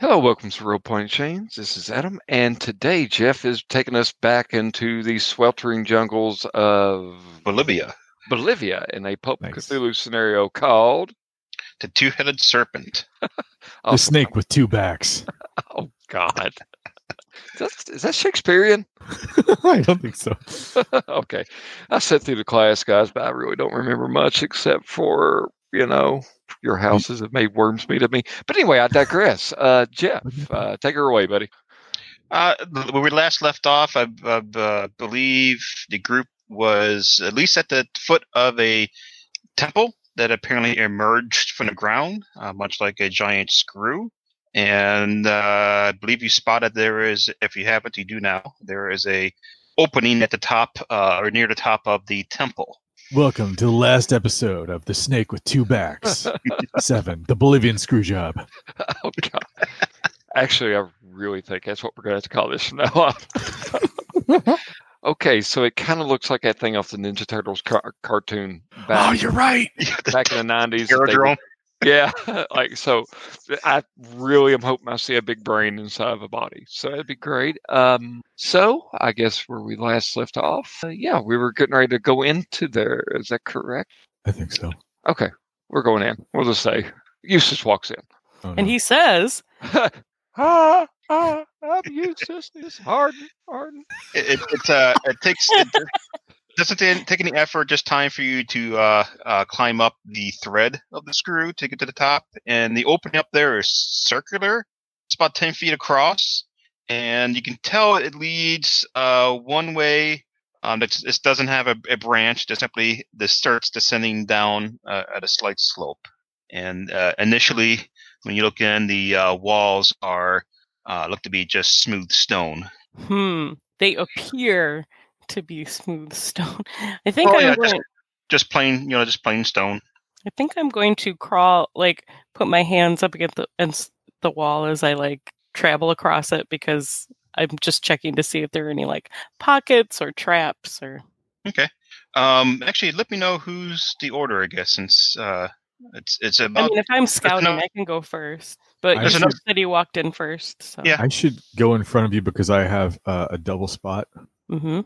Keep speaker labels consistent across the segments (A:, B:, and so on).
A: Hello, welcome to Real Point Chains. This is Adam, and today Jeff is taking us back into the sweltering jungles of
B: Bolivia,
A: Bolivia in a Pulp
C: Nice.
A: Cthulhu scenario called
B: the two headed serpent.
A: Oh.
C: The snake with two backs.
A: Oh God, is, that, is that Shakespearean?
C: I don't think so.
A: okay, I sat through the class, guys, but I really don't remember much except for you know your houses have made worms meat of me. But anyway, I digress. Uh, Jeff, uh, take her away, buddy.
B: Uh, l- when we last left off, I, I uh, believe the group was at least at the foot of a temple that apparently emerged from the ground, uh, much like a giant screw. And uh, I believe you spotted there is, if you haven't, you do now. There is a opening at the top uh, or near the top of the temple.
C: Welcome to the last episode of The Snake with Two Backs. Seven, the Bolivian screw job.
A: Oh God. Actually, I really think that's what we're going to have to call this from now on. okay, so it kind of looks like that thing off the Ninja Turtles car- cartoon back,
C: Oh, you're right.
A: back in the nineties.
B: Aerodrome.
A: Yeah, like so. I really am hoping I see a big brain inside of a body, so that'd be great. Um, so I guess where we last left off, uh, yeah, we were getting ready to go into there. Is that correct?
C: I think so.
A: Okay, we're going in. We'll just say Eustace walks in.
C: Oh,
D: And
C: no.
D: he says,
A: ah, ah, I'm useless. This Harden, Harden.
B: it, it, it's uh, it takes it doesn't ta- take any effort just time for you to uh, uh, climb up the thread of the screw to get to the top and the opening up there is circular it's about 10 feet across and you can tell it leads uh, one way um, it, it doesn't have a, a branch it simply this starts descending down uh, at a slight slope and uh, initially when you look in the uh, walls are uh, look to be just smooth stone
D: hmm, they appear to be smooth stone. I think
B: Oh,
D: I'm
B: yeah,
D: going,
B: just plain you know just plain stone
D: I think I'm going to crawl, like put my hands up against the, against the wall as I like travel across it because I'm just checking to see if there are any like pockets or traps or
B: Um, actually, let me know who's the order. I guess since uh, it's it's
D: I
B: about
D: mean if I'm scouting
B: no-
D: I can go first. But
C: I
D: you
B: see.
D: said that he walked in first. So.
B: Yeah.
C: I should go in front of you because I have uh, a double spot.
D: hmm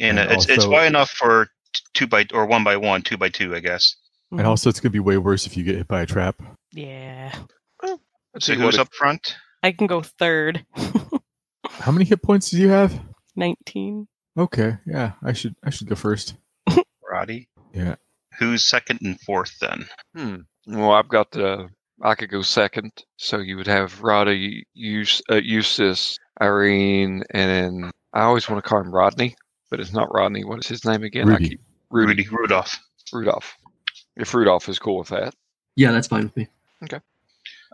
B: and
C: and
B: it's it's
C: also-
B: wide enough for t- two by or one by one, two by two. I guess.
C: And also, it's going to be way worse if you get hit by a trap.
D: mm-hmm. Yeah.
B: Let's see
A: See what
B: who's
A: it-
B: up front.
D: I can go third.
C: How many hit points do you have?
D: 19.
C: Okay, yeah, I should I should go first.
B: Roddy.
C: Yeah.
B: Who's second and fourth then?
A: Hmm. Well, I've got the. I could go second, so you would have Roddy, Eus, uh, Eustace, Irene, and I always want to call him Rodney, but it's not Rodney. What is his name again? I
C: Rudy.
A: keep, Rudy.
B: Rudy Rudolph.
A: Rudolph. If Rudolph is cool with that.
E: Yeah, that's fine with me.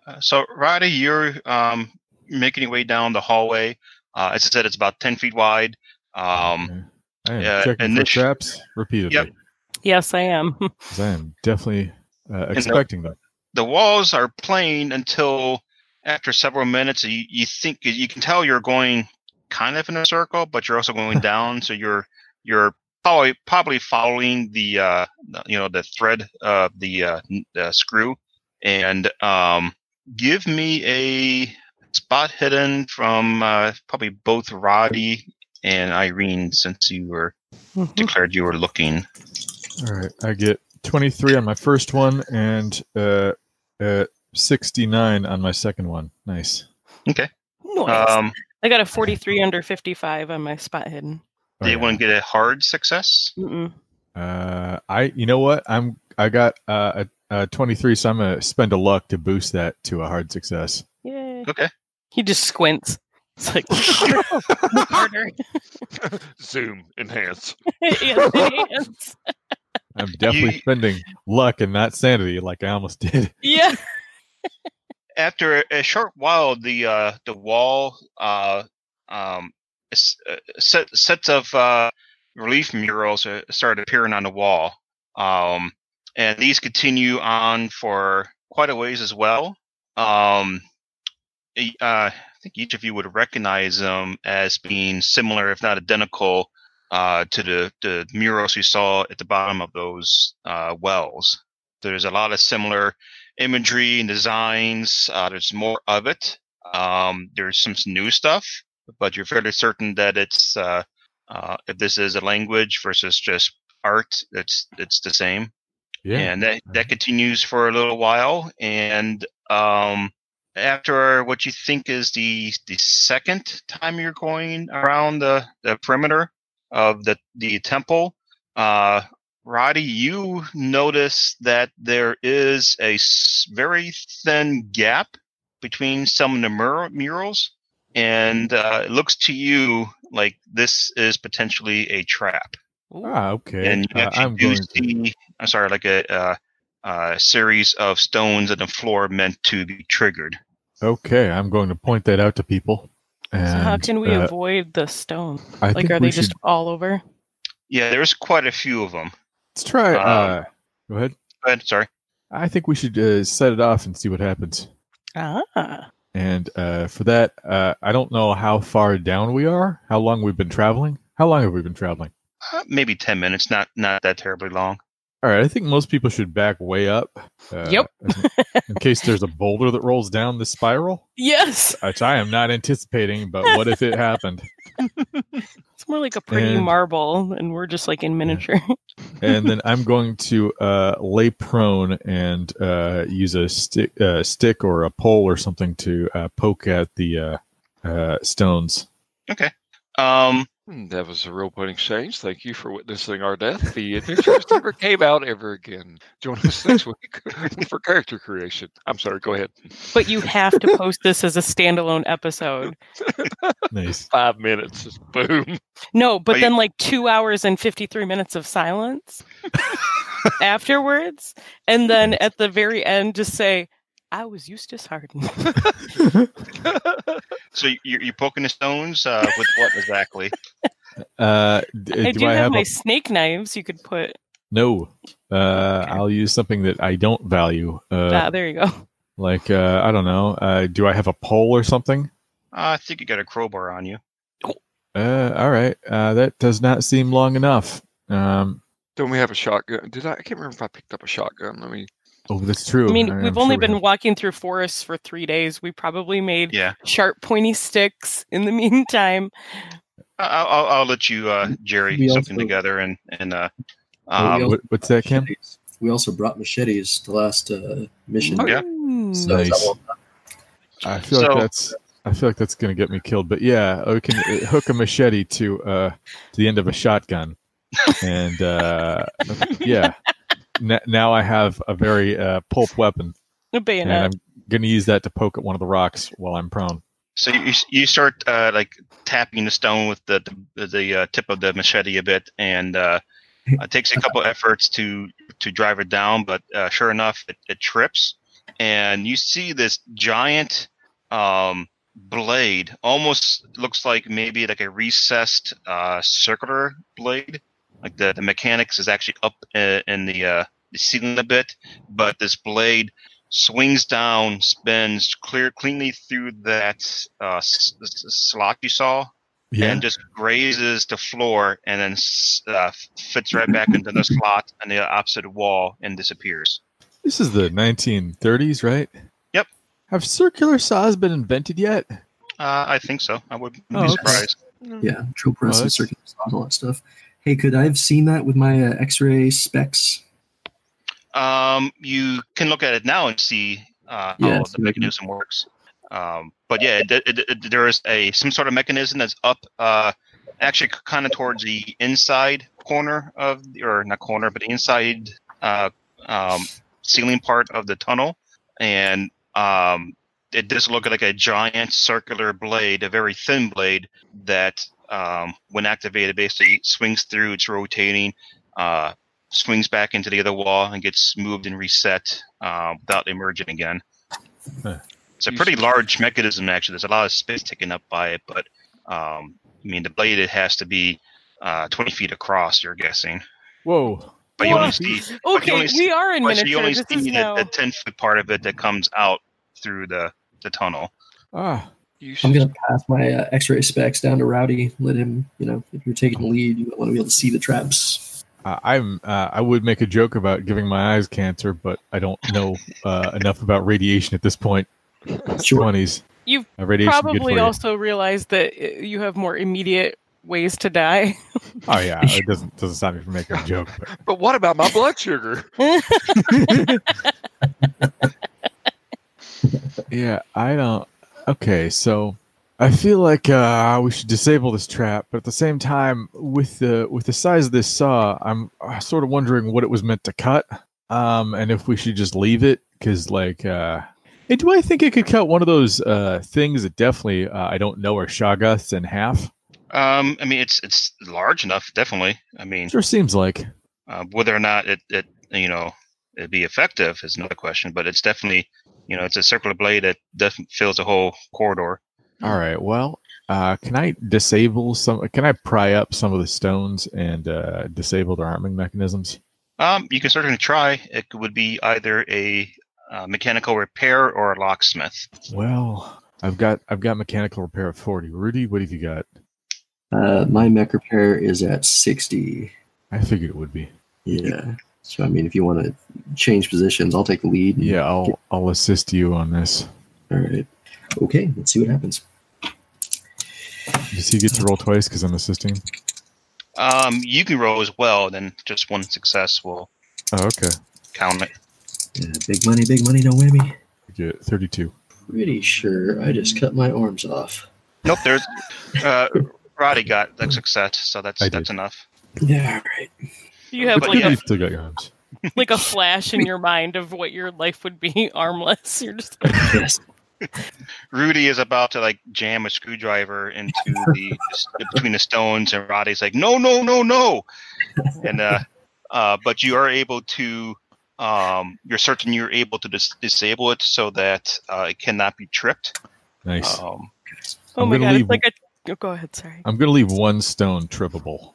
B: Uh, so Roddy, you're um, making your way down the hallway. Uh, as I said, it's about ten feet wide. Um,
C: Okay. I am
B: yeah,
C: checking
B: and
C: for
B: this-
C: traps repeatedly
D: Yes, I am.
C: 'cause I am definitely uh, expecting them.
B: the walls are plain until after several minutes you, you think you can tell you're going kind of in a circle but you're also going down so you're you're probably probably following the uh you know the thread uh the uh, n- uh screw and um give me a spot hidden from uh probably both roddy and irene since you were
D: Mhm.
B: declared you were looking
C: All right, I get 23 on my first one and uh, uh, 69 on my second one. Nice.
D: Nice.
B: um
D: I got a 43 under 55 on my spot hidden.
C: Oh,
B: they
C: yeah.
B: want to get a hard success
D: Mm-mm.
C: Uh, I you know what? I'm I got uh, a, a 23, so I'm gonna spend a luck to boost that to a hard success.
D: Yay.
B: okay
D: He just squints. It's like harder.
A: Zoom, enhance.
D: Yes, it is.
C: I'm definitely
B: You-
C: spending luck and not sanity, like I almost did.
D: Yeah.
B: after a short while, the uh, the wall uh, um, s- uh, set, sets of uh, relief murals uh, start appearing on the wall, um, and these continue on for quite a ways as well. Um, e- uh, I think each of you would recognize them as being similar, if not identical, uh, to the, the murals you saw at the bottom of those uh, wells. There's a lot of similar imagery and designs. Uh, there's more of it. Um, there's some new stuff, but you're fairly certain that it's uh, uh, if this is a language versus just art, it's it's the same. And that that continues for a little while, and um, after what you think is the the second time you're going around the, the perimeter of the the temple, uh, Roddy, you notice that there is a s- very thin gap between some of the mur- murals, and uh, it looks to you like this is potentially a trap.
C: Ah, okay.
B: And you
C: Uh,
B: actually
C: I'm
B: do
C: going to.
B: see, I'm sorry, like a, uh uh series of stones on the floor meant to be triggered.
C: Okay, I'm going to point that out to people. And,
D: so how can we
C: uh,
D: avoid the stone?
C: I
D: Like,
C: think
D: are
C: we
D: they
C: should-
D: just all over?
B: Yeah, there's quite a few of them.
C: Let's try.
B: um,
C: Uh, go ahead.
B: Go ahead, sorry.
C: I think we should uh, set it off and see what happens.
D: Ah,
C: And uh, for that, uh, I don't know how far down we are, how long we've been traveling. How long have we been traveling?
B: Uh, maybe 10 minutes, not not that terribly long.
C: All right, I think most people should back way up. Uh,
D: Yep.
C: in case there's a boulder that rolls down the spiral,
D: yes.
C: which I am not anticipating, but what if it happened?
D: It's more like a pretty
C: And-
D: marble, and we're just like in miniature.
C: and then I'm going to uh, lay prone and uh, use a stick, uh, stick or a pole or something to uh, poke at the uh, uh, stones.
B: Um,
A: Hmm, That was a real fun exchange. Thank you for witnessing our death. The adventures never came out ever again. Join us next week for character creation. I'm sorry, go ahead.
D: but you have to post this as a standalone episode.
C: Nice.
A: Five minutes, just boom.
D: No, but
B: Are you-
D: then like two hours and 53 minutes of silence afterwards. And then at the very end, just say, I was Eustace Harden.
B: so you, you're poking the stones uh, with what exactly?
C: Uh, d-
D: I
C: do,
D: do
C: I
D: have,
C: have
D: my
C: a
D: snake knives you could put.
C: no? Uh, I'll use something that I don't value. Uh,
D: ah, there you go.
C: Like uh, I don't know. Uh, do I have a pole or something?
B: Uh, I think you got a crowbar on you.
C: Uh, all right. Uh, that does not seem long enough. Um,
A: Don't we have a shotgun? Did I? I can't remember if I picked up a shotgun. Let me.
C: oh, that's true.
D: I mean,
C: I'm
D: we've
C: sure
D: only
C: we
D: been
C: have-
D: walking through forests for three days. We probably made
B: Yeah,
D: sharp, pointy sticks in the meantime.
B: I- I'll, I'll, I'll let you, uh, Jerry,
E: We
B: something
E: also-
B: together and and uh,
C: Oh,
B: um,
C: yeah. what- what's that, Kim?
E: Machetes. We also brought machetes the last uh, mission.
A: Oh,
B: yeah.
D: Mm.
E: So that
C: Nice.
E: won't-
C: I feel like
B: So-
C: that's I feel like that's gonna get me killed. But yeah, I can uh, hook a machete to uh to the end of a shotgun, and uh yeah, N- now I have a very uh, pulp weapon,
D: A
C: and
D: bayonet.
C: I'm gonna use that to poke at one of the rocks while I'm prone.
B: so you you start uh, like tapping the stone with the the, the uh, tip of the machete a bit, and uh, it takes a couple efforts to to drive it down, but uh, sure enough, it, it trips, and you see this giant um, blade, almost looks like maybe like a recessed uh, circular blade, like the, the mechanics is actually up uh, in the, uh, the ceiling a bit, but this blade swings down, spins clear cleanly through that uh, s- s- slot you saw, and just grazes the floor and then s- uh, fits right back into the slot on the opposite wall and disappears.
C: this is the 1930s, right?
B: Yep.
C: Have circular saws been invented yet?
B: Uh, I think so. I wouldn't
C: Oh,
B: be
C: okay.
B: surprised.
E: yeah, drill press
C: Oh,
E: and
C: that's-
E: circular saw and all that stuff. Hey, could I have seen that with my uh, X-ray specs?
B: Um, you can look at it now and see uh, how
E: Yeah,
B: the
E: see what I can do.
B: mechanism works. Um, but yeah, it, it, it- there is a some sort of mechanism that's up, uh, actually kind of towards the inside corner of, or not corner, but inside uh, um, ceiling part of the tunnel, and um, it does look like a giant circular blade, a very thin blade that, um, when activated, basically swings through. It's rotating. Uh, swings back into the other wall and gets moved and reset um, without emerging again.
C: Huh.
B: It's a pretty large mechanism, actually. There's a lot of space taken up by it, but um, I mean, the blade it has to be uh, 20 feet across, you're guessing.
C: Whoa!
B: But you only
D: Wow.
B: see, but you
D: okay,
B: only see-
D: we are in
B: but
D: miniature.
B: you only
D: This
B: see
D: is
B: the,
D: now-
B: the 10 foot part of it that comes out through the, the tunnel.
C: Ah,
A: You
E: I'm
A: should.
E: gonna pass my uh, X-ray specs down to Rowdy. Let him, you know, if you're taking the lead, you want to be able to see the traps.
C: uh, I'm. Uh, I would make a joke about giving my eyes cancer, but I don't know uh, enough about radiation at this point.
E: Sure.
C: 20s.
D: You've
C: Uh, radiation good for
D: Probably
C: you.
D: also realized that uh, you have more immediate ways to die.
C: Oh yeah, it doesn't doesn't stop me from making a joke. but-
A: But what about my blood sugar?
C: Yeah, I don't. Okay, so I feel like uh, we should disable this trap, but at the same time, with the with the size of this saw, I'm uh, sort of wondering what it was meant to cut, um, and if we should just leave it because, like, uh, hey, do I think it could cut one of those uh, things that definitely uh, I don't know are shoggoths in half?
B: Um, I mean, it's it's large enough, definitely. I mean,
C: Sure seems like.
B: uh, whether or not it, it you know it'd be effective is another question, but it's definitely you know it's a circular blade that definitely fills a whole corridor.
C: All right, well. Uh, can I disable some? Can I pry up some of the stones and uh, disable their arming mechanisms?
B: Um, you can certainly try. It would be either a uh, mechanical repair or a locksmith.
C: Well, I've got I've got mechanical repair at forty. Rudy, what have you got?
E: Uh, my mech repair is at 60.
C: I figured it would be.
E: Yeah. So, I mean, if you want to change positions, I'll take the lead. and-
C: Yeah, I'll I'll assist you on this.
E: All right. Okay. Let's see what happens.
C: Does he get to roll twice because I'm assisting?
B: Um, you can roll as well. Then just one success will
C: Oh, okay.
B: count it.
E: Yeah, big money, big money, no whammy.
C: I Get thirty-two.
E: Pretty sure I just cut my arms off.
B: Nope, there's uh, Roddy got that success, so that's
C: I did.
B: that's enough.
E: Yeah. All right.
D: you have
B: But
D: like
B: yeah.
C: You've still got your arms.
D: a like a flash in your mind of what your life would be armless. You're just
E: Yes.
B: Rudy is about to like jam a screwdriver into the between the stones, and Roddy's like, "No, no, no, no!" And uh, uh, but you are able to, um, you're certain you're able to dis- disable it so that uh, it cannot be tripped.
C: Nice.
B: Um,
D: oh
C: I'm
D: my
C: gonna
D: god,
C: leave- Uh,
D: it's like a oh, go ahead, sorry.
C: I'm gonna leave one stone trippable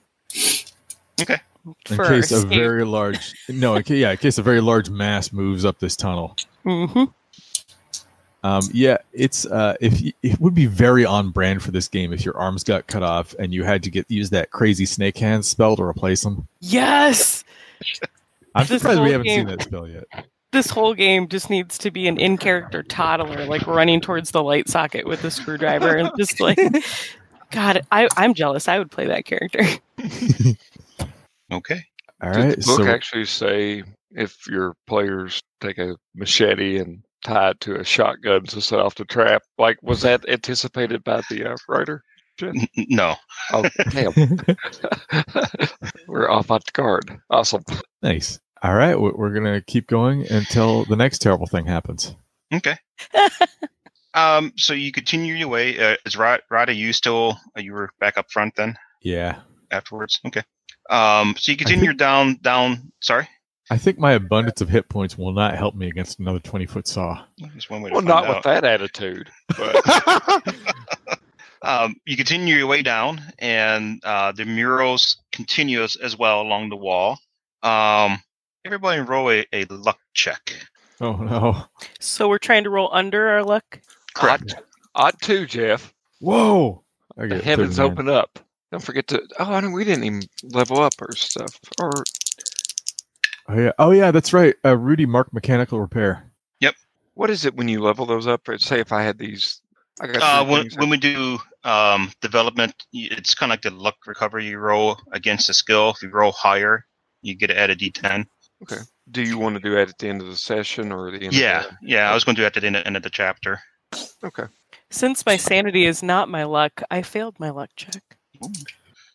C: in
D: For
C: case a
D: escape.
C: very large no, in ca- yeah, in case a very large mass moves up this tunnel.
D: Mhm.
C: Um, yeah, it's uh, if y- it would be very on brand for this game if your arms got cut off and you had to get use that crazy snake hand spell to replace them.
D: Yes.
C: I'm
D: This
C: surprised we
D: whole
C: haven't seen
D: game-
C: that spell yet.
D: This whole game just needs to be an in character toddler, like running towards the light socket with a screwdriver and just like God, I, I'm jealous. I would play that character.
B: okay.
C: All
A: Does
C: right,
A: the book
C: so
A: actually say if your players take a machete and tie it to a shotgun to set off the trap? Like, was that anticipated by the uh, writer?
B: N- n- no.
A: Oh, damn. We're off on guard. Awesome.
C: nice. All right, we- we're gonna keep going until the next terrible thing happens.
B: Okay. um, so you continue your way. Uh, is Rod- Roddy you still? Uh, you were back up front then
C: Yeah,
B: afterwards. Okay. Um, so you continue down, down. Sorry.
C: I think my abundance of hit points will not help me against another twenty foot saw.
B: There's one way.
A: Well,
B: to
A: not
B: find out.
A: with that attitude. But
B: um, you continue your way down, and uh, the murals continue as, as well along the wall. Um, everybody roll a, a luck check.
C: Oh no!
D: so we're trying to roll under our luck.
A: Correct. odd two, Jeff.
C: Whoa! I
A: The
C: get
A: heavens
C: 39.
A: open up. Don't forget to. Oh, I don't, we didn't even level up our stuff. Or
C: Oh yeah! Oh yeah! That's right. Uh, Rudy, mark mechanical repair.
A: what is it when you level those up? Say if I had these. I got
B: Uh,
A: three
B: when,
A: things.
B: when we do um, development, y- it's kind of like the luck recovery you roll against the skill. If you roll higher, you get to add a d10.
A: do you want to do that at the end of the session or the end?
B: Yeah,
A: Of
B: yeah. I was going to do that at the end- end of the chapter.
A: the, okay.
D: Since my sanity is not my luck, I failed my luck check.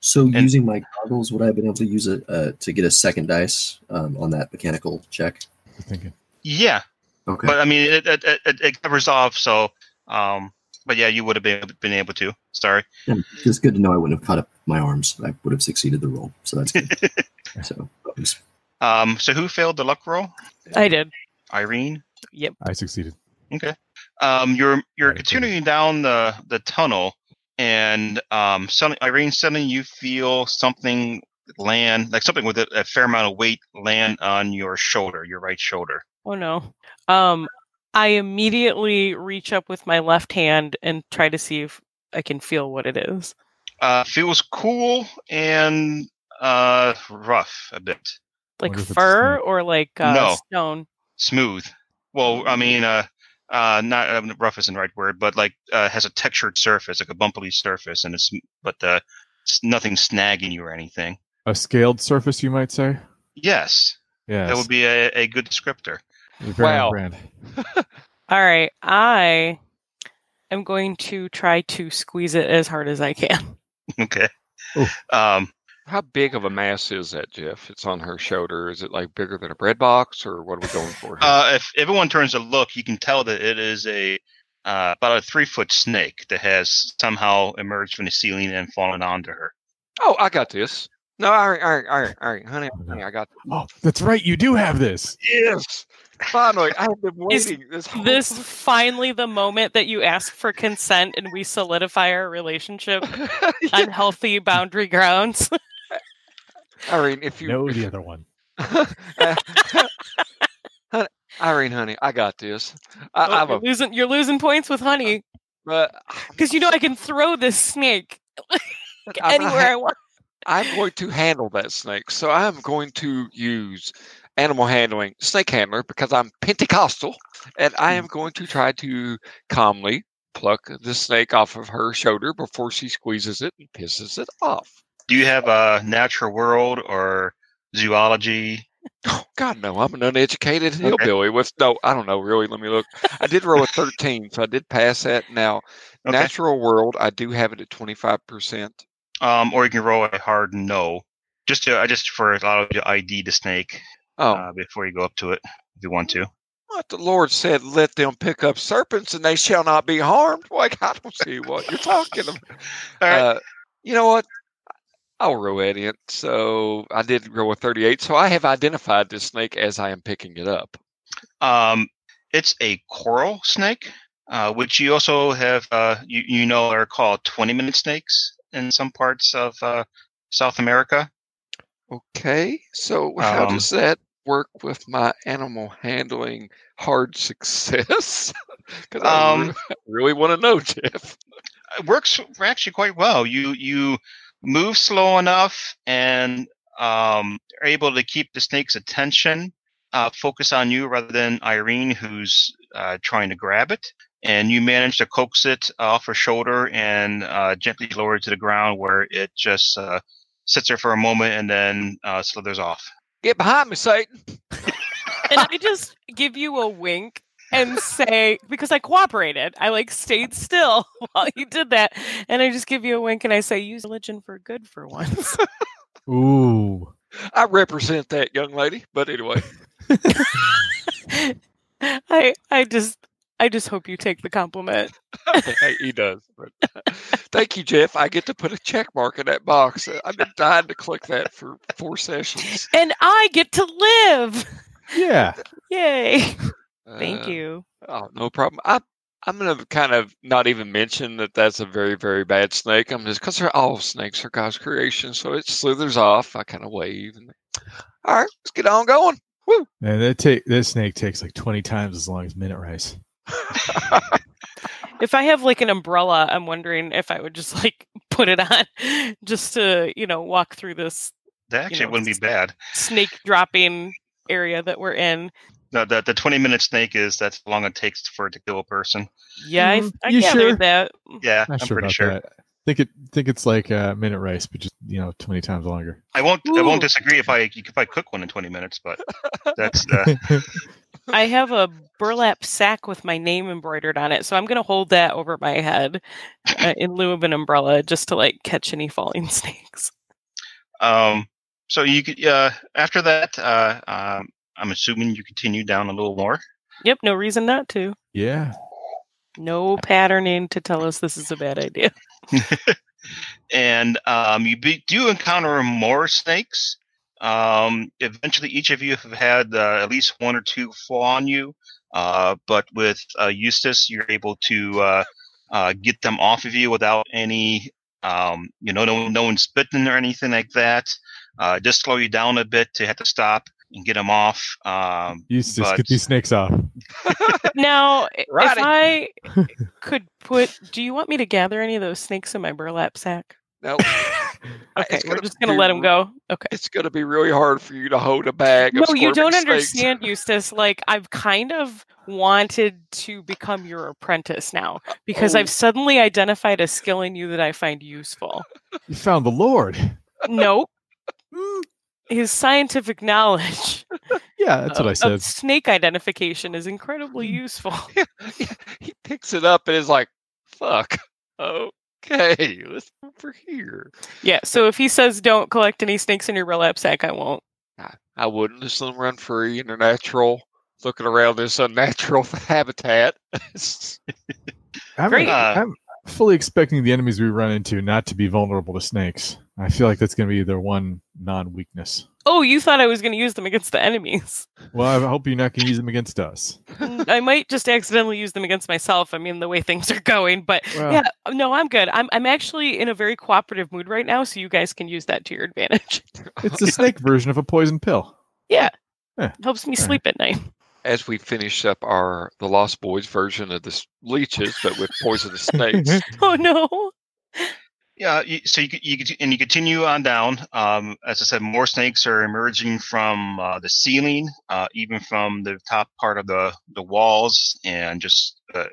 E: So using my goggles, would I have been able to use it uh, to get a second dice um, on that mechanical check?
C: I'm thinking.
B: Yeah,
E: Okay.
B: but I mean, it it, it, it it resolved. So, um, but yeah, you would have been been able to. Sorry.
E: And it's good to know I wouldn't have cut up my arms. I would have succeeded the roll. So that's good. so bonus.
B: Um, so who failed the luck roll?
D: I did.
B: Irene.
C: I succeeded.
B: Um, you're you're
C: Right,
B: continuing down the the tunnel, and um, suddenly Irene, suddenly you feel something land like something with a, a fair amount of weight land on your shoulder, your right shoulder.
D: Oh no. Um I immediately reach up with my left hand and try to see if I can feel what it is.
B: Uh, feels cool and uh rough a bit,
D: Like
C: Wonder if it's a
D: fur
C: snake.
D: or like uh,
B: No.
D: stone.
C: Mm-hmm.
B: smooth. Well, I mean, uh, uh, not uh, rough isn't the right word, but like uh, has a textured surface, like a bumpy surface, and it's but uh, s- nothing snagging you or anything.
C: A scaled surface, you might say.
B: Yes,
C: Yeah,
B: that would be a, a good descriptor.
C: very on
A: Wow.
C: brand.
D: All right, I am going to try to squeeze it as hard as I can.
B: Okay.
C: Ooh.
B: Um,
A: How big of a mass is that, Jeff? It's on her shoulder. Is it like bigger than a bread box, or what are we going for? here?
B: uh, if everyone turns to look, you can tell that it is a uh, about a three foot snake that has somehow emerged from the ceiling and fallen onto her.
A: oh, I got this. No, all right, all right, all right, all right, honey, honey, I got
C: Oh, that's right. You do have this.
A: Yes, finally, I have been
D: Is
A: waiting this whole
D: This finally the moment that you ask for consent and we solidify our relationship
A: I
D: on healthy boundary grounds.
A: Irene, if you
C: No, the other one.
A: Honey- Irene, honey, I got this. I,
D: Oh,
A: I'm
D: you're
A: a,
D: losing you're losing points with honey
A: but
D: because you know I can throw this snake
A: I'm
D: anywhere
A: anywhere.
D: I want.
A: I'm going to handle that snake, so I'm going to use animal handling, snake handler, because I'm Pentecostal, and I
C: Mm.
A: am going to try to calmly pluck the snake off of her shoulder before she squeezes it and pisses it off.
B: Do you have a natural world or zoology?
A: Oh God, no! I'm an uneducated hillbilly with no. I don't know really. Let me look. I did roll a 13, so I did pass that. Now,
B: Okay.
A: natural world, I do have it at 25 percent.
B: Um, or you can roll a hard no, just to uh, just for allow you to ID the snake
A: Oh,
B: uh, before you go up to it if you want to.
A: what the Lord said, "Let them pick up serpents, and they shall not be harmed." Like I don't see what you're talking about.
B: All right.
A: Uh, you know what? I'll roll at it. So I did roll a 38. So I have identified this snake as I am picking it up.
B: Um, it's a coral snake, uh, which you also have, uh, you, you know, are called 20 minute snakes in some parts of uh, South America.
A: Okay, so how
B: Um,
A: does that work with my animal handling hard success? Because I re-
B: Um,
A: really want to know, Jeff.
B: It works actually quite well. You you move slow enough and um, are able to keep the snake's attention, uh, focus on you rather than Irene, who's uh, trying to grab it. And you manage to coax it off her shoulder and uh, gently lower it to the ground, where it just uh, sits there for a moment and then uh, slithers off.
A: Get behind me, Satan.
D: And I just give you a wink and say because I cooperated, I like stayed still while you did that, and I just give you a wink and I say use religion for good for once.
C: Ooh.
A: I represent that young lady. But anyway,
D: I I just I just hope you take the compliment.
A: hey, he does. But thank you, Jeff. I get to put a check mark in that box. Uh, I've been dying to click that for four sessions.
D: And I get to live.
C: Yeah.
D: Yay. Thank
A: Uh,
D: you.
A: Oh, no problem. I I'm gonna kind of not even mention that that's a very very bad snake. I'm just because they're all snakes are God's creation, so it slithers off. I kind of wave. And, all right, let's get on going.
C: And that take that snake takes like twenty times as long as minute rice.
D: If I have like an umbrella, I'm wondering if I would just like put it on just to, you know, walk through this
B: That actually
D: You know,
B: wouldn't be
D: it's-
B: bad.
D: snake dropping area that we're in.
B: No, the, the 20 minute snake is that's how long it takes for it to kill a person.
D: Yeah, I-
C: Mm,
D: I,
C: you
D: gathered
C: sure?
D: that.
B: Yeah,
C: Not
B: I'm
C: sure
B: pretty
C: about
B: sure.
C: that. Think it think it's like uh, minute rice, but just you know twenty times longer.
B: I won't. I won't
D: Ooh.
B: disagree if I if I cook one in twenty minutes, but that's uh,
D: I have a burlap sack with my name embroidered on it, so I'm going to hold that over my head uh, in lieu of an umbrella just to like catch any falling snakes.
B: um. So you could uh after that uh um I'm assuming you continue down a little more.
D: Yep, no reason not to.
C: yeah.
D: No patterning to tell us this is a bad idea.
B: and um, you be, do encounter more snakes. Um, eventually, each of you have had uh, at least one or two fall on you, uh, but with uh, Eustace, you're able to uh, uh, get them off of you without any, um, you know, no, no one's bitten or anything like that. Uh, just slow you down a bit to have to stop and get them off. Um,
C: Eustace,
B: But-
C: get these snakes off.
D: Now, i-
A: Righty.
D: if I could put, do you want me to gather any of those snakes in my burlap sack?
A: No,
D: Okay,
A: It's
D: we're
A: gonna
D: just gonna
A: be
D: let him
A: re-
D: go. Okay.
A: It's going to be really hard for you to hold a bag.
D: No,
A: of
D: you
A: squirming
D: don't
A: snakes.
D: understand, Eustace. Like I've kind of wanted to become your apprentice now because I've suddenly identified a skill in you that I find useful.
C: You found the Lord.
D: Nope. His scientific knowledge
C: Yeah, that's
D: of,
C: what
B: Uh,
C: I said.
D: of snake identification is incredibly useful.
A: he picks it up and is like, "Fuck, okay, let's go over here."
D: Yeah, so if he says don't collect any snakes in your burlap sack, I won't.
A: I wouldn't just let them run free in their natural, looking around this unnatural habitat.
C: I'm,
D: Great.
C: I'm fully expecting the enemies we run into not to be vulnerable to snakes. I feel like that's going to be their one non-weakness.
D: Oh, you thought I was going to use them against the enemies.
C: Well, I hope you're not going to use them against us.
D: I might just accidentally use them against myself. I mean, the way things are going, but
C: Well-
D: yeah, no, I'm good. I'm I'm actually in a very cooperative mood right now, so you guys can use that to your advantage.
C: It's the snake version of a poison pill.
D: Helps me
C: All right.
D: sleep at night.
A: As we finish up our the Lost Boys version of the s- leeches, but with poisonous snakes,
D: Oh no.
B: Yeah, you, so you, c- you c- and you continue on down. Um, as I said, more snakes are emerging from uh, the ceiling, uh, even from the top part of the the walls, and just uh,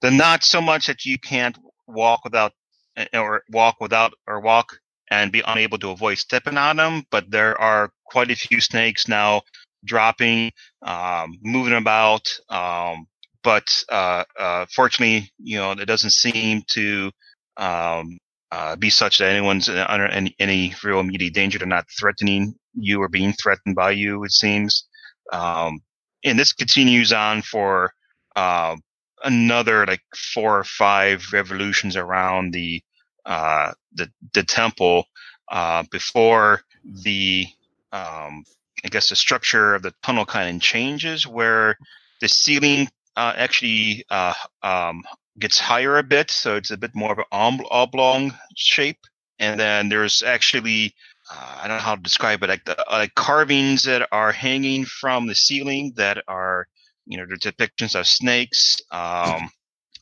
B: they're not so much that you can't walk without eh, or walk without or walk and be unable to avoid stepping on them. But there are quite a few snakes now dropping, um, moving about. Um, but uh, uh, fortunately, you know, it doesn't seem to um, uh, be such that anyone's uh, under any, any real immediate danger. They're not threatening you or being threatened by you, it seems. Um, and this continues on for uh, another like four or five revolutions around the uh, the, the temple uh, before the um, I guess the structure of the tunnel kind of changes where the ceiling uh, actually uh, um, gets higher a bit, so it's a bit more of an om- oblong shape. And then there's actually uh, I don't know how to describe it, like the uh, like carvings that are hanging from the ceiling that are you know the depictions of snakes, um,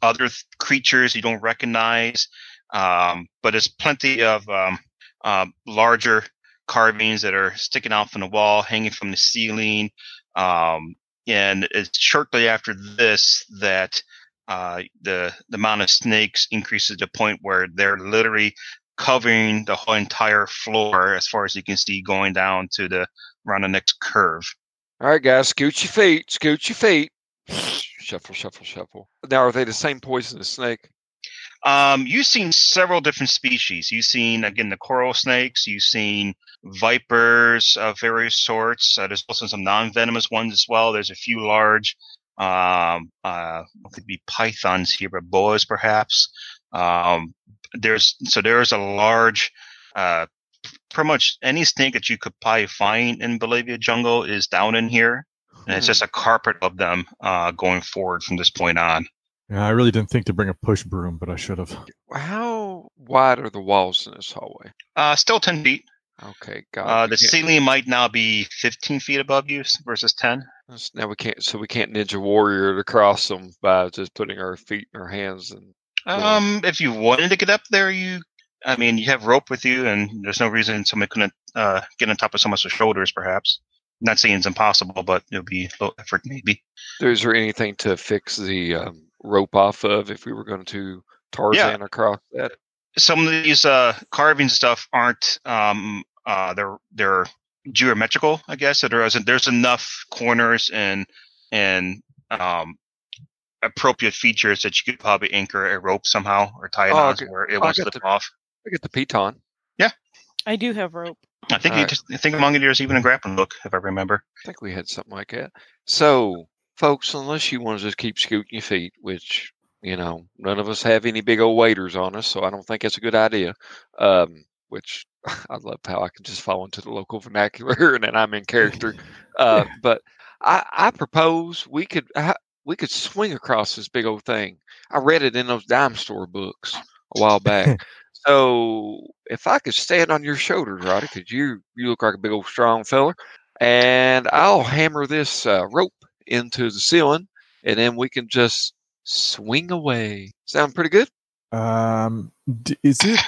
B: other th- creatures you don't recognize, um, but there's plenty of um, um larger carvings that are sticking out from the wall, hanging from the ceiling. Um, and it's shortly after this that uh, the the amount of snakes increases to the point where they're literally covering the whole entire floor as far as you can see going down to the around the next curve.
A: all right, guys, scoot your feet, scoot your feet, shuffle, shuffle, shuffle. Now, are they the same poisonous snake?
B: Um, you've seen several different species. You've seen again the coral snakes. You've seen vipers of various sorts. Uh, there's also some non-venomous ones as well. There's a few large, um, uh, what could be pythons here, but boas perhaps. Um, there's so there's a large, uh, pretty much any snake that you could probably find in Bolivia jungle is down in here, and it's just a carpet of them uh, going forward from this point on.
C: Yeah, I really didn't think to bring a push broom, but I should have.
A: How wide are the walls in this hallway?
B: Uh, still ten feet.
A: Oh, Okay, God,
B: Uh,
A: we
B: the
A: can't-
B: ceiling might now be 15 feet above you s- versus 10.
A: That's- Now we can't, so we can't ninja warrior it across them by just putting our feet in our hands. And Yeah.
B: Um, if you wanted to get up there, you, I mean, you have rope with you, and there's no reason somebody couldn't uh, get on top of someone's shoulders, perhaps. Not saying it's impossible, but it'll be a little effort, maybe.
A: is there anything to fix the um, rope off of if we were going to Tarzan across that?
B: Some of these uh, carving stuff aren't, um, uh, they're they're geometrical, I guess. So there isn't there's enough corners and and um, appropriate features that you could probably anchor a rope somehow or tie it
A: Oh,
B: on
A: okay.
B: where it
A: I
B: won't
A: got
B: slip
A: the-
B: off.
A: I get the piton.
D: I do have rope.
B: I think you
A: Alright.
B: just I think among it there's even a grappling hook, if I remember.
A: I think we had something like that. So, folks, unless you want to just keep scooting your feet, which you know none of us have any big old waiters on us, so I don't think it's a good idea. Um, which I love how I can just fall into the local vernacular and then I'm in character. Uh, but I, I propose we could I, we could swing across this big old thing. I read it in those dime store books a while back. so if I could stand on your shoulders, Roddy, because you you look like a big old strong feller and I'll hammer this uh, rope into the ceiling, and then we can just swing away. Sound pretty good?
C: Um, d- is it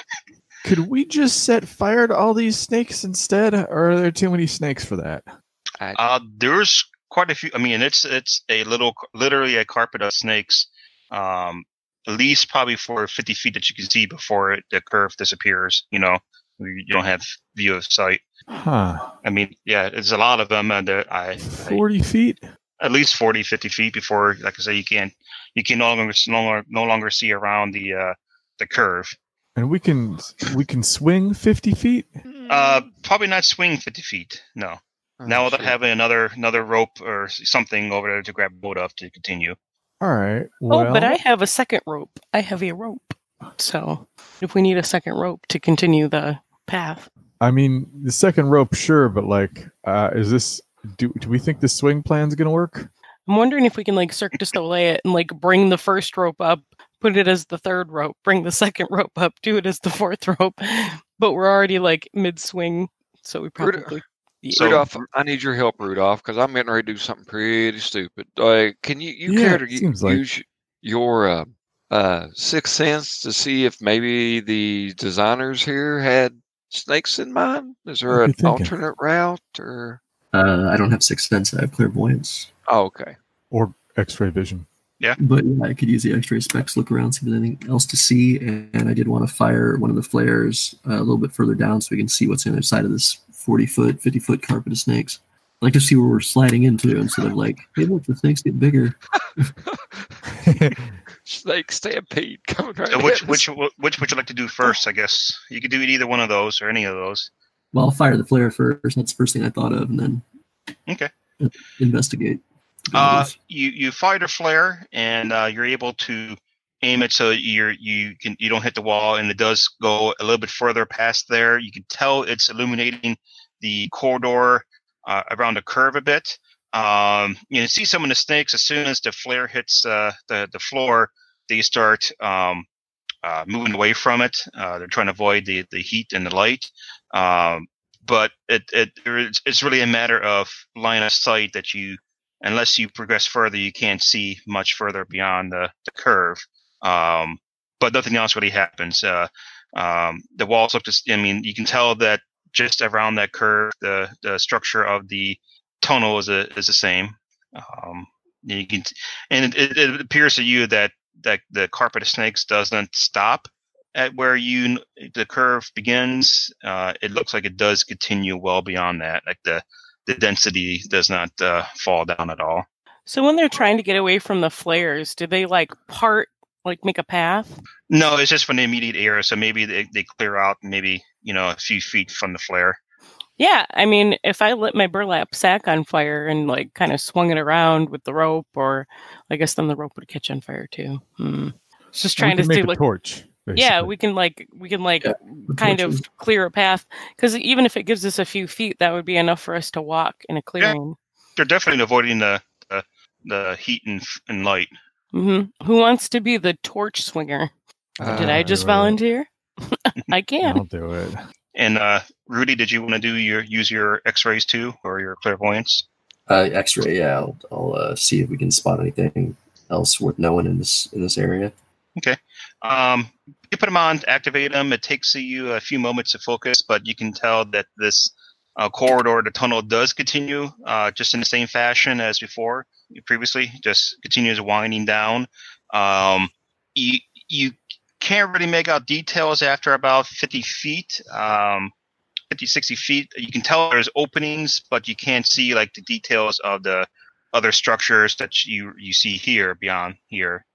C: could we just set fire to all these snakes instead? Or are there too many snakes for that?
B: Uh, there's quite a few. I mean, it's it's a little, literally a carpet of snakes. Um, at least probably for 50 feet that you can see before it, the curve disappears. You know, you don't have view of sight.
C: Huh.
B: I mean, yeah, there's a lot of them, and uh, I, I
C: 40 feet?
B: at least 40, 50 feet before, like I say, you can you can no longer no longer, no longer see around the uh, the curve.
C: And we can we can swing 50 feet?
B: Uh, probably not swing 50 feet. No.
A: Oh,
B: now without having another another rope or something over there to grab hold of to continue.
C: All right. Well,
D: oh, but I have a second rope. I have a rope. So if we need a second rope to continue the path,
C: I mean, the second rope, sure, but like, uh, is this? Do, do we think the swing plan's gonna work?
D: I'm wondering if we can like Cirque du Soleil it and like bring the first rope up, put it as the third rope, bring the second rope up, do it as the fourth rope. But we're already like mid swing, so we
A: Rudolph-
D: probably
B: So-
A: Rudolph, I need your help, Rudolph, because I'm getting ready to do something pretty stupid. Like, can you you
C: Yeah,
A: care to
C: it
A: u-
C: seems like-
A: use your uh, uh, sixth sense to see if maybe the designers here had snakes in mind? Is there
C: What
A: an
C: you thinking?
A: alternate route or?
E: Uh, I don't have sixth sense. I have clairvoyance,
A: Oh, okay.
C: Or X-ray vision?
E: but yeah, I could use the X-ray specs, look around, see if there's anything else to see. And,
B: Mm.
E: and I did want to fire one of the flares uh, a little bit further down so we can see what's on the other side of this forty-foot, fifty-foot carpet of snakes. I like to see where we're sliding into instead of like, hey, look, the snakes get bigger.
A: Snake stampede coming right.
B: So which
A: at
B: which
A: us.
B: which would you like to do first? I guess you could do either one of those or any of those.
E: Well, I'll fire the flare first. That's the first thing I thought of, and then
B: Okay.
E: investigate.
B: Uh, you you fire the flare and uh, you're able to aim it so you're you can you don't hit the wall and it does go a little bit further past there. You can tell it's illuminating the corridor uh, around the curve a bit. Um, you can see some of the snakes as soon as the flare hits uh, the the floor, they start um, uh, moving away from it. Uh, they're trying to avoid the, the heat and the light. Um, but it, it it's it's really a matter of line of sight that you unless you progress further, you can't see much further beyond the, the curve. Um, but nothing else really happens. Uh, um, the walls look just, I mean, you can tell that just around that curve, the, the structure of the tunnel is, a, is the same. Um, you can, and it, it appears to you that, that the carpet of snakes doesn't stop at where you the curve begins. Uh, it looks like it does continue well beyond that. Like the the density does not uh, fall down at all.
D: So when they're trying to get away from the flares, do they like part, like make a path?
B: No, it's just from the immediate area, so maybe they, they clear out maybe you know a few feet from the flare.
D: Yeah, I mean, if I lit my burlap sack on fire and like kind of swung it around with the rope, or I guess then the rope would catch on fire too. Hmm. It's just trying
C: we
D: to
C: can make
D: see,
C: a
D: like,
C: torch.
D: yeah,
C: basically.
D: we can like we can like
E: Yeah,
D: kind of clear a path because even if it gives us a few feet, that would be enough for us to walk in a clearing.
B: They're definitely avoiding the the, the heat and, and light.
D: hmm Who wants to be the torch swinger? Did I
A: Ah,
C: Uh,
D: just
C: right.
D: volunteer? I
C: I'll
D: can.
C: do it.
B: And uh, Rudy, did you want to do your use your X-rays too, or your clairvoyance?
E: Uh, X-ray, yeah. I'll, I'll uh, see if we can spot anything else worth knowing in this in this area.
B: Um, you put them on, activate them. It takes you a few moments to focus, but you can tell that this uh, corridor, the tunnel, does continue uh, just in the same fashion as before, previously. Just continues winding down. Um, you you can't really make out details after about 50 feet, um, 50 60 feet. You can tell there's openings, but you can't see like the details of the other structures that you you see here beyond here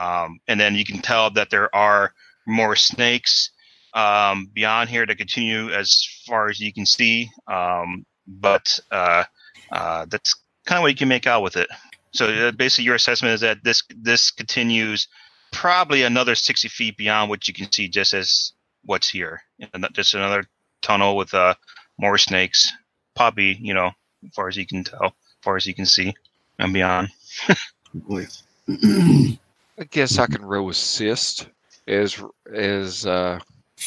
B: um, and then you can tell that there are more snakes um, beyond here to continue as far as you can see. Um, but uh, uh, that's kind of what you can make out with it. So uh, basically, your assessment is that this this continues probably another sixty feet beyond what you can see, just as what's here, and that- just another tunnel with uh, more snakes. Probably, you know, as far as you can tell, as far as you can see, and beyond.
E: Boy. I
A: I guess I can row assist as as uh,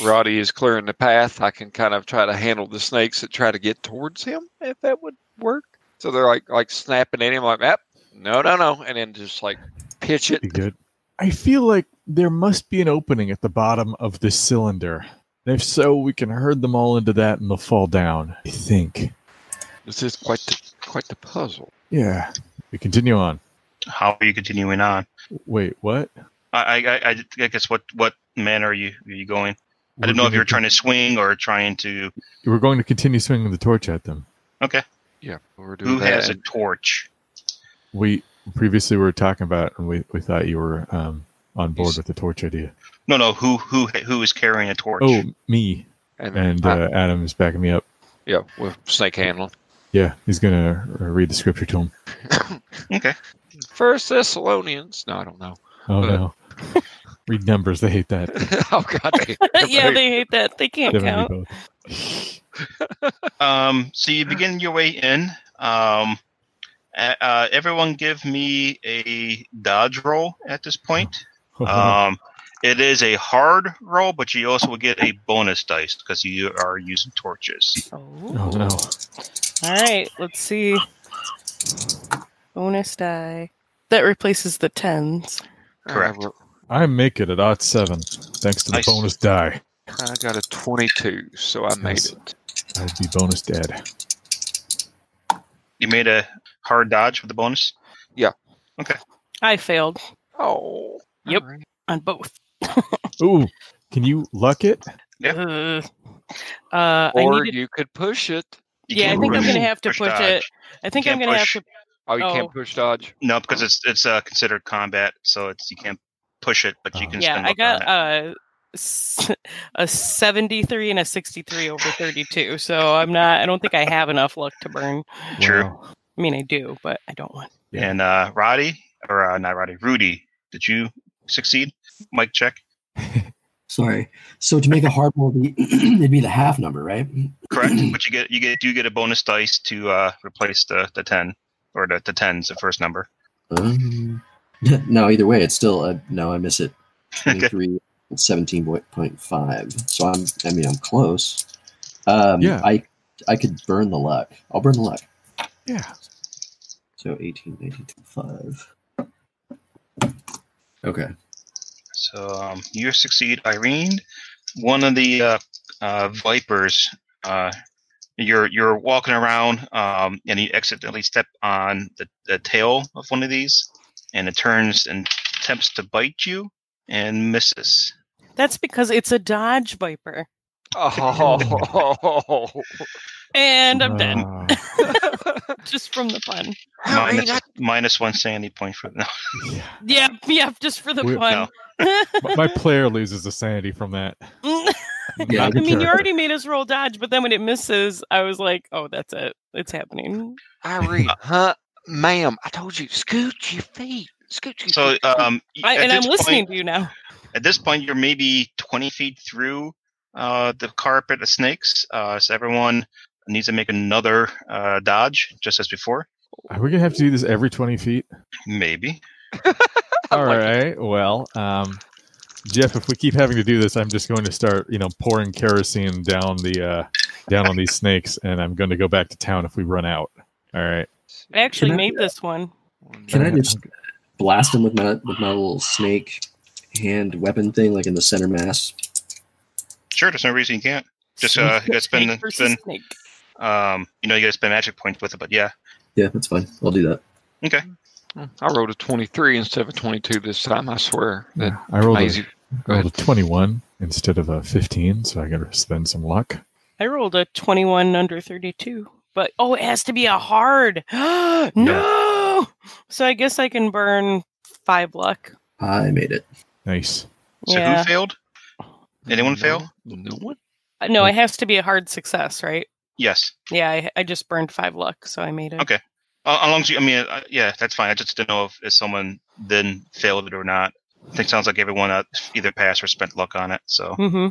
A: Roddy is clearing the path. I can kind of try to handle the snakes that try to get towards him, if that would work. So they're like like snapping at him, like, "Yep, no, no, no," and then just like pitch it.
C: Be good. I feel like there must be an opening at the bottom of this cylinder. And if so, we can herd them all into that and they'll fall down. I think.
A: This is quite the, quite the puzzle.
C: Yeah. We continue on.
B: How are you continuing on?
C: Wait, what?
B: I I, I, I guess what what manner are you are you going? I didn't know if you were trying to swing or trying to.
C: We're going to continue swinging the torch at them.
A: Yeah, we're doing
B: Who
A: that.
B: has a torch?
C: We previously we were talking about, and we, we thought you were um, on board
A: Yes.
C: with the torch idea.
B: No, no. Who who who is carrying a torch?
C: Oh, me
A: and,
C: and uh, Adam is backing me up.
A: yeah, with snake handling.
C: Yeah, he's gonna uh, read the scripture to him.
B: Okay.
A: First Thessalonians. No, I don't know.
C: Oh
A: Uh,
C: no, read numbers. They hate that.
A: oh God, they,
D: yeah, they hate that. They can't
C: Devin, you
D: count.
C: both.
B: Um. So you begin your way in. Um. a- Uh, everyone, give me a dodge roll at this point. Um, it is a hard roll, but you also will get a bonus dice because you are using torches.
C: oh
D: Oh.
C: no,
D: All right, let's see. Bonus die. That replaces the tens.
B: Correct.
C: I make it at odd seven thanks to the
B: Nice.
C: bonus die.
A: I got a 22, so I made
C: Yes.
A: it.
C: I'd be bonus dead.
B: You made a hard dodge with the bonus.
D: I failed
A: Oh.
D: Yep.
A: all right.
D: on both.
C: Ooh, can you luck it?
B: Yep.
D: Ugh. Uh, I
A: Or
D: needed,
A: you could push it.
B: You
D: Yeah, I
B: can't
D: think I'm
B: push-
D: gonna have to push it.
B: dodge.
D: I think
B: you
D: I'm
B: can't
D: gonna have
B: push.
D: to.
A: Oh, you
D: Oh.
A: can't push dodge.
B: No, because it's it's uh, considered combat, so it's you can't push it, but you
C: Uh,
B: can.
D: Yeah,
B: spend
D: I
B: luck on
D: got
B: it.
D: uh, s- a 73 and a 63 over 32. So I'm not. I don't think I have enough luck to burn.
B: True.
C: Wow.
D: I mean, I do, but I don't want.
C: yeah.
B: And uh, Roddy, or uh, not Roddy, Rudy, did you succeed? Mike, check.
E: Sorry. So to make a hard roll, it'd be- it'd be the half number, right?
B: Correct. but you get you get do get a bonus dice to uh, replace the the ten or the the tens, the first number.
E: Um, no, either way, it's still uh, no. I miss it.
B: Okay.
E: 23, 17.5. So I'm. I mean, I'm close. Um,
C: Yeah.
E: I I could burn the luck. I'll burn the luck.
C: Yeah.
E: So 18, 19.5. Okay.
B: So um, you succeed, Irene. One of the uh, uh, vipers. Uh, you're you're walking around, um, and you accidentally step on the, the tail of one of these, and it turns and attempts to bite you and misses.
D: That's because it's a Dodge Viper,
A: Oh.
D: and I'm dead
C: Ah.
D: just from the fun.
A: Irene, I,
B: Minus, minus one sanity point for no.
C: Yeah.
D: Yeah, yeah, just for the
C: We-
D: fun.
C: My- my player loses a sanity from that.
E: Yeah,
C: Not
E: I
C: the
D: I mean, you
C: character.
D: already made us roll dodge, but then when it misses, I was like, "Oh, that's it. It's happening."
A: Irene, huh? Ma'am, I told you, scoot your feet. Scoot your
B: So
A: feet.
B: um,
D: I,
B: at
D: and I'm
B: this
D: listening
B: point-
D: to you now.
B: at this point you're maybe 20 feet through uh, the carpet of snakes uh, so everyone needs to make another uh, dodge just as before
C: Are we gonna have to do this every twenty feet?
B: maybe
A: I
C: All
A: like it.
C: right. Well, um, Jeff, if we keep having to do this, I'm just going to start, you know, pouring kerosene down the uh, down on these snakes, and I'm going to go back to town if we run out. All right.
D: I actually
E: Can I-
D: made this one.
E: Can I just blast him with my with my little snake hand weapon thing, like in the center mass?
B: sure there's no reason you can't just uh, you gotta
D: Snake
B: spend,
D: versus
B: spend
D: snake.
B: um, you know you gotta spend magic points with it but yeah
E: Yeah, that's fine. I'll do that.
A: I rolled a 23 instead of a 22 this time, I swear. That
C: Yeah, I rolled a,
A: amazing. Go
C: rolled a
A: ahead.
C: 21 instead of a 15, so I got to spend some luck.
D: I rolled a 21 under 32, but oh, it has to be a hard. no. So I guess I can burn five luck.
E: I made it.
C: Nice.
B: so
D: yeah.
B: who failed Anyone
A: No-
B: fail?
A: No one.
D: Uh, no, it has to be a hard success, right?
B: yes
D: Yeah, I, I just burned five luck, so I made it.
B: Okay. uh, as long as you i mean uh, yeah that's fine i just didn't know if, if someone then failed it or not i think it sounds like everyone uh, either passed or spent luck on it so
D: Mm-hmm.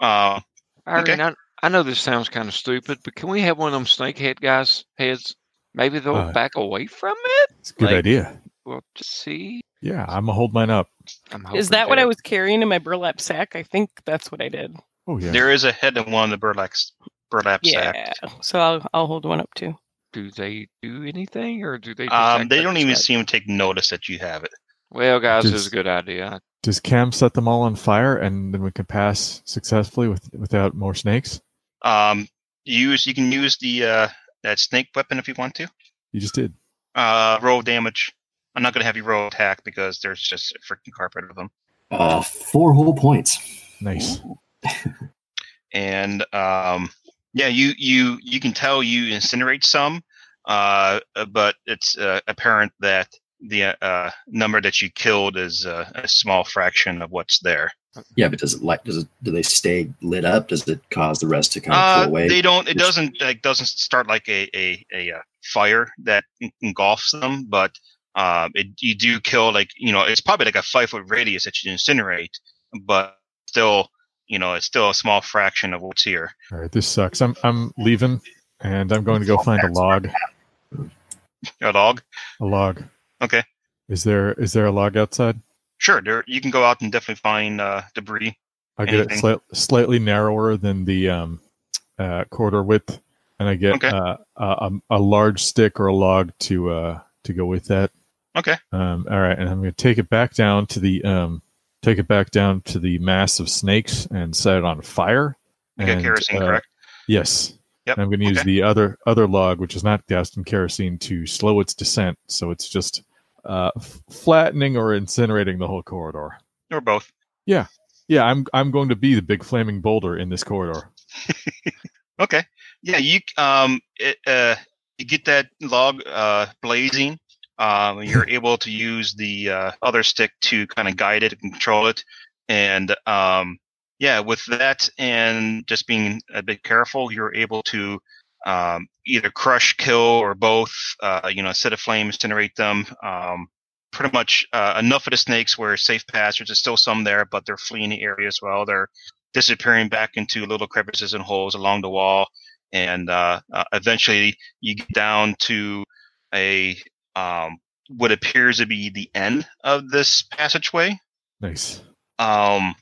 B: uh,
A: Irene,
B: Okay.
A: I, I know this sounds kind of stupid, but can we have one of them snakehead guys' heads? Maybe they'll
C: Uh,
A: back away from it.
C: It's a good
A: Like-
C: idea.
A: Well, just see.
C: Yeah, I'm going to hold mine up.
A: I'm
D: Is
A: hoping
D: that what
A: they-
D: I was carrying in my burlap sack? I think that's what I did.
C: Oh, yeah.
B: there is a head in one of the burlap, burlap sacks
D: Yeah. So I'll I'll hold one up too.
A: Do they do anything, or do they? Just
B: Um,
A: act
B: they
A: like
B: don't
A: it's
B: even
A: not-
B: seem to take notice that you have it.
A: Well, guys, this
C: Just-
A: is a good idea.
C: Does Cam set them all on fire and then we can pass successfully with, without more snakes?
B: Um, use you can use the uh, that snake weapon if you want to.
C: You just did.
B: Uh, roll damage. I'm not gonna have you roll attack because there's just a freaking carpet of them.
E: Uh, four whole points.
C: Nice.
B: Mm-hmm. and um, yeah, you you you can tell you incinerate some, uh, but it's uh, apparent that the uh, uh, number that you killed is uh, a small fraction of what's there.
E: Yeah, but does it like does it do they stay lit up? Does it cause the rest to kind of
B: Uh,
E: pull away?
B: they don't. It
E: Yes.
B: doesn't like doesn't start like a a, a uh, fire that en- engulfs them, but uh, it you do kill like you know it's probably like a five foot radius that you incinerate, but still you know it's still a small fraction of what's here.
C: All right, this sucks. I'm I'm leaving and I'm going to go find a log.
B: A log.
C: A log.
B: Okay.
C: Is there is there a log outside?
B: Sure, there you can go out and definitely find uh, debris.
C: I get it
B: Anything.
C: slight, slightly narrower than the um, uh, quarter width, and I get
B: Okay.
C: uh, a, a- a large stick or a log to uh, to go with that.
B: Okay.
C: Um, all right, and I'm going to take it back down to the um, take it back down to the mass of snakes and set it on fire.
B: You got
C: And,
B: kerosene,
C: uh,
B: correct?
C: Yes.
B: Yep,
C: And I'm going to use
B: okay.
C: the other other log, which is not gassed in kerosene, to slow its descent. So it's just uh, f- flattening or incinerating the whole corridor.
B: Or both.
C: Yeah, I'm I'm going to be the big flaming boulder in this corridor.
B: Okay. Yeah, you um it, uh you get that log uh blazing. Um you're able to use the uh, other stick to kind of guide it and control it. And um yeah, with that and just being a bit careful, you're able to um, either crush, kill, or both. Uh, you know, set a flame, incinerate them. Um, pretty much uh, enough of the snakes were safe passage. There's still some there, but they're fleeing the area as well. They're disappearing back into little crevices and holes along the wall, and uh, uh, eventually you get down to a um, what appears to be the end of this passageway.
C: Nice.
B: Um,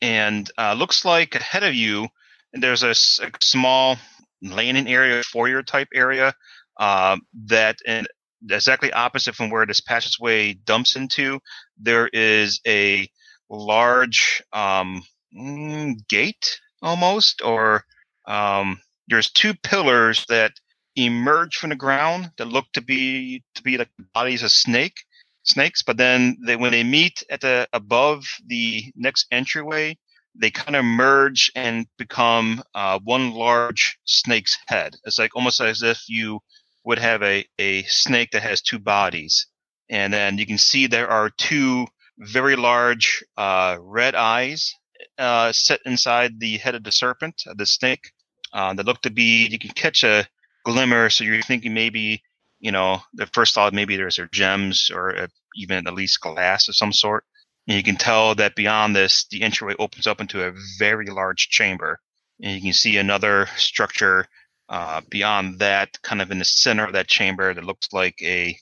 B: and uh, looks like ahead of you, there's a, s- a small landing area, foyer type area um that, and exactly opposite from where this passageway dumps into, there is a large um, mm, gate almost, or um, there's two pillars that emerge from the ground that look to be to be like the bodies of snake snakes but then they when they meet at the above the next entryway they kind of merge and become uh, one large snake's head it's like almost as if you would have a, a snake that has two bodies and then you can see there are two very large uh, red eyes uh, set inside the head of the serpent of the snake uh, that look to be you can catch a glimmer so you're thinking maybe you know the first thought maybe there's are gems or uh, even at least glass of some sort and you can tell that beyond this the entryway opens up into a very large chamber and you can see another structure uh, beyond that kind of in the center of that chamber that looks like a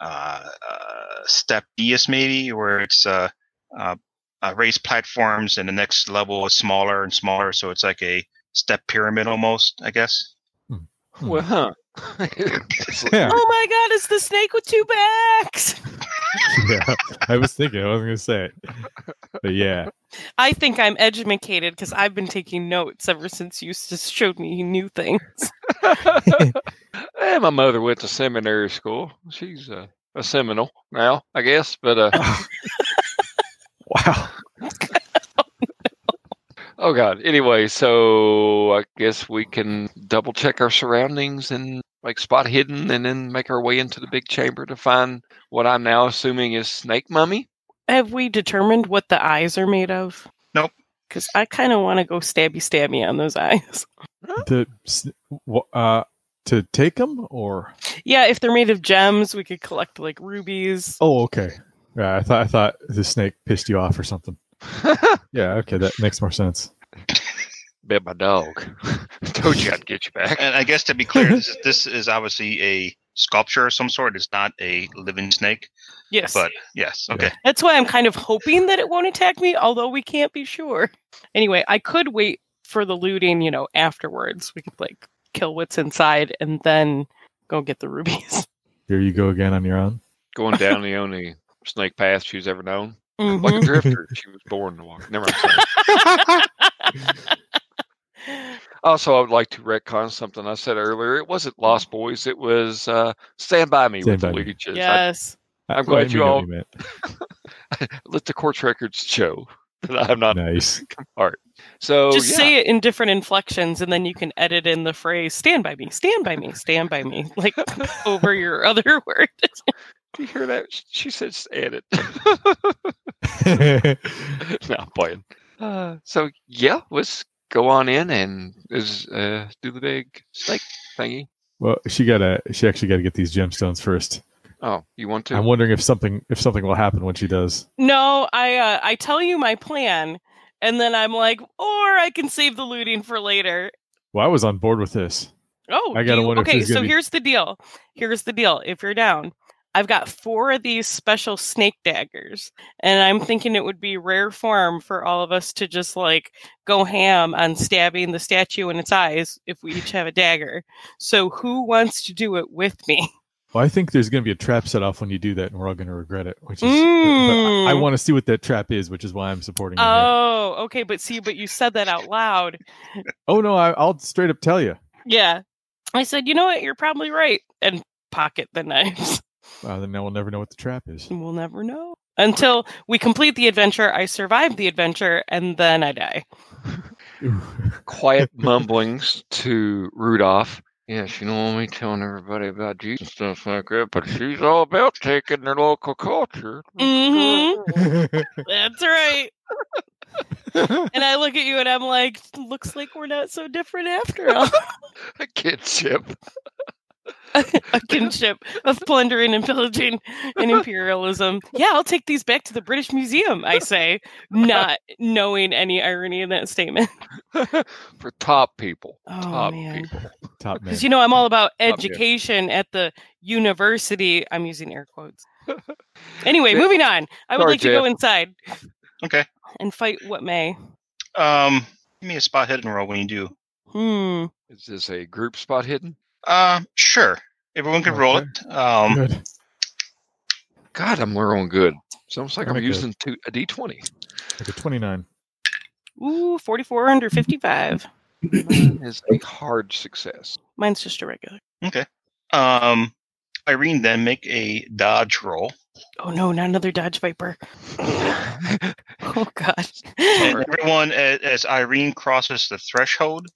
B: uh, uh, step dais maybe where it's uh, uh, uh, raised platforms and the next level is smaller and smaller so it's like a step pyramid almost i guess
C: Hmm.
A: Well, huh? It's like-
C: Yeah.
D: Oh my god, it's the snake with two backs.
C: yeah. I was thinking. I wasn't going to say it, but yeah.
D: I think I'm educated because I've been taking notes ever since Eustace showed me new things.
A: Eh, my mother went to seminary school. She's a, a Seminole now, I guess. But uh,
C: Wow.
A: oh god. Anyway, so I guess we can double check our surroundings and like spot hidden, and then make our way into the big chamber to find what I'm now assuming is snake mummy.
D: Have we determined what the eyes are made of?
B: Nope.
D: Because I kind of want to go stabby stabby on those eyes.
C: To s- wh- uh, to take them or
D: Yeah, if they're made of gems, we could collect like rubies.
C: oh okay. Yeah, I thought I thought the snake pissed you off or something. Yeah. Okay, that makes more sense.
A: Bet my dog. Told you I'd get you back.
B: And I guess to be clear, this is, this is obviously a sculpture of some sort. It's not a living snake,
D: Yes.
B: but yes, okay.
D: That's why I'm kind of hoping that it won't attack me, although we can't be sure. Anyway, I could wait for the looting, you know, afterwards. We could like kill what's inside and then go get the rubies.
C: Here you go again on your own.
A: Going down the only snake path she's ever known. Like a
C: Mm-hmm.
D: Mhm.
A: drifter, she was born to walk. Never mind. sorry. Also, I would like to retcon something I said earlier. It wasn't Lost Boys. It was uh, Stand by Me
C: Stand
A: with
C: By
A: the
C: Me.
A: Leeches. I-
D: yes.
A: I'm
C: Well, I
A: glad
C: mean,
A: you
C: know
A: all-
C: what meant.
A: let the court's records show that I'm not.
C: Nice.
A: So
D: Just
A: yeah.
D: say it in different inflections and then you can edit in the phrase stand by me, stand by me, stand by me, like over your other word.
A: Did you hear that? Sh- She said, "Add it." no, I'm playing. Uh, so yeah, let's go on in and is, uh, do the big snake thingy.
C: well, she gotta. She actually gotta get these gemstones first.
A: Oh, you want to?
C: I'm wondering if something if something will happen when she does.
D: No, I uh, I tell you my plan and then I'm like, or I can save the looting for later.
C: Well, I was on board with this.
D: Oh,
C: I
D: do
C: gotta
D: you-
C: wonder if
D: Okay,
C: there's gonna
D: so
C: be-
D: here's the deal. Here's the deal. If you're down, I've got four of these special snake daggers, and I'm thinking it would be rare form for all of us to just like go ham on stabbing the statue in its eyes if we each have a dagger. So who wants to do it with me?
C: Well, I think there's going to be a trap set off when you do that, and we're all going to regret it. Which is,
D: Mm.
C: but I, want to see what that trap is, which is why I'm supporting. you here.
D: Oh, okay, but see, but you said that out loud.
C: oh no, I, I'll straight up tell you.
D: Yeah. I said, you know what, you're probably right. And pocket the knives.
C: Uh, then now we'll never know what the trap is.
D: And we'll never know until we complete the adventure. I survive the adventure, and then I die.
A: quiet mumblings to Rudolph. Yes, you know me telling everybody about Jesus and stuff like that, but she's all about taking their local culture.
D: Mhm. That's right. And I look at you, and I'm like, looks like we're not so different after all.
A: I can't chip.
D: A kinship of plundering and pillaging and imperialism. Yeah, I'll take these back to the British Museum. I say, not knowing any irony in that statement.
A: For top people.
D: Oh,
A: top
D: man.
A: people.
C: Top man.
D: Because you know, I'm all about
A: yeah.
D: education at the university. I'm using air quotes. Anyway, moving on. I would
A: Sorry,
D: like to go inside
B: Okay.
D: and fight what may.
B: Um, give me a spot hidden roll when you do.
D: Hmm.
A: Is this a group spot hidden?
B: Uh, sure. Everyone can roll
C: Okay.
B: it. Um,
C: Good.
A: God, I'm rolling good. It's almost like I'm
C: Very good.
A: using two, a D20.
C: Like a 29.
D: Ooh, 44 under 55.
A: Mine is a hard success.
D: Mine's just a regular.
B: um, Irene then make a dodge roll.
D: Oh no, not another Dodge Viper. Oh god.
B: And everyone, as, as Irene crosses the threshold,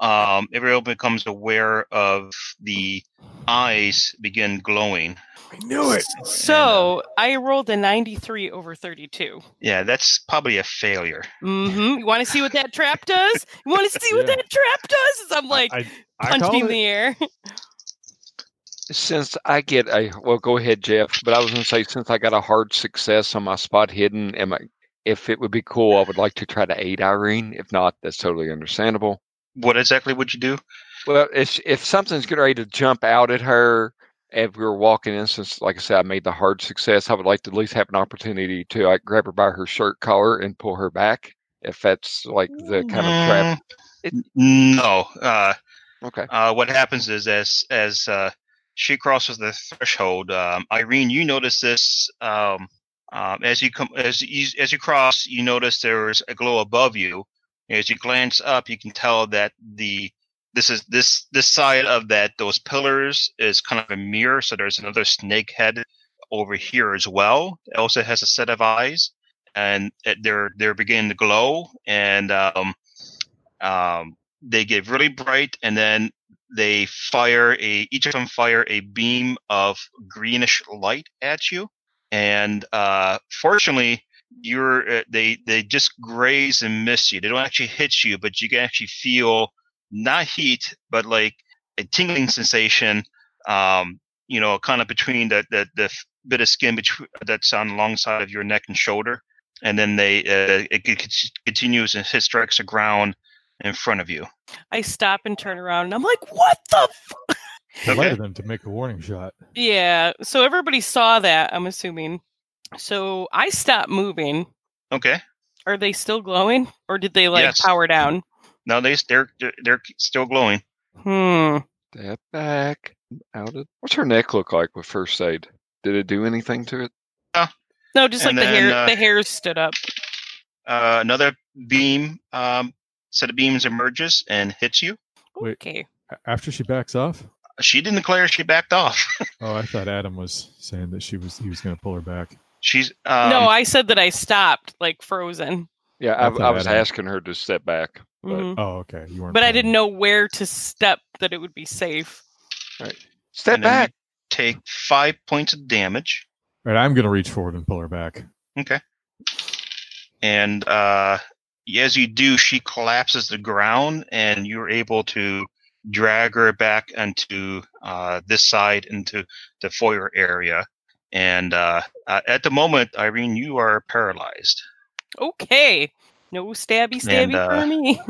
B: um, everyone becomes aware of the eyes begin glowing.
C: I knew
D: So I rolled a 93 over 32.
B: Yeah, that's probably a failure.
D: Mm-hmm. You want to see what that trap does? You want to see what
C: Yeah.
D: that trap does? As I'm like,
C: I, I
D: punch me
C: called
D: in
C: it.
D: the air.
A: since I get a well, go ahead, Jeff. But I was going to say since I got a hard success on my spot hidden, am I? If it would be cool, I would like to try to aid Irene. If not, that's totally understandable.
B: What exactly would you do?
A: Well, if if something's getting ready to jump out at her, if we were walking in, since like I said, I made the hard success, I would like to at least have an opportunity to like grab her by her shirt collar and pull her back. If that's like the kind of trap.
B: Mm, No. Uh,
A: Okay.
B: Uh, what happens is as as uh, she crosses the threshold, um, Irene, you notice this um, um, as you come as you as you cross, you notice there is a glow above you. As you glance up, you can tell that the this is this this side of that those pillars is kind of a mirror. So there's another snake head over here as well. It also has a set of eyes, and it, they're they're beginning to glow, and um, um, they get really bright, and then they fire a each of them fire a beam of greenish light at you and uh fortunately you're uh, they they just graze and miss you they don't actually hit you but you can actually feel not heat but like a tingling sensation um you know kind of between the the, the f- bit of skin between that's on the long side of your neck and shoulder and then they uh, it c- c- continues and hit strikes the ground in front of you
D: I stop and turn around and I'm like, what the f-?
C: I
B: Okay.
C: them to make a warning shot.
D: Yeah. So everybody saw that, I'm assuming. So I stopped moving.
B: okay
D: Are they still glowing? Or did they like
B: Yes.
D: power down?
B: No, they they're they're- they're still glowing.
D: Hmm.
A: Step back. Out of what's her neck look like with first aid? Did it do anything to it?
D: No, just
B: And
D: like the
B: then,
D: hair.
B: uh,
D: the hairs stood up.
B: Uh, another beam, um, set of beams emerges and hits you.
C: Wait.
D: Okay.
C: After she backs off.
B: She didn't declare she backed off.
C: Oh, I thought Adam was saying that she was he was going to pull her back.
B: She's um,
D: no, I said that I stopped, like frozen.
A: Yeah, I,
C: That's
A: I was
C: alright.
A: asking her to step back. But,
B: Mm-hmm.
D: Mhm.
C: Oh, okay. You weren't.
D: But I
C: pulling.
D: didn't know where to step that it would be safe.
A: Step
B: And then
A: back.
B: you take five points of damage,
C: All right, I'm going to reach forward and pull her back.
B: and uh, as you do, she collapses to the ground, and you're able to drag her back onto uh, this side into the foyer area. And uh, uh, at the moment, Irene, you are paralyzed.
D: Okay. No stabby
B: And,
D: stabby
B: uh,
D: for me.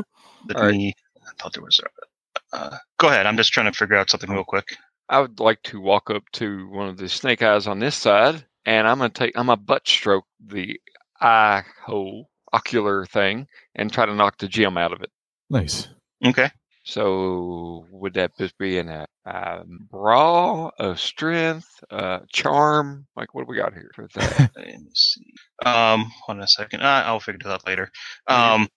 B: Let
A: All right.
B: me. I thought there was a. Uh, go ahead. I'm just trying to figure out
A: Oh.
B: something real quick.
A: I would like to walk up to one of the snake eyes on this side, and I'm gonna take I'm gonna butt stroke the eye hole ocular thing and try to knock the gem out of it.
C: Nice.
B: Okay.
A: So would that just be in a, a brawl, a strength, a charm? Like what do we got here for that?
B: Let me see. Um, hold on a second. Uh, I'll figure that out later. Um,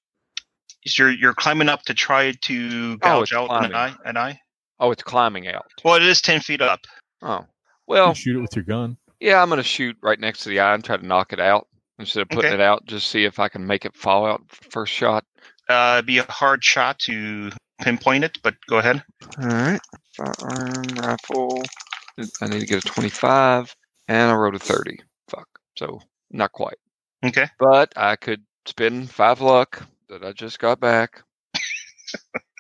B: is you're you're climbing up to try to gouge
A: Oh, it's
B: out an
A: climbing.
B: eye, an eye.
A: oh, it's climbing out.
B: Well, it is ten feet up.
A: Oh,
C: You
A: well,
C: shoot it with your gun.
A: yeah, I'm gonna shoot right next to the eye and try to knock it out instead of putting
B: Okay.
A: it out. Just see if I can make it fall out first shot.
B: Uh, it'd be a hard shot to pinpoint it, but go ahead.
A: All right, firearm rifle. I need to get a 25, and I rolled a 30. Fuck, so not quite.
B: Okay.
A: But I could spend five luck that I just got back,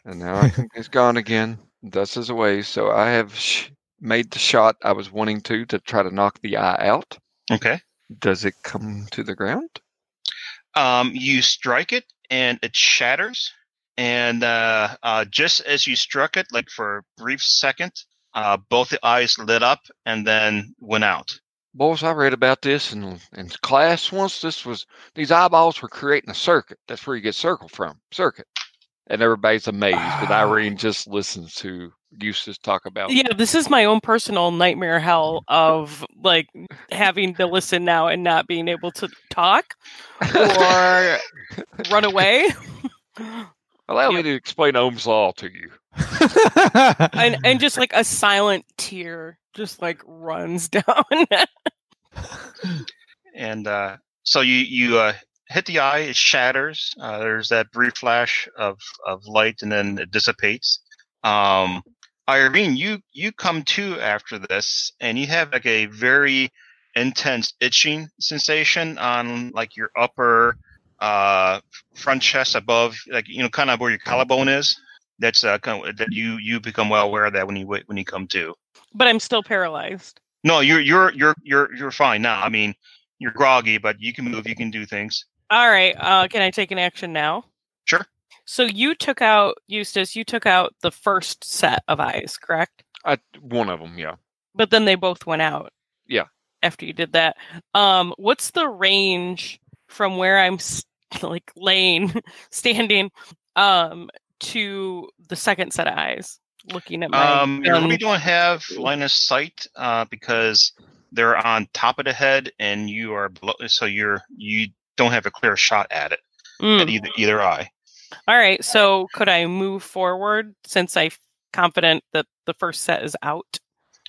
A: and now I think it's gone again. Thus is away. So I have sh- made the shot I was wanting to to try to knock the eye out.
B: Okay.
A: Does it come to the ground?
B: Um, you strike it, and it shatters. And uh, uh, just as you struck it, like for a brief second, uh, both the eyes lit up and then went out.
A: Boys, I read about this in, in class once. This was these eyeballs were creating a circuit. That's where you get circle from, circuit. And everybody's amazed. But
B: Ah.
A: Irene just listens to Eustace talk
B: oh.
A: about.
D: Yeah, this is my own personal nightmare hell of like having to listen now and not being able to talk or run away.
A: Allow
D: Yeah.
A: me to explain Ohm's law to you.
D: And and just like a silent tear just like runs down.
B: and uh, so you you uh, hit the eye, it shatters. Uh, there's that brief flash of of light, and then it dissipates. Um, Irene, you you come to after this, and you have like a very intense itching sensation on like your upper uh front chest above like you know kind of where your collarbone is that's uh kind of, that you you become well aware of that when you wa- when you come to
D: but I'm still paralyzed.
B: no, you're you're you're you're you're fine now. I mean, you're groggy, but you can move. You can do things.
D: All right. Uh, can I take an action now?
B: Sure.
D: So you took out Eustace. You took out the first set of eyes, correct?
A: I one of them, yeah.
D: But then they both went out.
A: Yeah.
D: After you did that, um, what's the range from where I'm s- like laying, standing, um, to the second set of eyes looking at my
B: Um, you really
D: gun?
B: don't have line of sight uh, because they're on top of the head, and you are below, so you're you don't have a clear shot at it
D: Mm.
B: at either either eye.
D: All right. So could I move forward since I'm confident that the first set is out?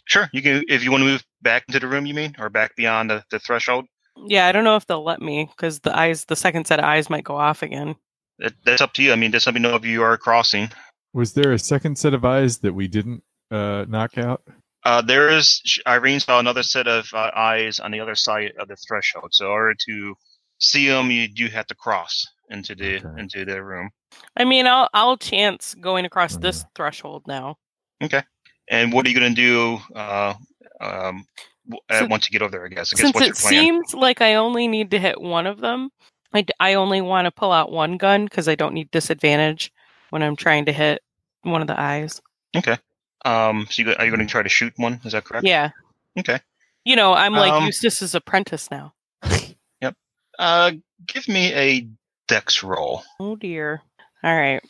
B: Sure, you can if you want to move back into the room. You mean, or back beyond the, the threshold?
D: Yeah, I don't know if they'll let me because the eyes, the second set of eyes might go off again.
B: That, that's up to you. I mean, just let me know if you are crossing.
C: was there a second set of eyes that we didn't uh, knock out?
B: Uh, there is Irene saw another set of uh, eyes on the other side of the threshold. So in order to see them, you do have to cross into the
C: Okay.
B: into the room.
D: I mean, I'll I'll chance going across this
B: Mm-hmm.
C: Mhm.
D: threshold now.
B: And what are you going to do uh, um, w- uh,
D: So-
B: once you get over there? I guess. I guess
D: Since
B: what's
D: it
B: your plan?
D: seems like I only need to hit one of them, I, d- I only want to pull out one gun because I don't need disadvantage when I'm trying to hit one of the eyes.
B: um, so you go, are you going to try to shoot one? Is that correct?
D: Yeah.
B: Okay.
D: You know, I'm like
B: Um,
D: Eustace's apprentice now.
B: Uh, give me a dex roll.
D: Oh dear. All right.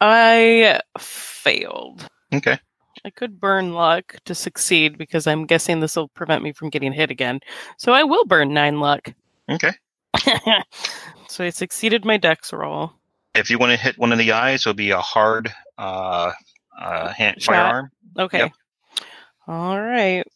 D: I failed.
B: Okay.
D: I could burn luck to succeed because I'm guessing this will prevent me from getting hit again. So I will burn nine luck.
B: Okay.
D: so I succeeded my dex roll.
B: If you want to hit one of the eyes, it'll be a hard uh, uh, hand,
D: Shot.
B: firearm.
D: Okay.
B: Yep.
D: All right.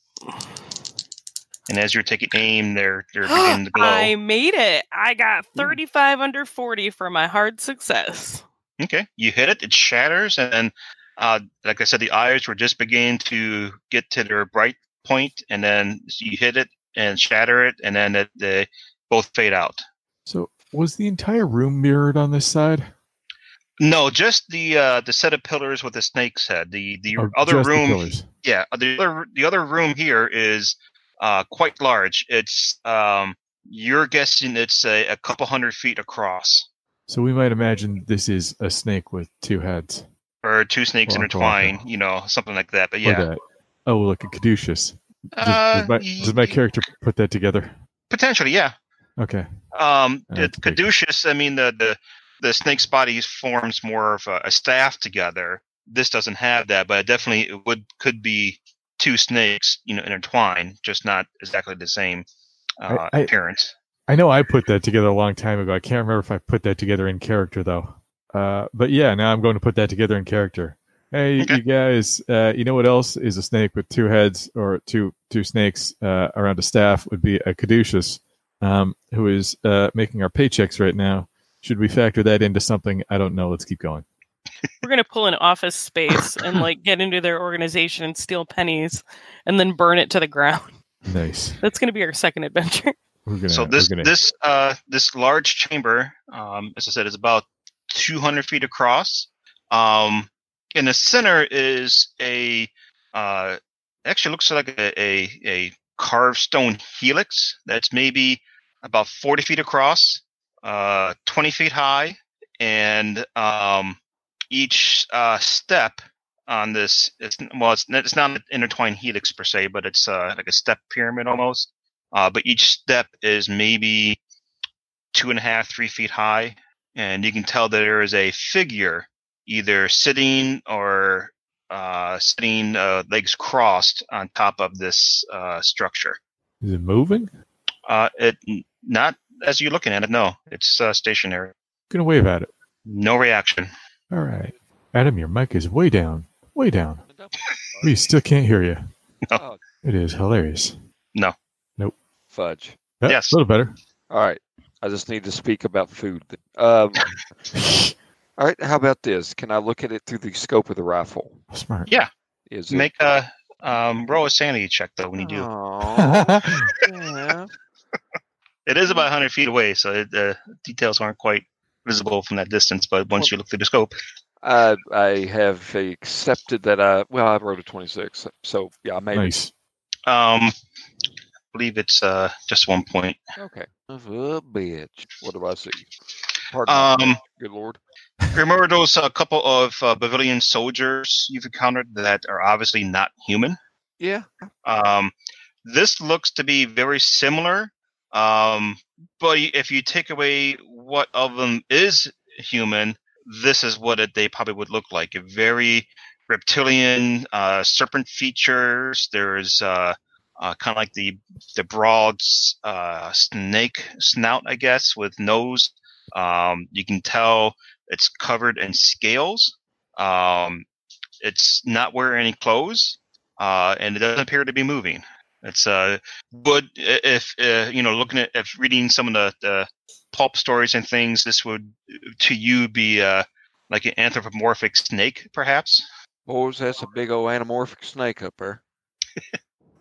B: And as you're taking aim, they're they're beginning to glow.
D: I made it. I got 35 under 40 for my hard success.
B: Okay, you hit it. It shatters, and then, uh, like I said, the eyes were just beginning to get to their bright point, and then you hit it and shatter it, and then it, they both fade out.
C: So was the entire room mirrored on this side?
B: No, just the uh, the set of pillars with the snake's head. The the
C: Or
B: other
C: Oh, just the
B: room,
C: pillars?
B: yeah, the other the other room here is uh, quite large. It's um, you're guessing it's a, a couple hundred feet across,
C: So we might imagine this is a snake with two heads.
B: or two snakes
C: Well, I'm going
B: intertwine, you know, something like that. But
C: Or
B: yeah, Uh,
C: that- Oh, look, a caduceus. Does, does my, does my
B: y-
C: character put that together?
B: potentially, yeah.
C: Okay.
B: Um,
C: Uh,
B: it,
C: it's big.
B: caduceus. I mean, the the the snake's body forms more of a, a staff together. This doesn't have that, but it definitely it would could be two snakes, you know, intertwined, just not exactly the same uh,
C: I- I-
B: appearance.
C: I know I put that together a long time ago. I can't remember if I put that together in character though. Uh, but yeah, now I'm going to put that together in character. Hey,
B: Okay.
C: you guys, uh, you know what else is a snake with two heads or two two snakes uh, around a staff would be a caduceus, um, who is uh, making our paychecks right now. Should we factor that into something? I don't know. Let's keep going.
D: We're going to pull an office space and like get into their organization and steal pennies and then burn it to the ground.
C: Nice.
D: That's going to be our second adventure.
C: We're gonna.
B: so this
C: we're gonna-
B: this uh, this large chamber, um, as I said, is about 200 feet across. Um, in the center is a uh, actually looks like a, a a carved stone helix that's maybe about 40 feet across, uh, 20 feet high, and um, each uh, step on this it's, well it's, it's not an intertwined helix per se but it's uh, like a step pyramid almost uh, but each step is maybe two and a half, three feet high, and you can tell that there is a figure either sitting or uh, sitting uh, legs crossed on top of this uh, structure.
C: is it moving? I'm
B: Uh, it not as you're looking at it. No, it's uh, stationary.
C: gonna wave at it.
B: No reaction.
C: All right, Adam, your mic is way down, way down. We still can't hear you.
A: Oh,
C: It is hilarious.
A: fudge.
C: Yeah,
B: Yes.
C: a little better.
A: All right. I just need to speak about food. then. Um, all right. How about this? Can I look at it through the scope of the rifle?
C: Smart.
A: Is it-
B: Make a um, roll a sanity check though when you
A: Oh.
B: do.
A: Aw,
C: I
A: yeah.
B: It is about 100 feet away, so it, uh, details aren't quite visible from that distance. But once you look through the scope,
A: I, I have accepted that I, well, I wrote a 26. So, yeah, I made it.
C: nice.
B: um, I believe it's uh, just one point.
A: Okay. Of a bitch. What do I see? Pardon me.
B: Um,
A: Good lord.
B: remember those uh, couple of uh, Bavilian soldiers you've encountered that are obviously not human?
A: Yeah.
B: Um, this looks to be very similar, um, but if you take away what of them is human, this is what it, they probably would look like. A very reptilian, uh, serpent features. There's uh, uh, kind of like the the broad s- uh, snake snout, I guess, with nose. Um, you can tell it's covered in scales. Um, it's not wearing any clothes uh, and it doesn't appear to be moving. It's uh, would i- if uh, you know looking at if reading some of the, the pulp stories and things, this would to you be uh, like an anthropomorphic snake, perhaps.
A: Boys, that's a big old anamorphic snake up there.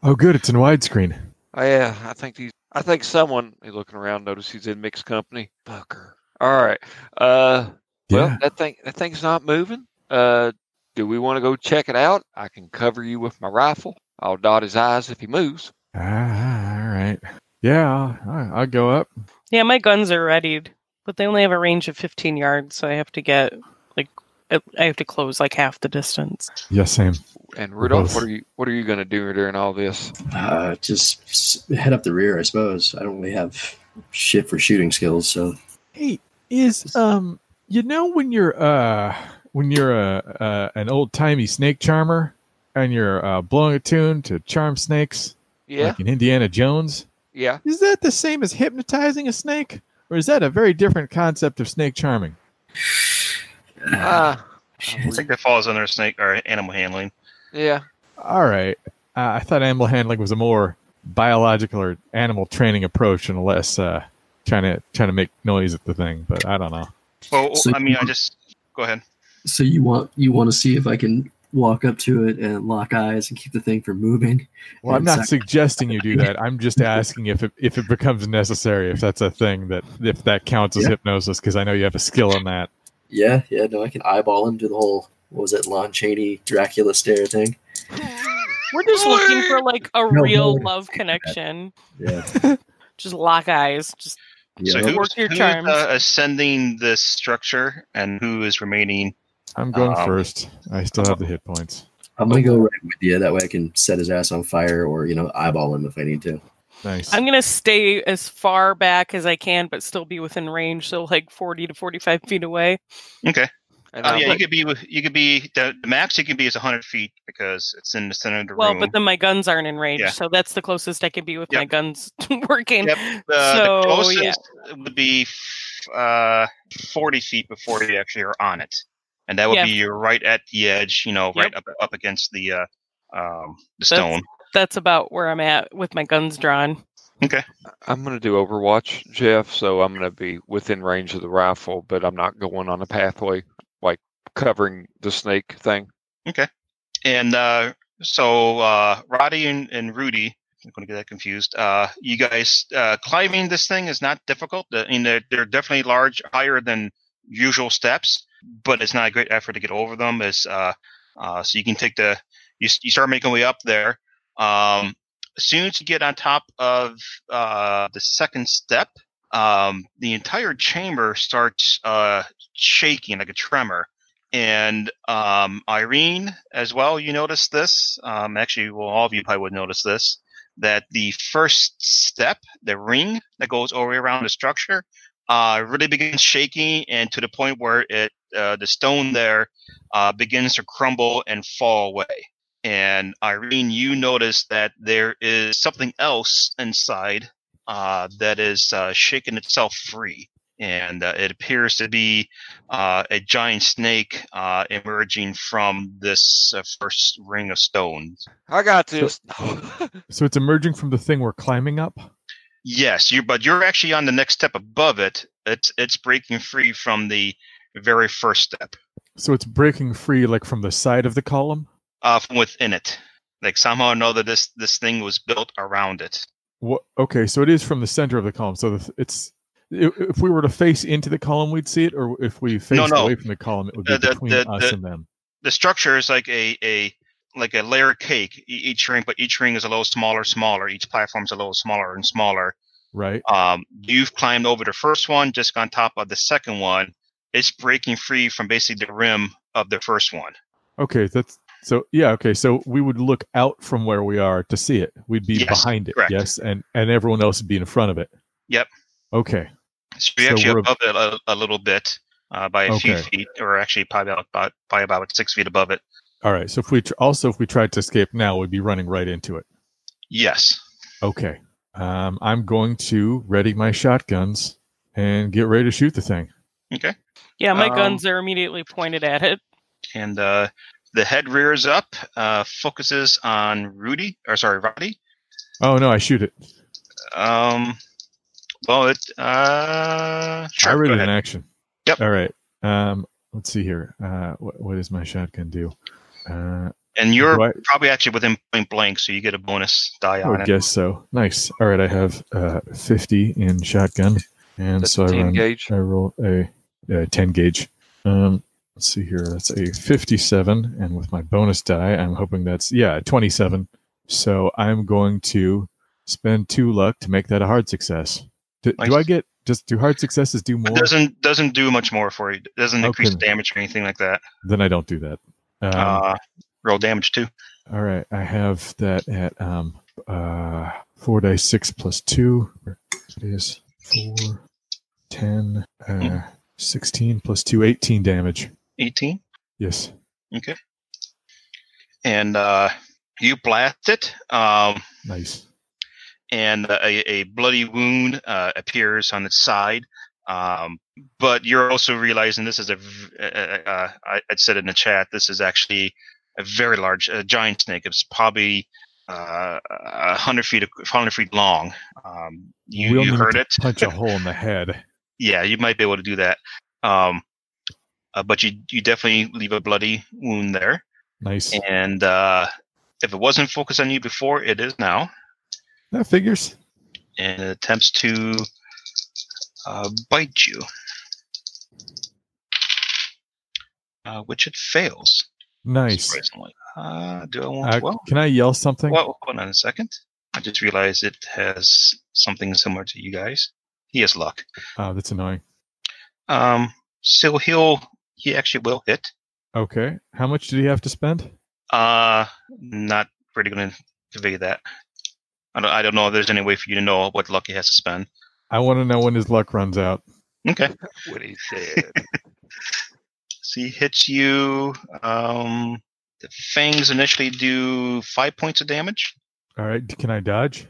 C: Oh, good. It's in widescreen.
A: Oh, yeah, I think these. I think someone he's looking around noticed he's in mixed company. Fucker. All right. Uh, well,
C: Yeah.
A: that thing that thing's not moving. Uh, do we want to go check it out? I can cover you with my rifle. I'll dot his eyes if he moves.
C: Ah, all right. Yeah, I'll, I- I'll go up.
D: Yeah, my guns are readied, but they only have a range of 15 yards, so I have to get like I I have to close like half the distance.
C: Yes, same.
A: And Rudolph,
C: both.
A: what are you what are you going to do during all this?
E: Uh, just s- head up the rear, I suppose. I don't really have shit for shooting skills, so
C: Hey, is um, you know when you're uh, when you're a uh, an old timey uh, snake charmer and you're uh, blowing a tune to charm snakes,
A: Yeah.
C: like in Indiana Jones.
A: Yeah.
C: Is that the same as hypnotizing a snake, or is that a very different concept of snake charming?
A: Uh,
B: I think that falls under snake or animal handling.
A: yeah.
C: All right, uh, I thought animal handling was a more biological or animal training approach and less uh, trying to trying to make noise at the thing. But I don't know.
B: Well,
E: So-
B: I mean, I just go ahead.
E: So you want you want to see if I can walk up to it and lock eyes and keep the thing from moving.
C: Well, I'm not
E: Exactly.
C: suggesting you do that. I'm just asking if it, if it becomes necessary, if that's a thing that if that counts as
E: Yeah.
C: hypnosis, because I know you have a skill in that.
E: Yeah, yeah. No, I can eyeball him. Do the whole what was it, Lon Chaney Dracula stare thing.
D: We're just looking for like a
E: no,
D: real
E: no.
D: love connection.
E: Yeah.
D: Just lock eyes. Just
E: yeah.
B: So who's,
D: Work your
B: who's,
D: charms.
B: uh, ascending this structure and who is remaining?
C: I'm going
B: Um,
C: first. I still have the hit points.
E: I'm gonna go right with you. That way I can set his ass on fire or you know eyeball him if I need to.
C: Nice.
D: I'm gonna stay as far back as I can, but still be within range, so like forty to forty-five feet away.
B: Okay.
A: And
B: Oh
D: Uh,
A: I'm
B: yeah, you
A: like,
B: could be with- you could be the, the max you can be is 100 feet because it's in the center of the
D: Well,
B: room.
D: but then my guns aren't in range,
B: Yeah.
D: so that's the closest I can be with
B: Yep.
D: my guns working.
B: Yep. the,
D: so
B: the closest
D: yeah,
B: would be uh, 40 feet before you actually are on it, and that would
D: Yeah.
B: be you're right at the edge. You know, right up up against the uh, um, the
D: That's-
B: stone.
D: that's about where I'm at with my guns drawn.
A: I'm going to do Overwatch, Jeff. So I'm going to be within range of the rifle, but I'm not going on a pathway like covering the snake thing.
B: And uh, so uh, Roddy and, and Rudy, I'm going to get that confused. Uh, you guys uh, climbing this thing is not difficult. I mean, they're, they're definitely large, higher than usual steps, but it's not a great effort to get over them. Is uh, uh, so you can take the you, s- you start making your way up there. Um, as soon as you get on top of uh, the second step, um, the entire chamber starts uh, shaking like a tremor and um, Irene as well. You noticed this. Um, actually, well, all of you probably would notice this. That the first step, the ring that goes all the way around the structure, uh, really begins shaking, and to the point where it, uh, the stone there, uh, begins to crumble and fall away. And Irene, you notice that there is something else inside uh, that is uh, shaking itself free, and uh, it appears to be uh, a giant snake uh, emerging from this uh, first ring of stones.
A: I got this.
C: so it's emerging from the thing we're climbing up.
B: Yes, you but you're actually on the next step above it. It's it's breaking free from the very first step
C: So it's breaking free, like from the side of the column.
B: uh, from within it. Like somehow or another, this this thing was built around it.
C: What? Okay, so it is from the center of the column. So the, it's i- if we were to face into the column, we'd see it, or if we faced
B: no.
C: away from the column, it would be
B: The- the-
C: between
B: the-
C: us
B: the-
C: and them.
B: The structure is like a a like a layer cake. e- Each ring, but each ring is a little smaller, smaller. Each platform's a little smaller and smaller.
C: Right.
B: Um, you've climbed over the first one, just on top of the second one. It's breaking free from basically the rim of the first one.
C: Okay, that's so yeah, okay. So we would look out from where we are to see it. We'd be
B: Yes,
C: behind it,
B: correct.
C: yes, and and everyone else would be in front of it.
B: Yep.
C: Okay.
B: So you're
C: So
B: actually
C: we're-
B: above it a, a little bit uh, by a few
C: Okay.
B: feet, or actually probably about, about by about six feet above it.
C: All right. So if we tr- also if we tried to escape now, we'd be running right into it.
B: Yes.
C: Okay. Um, I'm going to ready my shotguns and get ready to shoot the thing.
B: Okay.
D: Yeah, my
B: Um,
D: guns are immediately pointed at it.
B: And uh, the head rears up, uh, focuses on Rudy, or sorry, Roddy.
C: Oh no, I shoot it.
B: Um, well, it. Uh, sure.
C: I read
B: go
C: it
B: ahead.
C: in action.
B: Yep.
C: All right. Um, let's see here. Uh, what, what does my shotgun do? Uh,
B: And you're
C: do I-
B: probably actually within point blank, so you get a bonus die
C: I
B: on
C: would
B: it.
C: guess so. Nice. All right, I have uh, 50 in shotgun, and
A: That's
C: so I
A: 10
C: run.
A: gauge.
C: I roll a, a 10 gauge. Um, let's see here. That's a 57, and with my bonus die, I'm hoping that's yeah 27. So I'm going to spend two luck to make that a hard success. Do, do
B: Nice.
C: I get? Does do hard successes do
B: It
C: more?
B: doesn't doesn't do much more for you. It doesn't increase
C: Okay.
B: damage or anything like that.
C: Then I don't do that. Um,
B: uh, roll damage too.
C: All right, I have that at um uh four dice six plus two it is four ten uh
B: Mhm.
C: sixteen plus two eighteen damage.
B: Eighteen.
C: Yes.
B: Okay. and uh, you blast it. Um,
C: Nice.
B: and a, a bloody wound uh, appears on its side. Um, but you're also realizing this is a, v- uh, uh, uh, I, I said in the chat, this is actually a very large, a giant snake. It's probably uh, a hundred feet, a hundred feet long. Um, you,
C: We'll
B: you
C: need
B: heard
C: to
B: it.
C: Punch a hole in the head.
B: Yeah, you might be able to do that. Um, uh, but you, you definitely leave a bloody wound there.
C: Nice.
B: And uh, if it wasn't focused on you before, it is now.
C: That figures.
B: and it attempts to uh, bite you, uh, which it fails.
C: Nice.
B: Surprisingly. Uh, do I want?
C: Uh,
B: well,
C: can I yell something?
B: well, hold on a second. I just realized it has something similar to you guys. He has luck.
C: Oh, that's annoying.
B: Um, so he'll he actually will hit.
C: Okay. How much did he have to spend?
B: Uh, not really going to convey that. I don't, I don't know if there's any way for you to know what luck he has to spend.
C: I want to know when his luck runs out.
B: Okay.
A: What he said.
B: So he hits you. Um, the fangs initially do five points of damage.
C: All right. Can I dodge?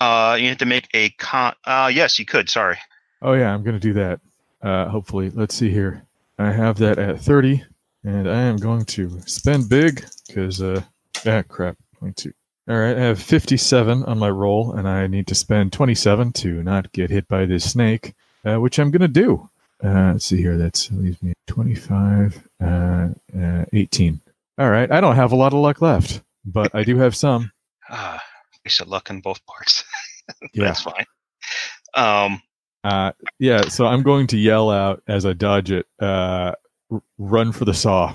B: Uh, you have to make a con. Uh, yes, you could. Sorry.
C: Oh yeah, I'm gonna do that. Uh, hopefully, let's see here. I have that at 30, and I am going to spend big because uh, ah crap, 22. All right, I have 57 on my roll, and I need to spend 27 to not get hit by this snake, uh, which I'm gonna do. Uh, let's see here. That's that leaves me 25, uh, uh, 18. All right, I don't have a lot of luck left, but I do have some.
B: Ah, piece of luck in both parts.
C: Yeah.
B: That's fine. Um,
C: Uh, yeah, so I'm going to yell out as I dodge it. Uh, r- run for the saw.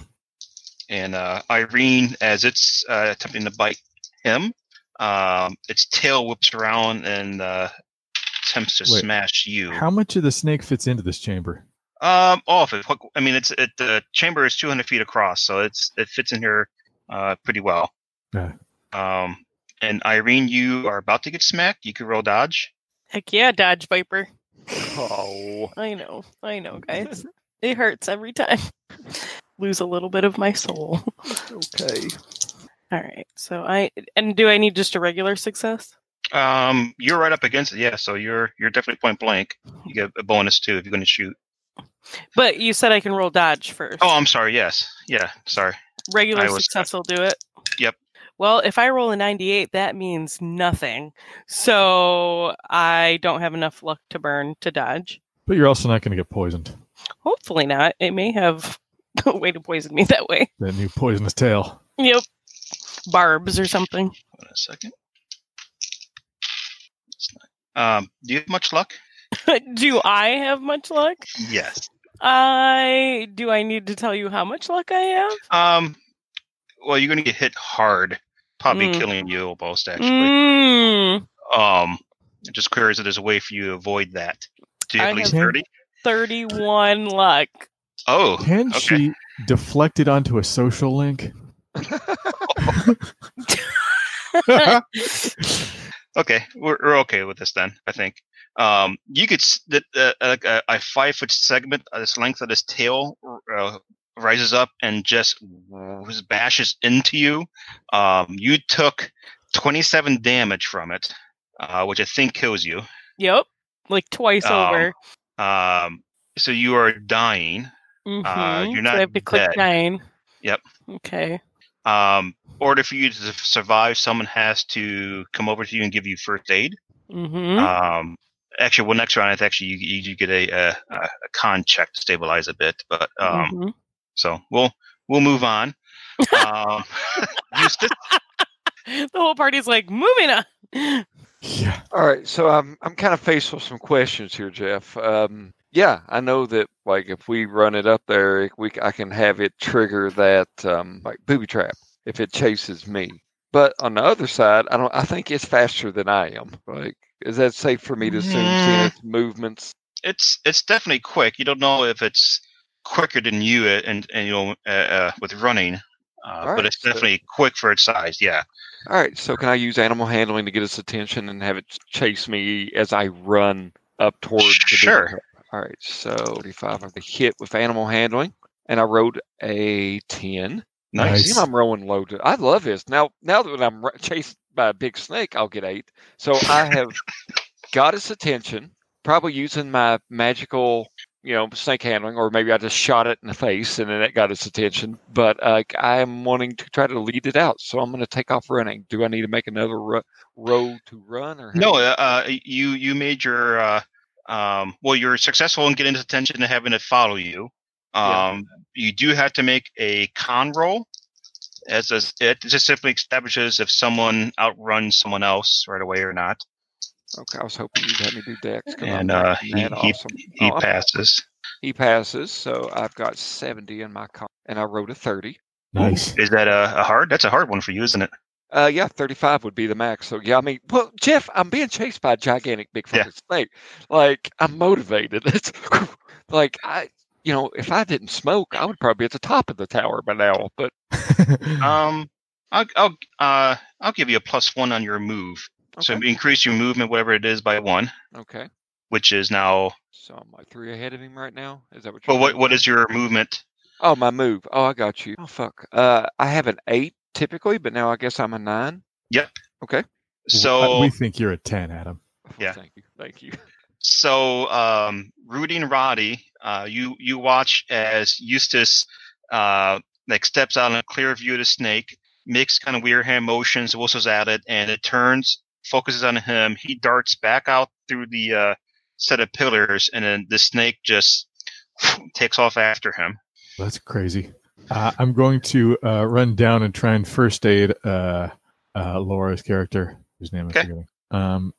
B: and uh, Irene, as it's uh, attempting to bite him, um, its tail whips around and uh, attempts to
C: Wait.
B: smash you.
C: How much of the snake fits into this chamber?
B: Um, oh, if it, I mean, it's it, the chamber is 200 feet across, so it's it fits in here uh, pretty well.
C: Yeah.
B: Um, and Irene, you are about to get smacked. You can roll dodge.
D: Heck yeah, Dodge Viper.
A: oh.
D: I know. I know, guys. It hurts every time. Lose a little bit of my soul.
A: Okay.
D: All right. So I and do I need just a regular success?
B: Um, you're right up against it, yeah. So you're you're definitely point blank. You get a bonus too if you're going to shoot.
D: But you said I can roll dodge first.
B: Oh, I'm sorry. Yes, yeah. Sorry. I
D: regular
B: was-
D: success will do it.
B: Yep.
D: Well, if I roll a 98, that means nothing. So I don't have enough luck to burn to dodge.
C: But you're also not going to get poisoned.
D: Hopefully not. It may have a way to poison me that way.
C: That new poisonous tail.
D: Yep. Barbs or something.
B: Hold on a second. It's not- Um, do you have much luck?
D: do I have much luck?
B: Yes.
D: I do I need to tell you how much luck I have?
B: Um, well, you're going to get hit hard, probably
D: Mm.
B: killing you almost actually.
D: Mm,
B: Um, I'm just curious if there's a way for you to avoid that. Do you have
D: I
B: at least
C: have-
B: 30?
D: 31 luck.
B: Oh,
C: Can
B: Okay.
C: she deflect it onto a social link?
B: okay. We're, we're okay with this then, I think. Um, you could, s- that uh, like a, a five foot segment, uh, this length of this tail uh, rises up and just bashes into you. Um, you took 27 damage from it, uh, which I think kills you.
D: Yep. Like twice
B: Um,
D: over.
B: Um, so you are dying.
D: Mhm.
B: Uh, you're
D: So I
B: not
D: have to click
B: dead.
D: nine.
B: Yep.
D: Okay.
B: Um, in order for you to s- survive, someone has to come over to you and give you first aid.
D: Mm-hmm.
B: Um, actually, well, next round, it's actually you, you, you get a, a, a con check to stabilize a bit, but um,
A: Mm-hmm.
D: Mhm.
B: so we'll we'll move on. um, Eustace,
D: The whole party's like moving on.
C: Yeah.
A: All right, so um, I'm I'm kind of faced with some questions here, Jeff. Um, yeah, I know that like if we run it up there, it- we c- I can have it trigger that um, like booby trap if it chases me. But on the other side, I don't. I think it's faster than I am. Like, is that safe for me to assume seeing
B: Mm.
A: its movements?
B: it's it's definitely quick. You don't know if it's quicker than you uh, and and you know uh, uh, with running, uh,
A: All
B: but
A: right,
B: it's
A: so-
B: definitely quick for its size. Yeah.
A: All right, so can I use animal handling to get its attention and have it ch- chase me as I run up toward? the booby
B: Sure.
A: trap? All right, so 35. I'm gonna hit with animal handling, and I rolled a 10.
B: Nice.
A: See, I'm rolling low. To, I love this. Now, now that I'm r- chased by a big snake, I'll get eight. So I have got its attention, probably using my magical, you know, snake handling, or maybe I just shot it in the face and then it got its attention. But uh, I am wanting to try to lead it out, so I'm going to take off running. Do I need to make another ro- row to run, or
B: No, uh, uh, you you made your uh, um, well, you're successful in getting its attention and having it follow you. Um, You do have to make a con roll. As a, it just simply establishes if someone outruns someone else right away or not,
A: Okay, I was hoping you'd have me do Dex. 'cause I'm
B: and uh,
A: not
B: he,
A: that
B: he,
A: awesome.
B: he
A: Oh, I'm-
B: passes.
A: He passes, so I've got 70 in my con, and I rolled a 30.
C: Nice.
B: Is that a, a hard? That's a hard one for you, isn't it?
A: Uh, yeah, 35 would be the max. So, yeah, I mean, well, Jeff, I'm being chased by a gigantic big
B: Yeah.
A: fucking snake. Like, I'm motivated. It's like, I, you know, if I didn't smoke, I would probably be at the top of the tower by now. But Hmm.
B: Um, I'll I'll uh, I'll give you a plus one on your move. So
A: okay,
B: increase your movement, whatever it is, by one,
A: okay.
B: which is now.
A: So I'm like three ahead of him right now. Is that what you're
B: Well, what
A: saying?
B: what is your movement?
A: Oh, my move. Oh, I got you. Oh, fuck. Uh, I have an eight typically, but now I guess I'm a nine.
B: So
C: we think you're a ten, Adam.
B: Yeah.
A: Oh, Thank you. Thank you.
B: So, um, Rudy and Roddy, uh, you you watch as Eustace uh, like steps out in a clear view of the snake, makes kind of weird hand motions, whistles at it, and it turns, focuses on him. He darts back out through the uh, set of pillars, and then the snake just takes off after him.
C: That's crazy. Uh, I'm going to uh, run down and try and first aid uh, uh, Laura's character, whose name
B: Okay.
C: I'm forgetting. Um,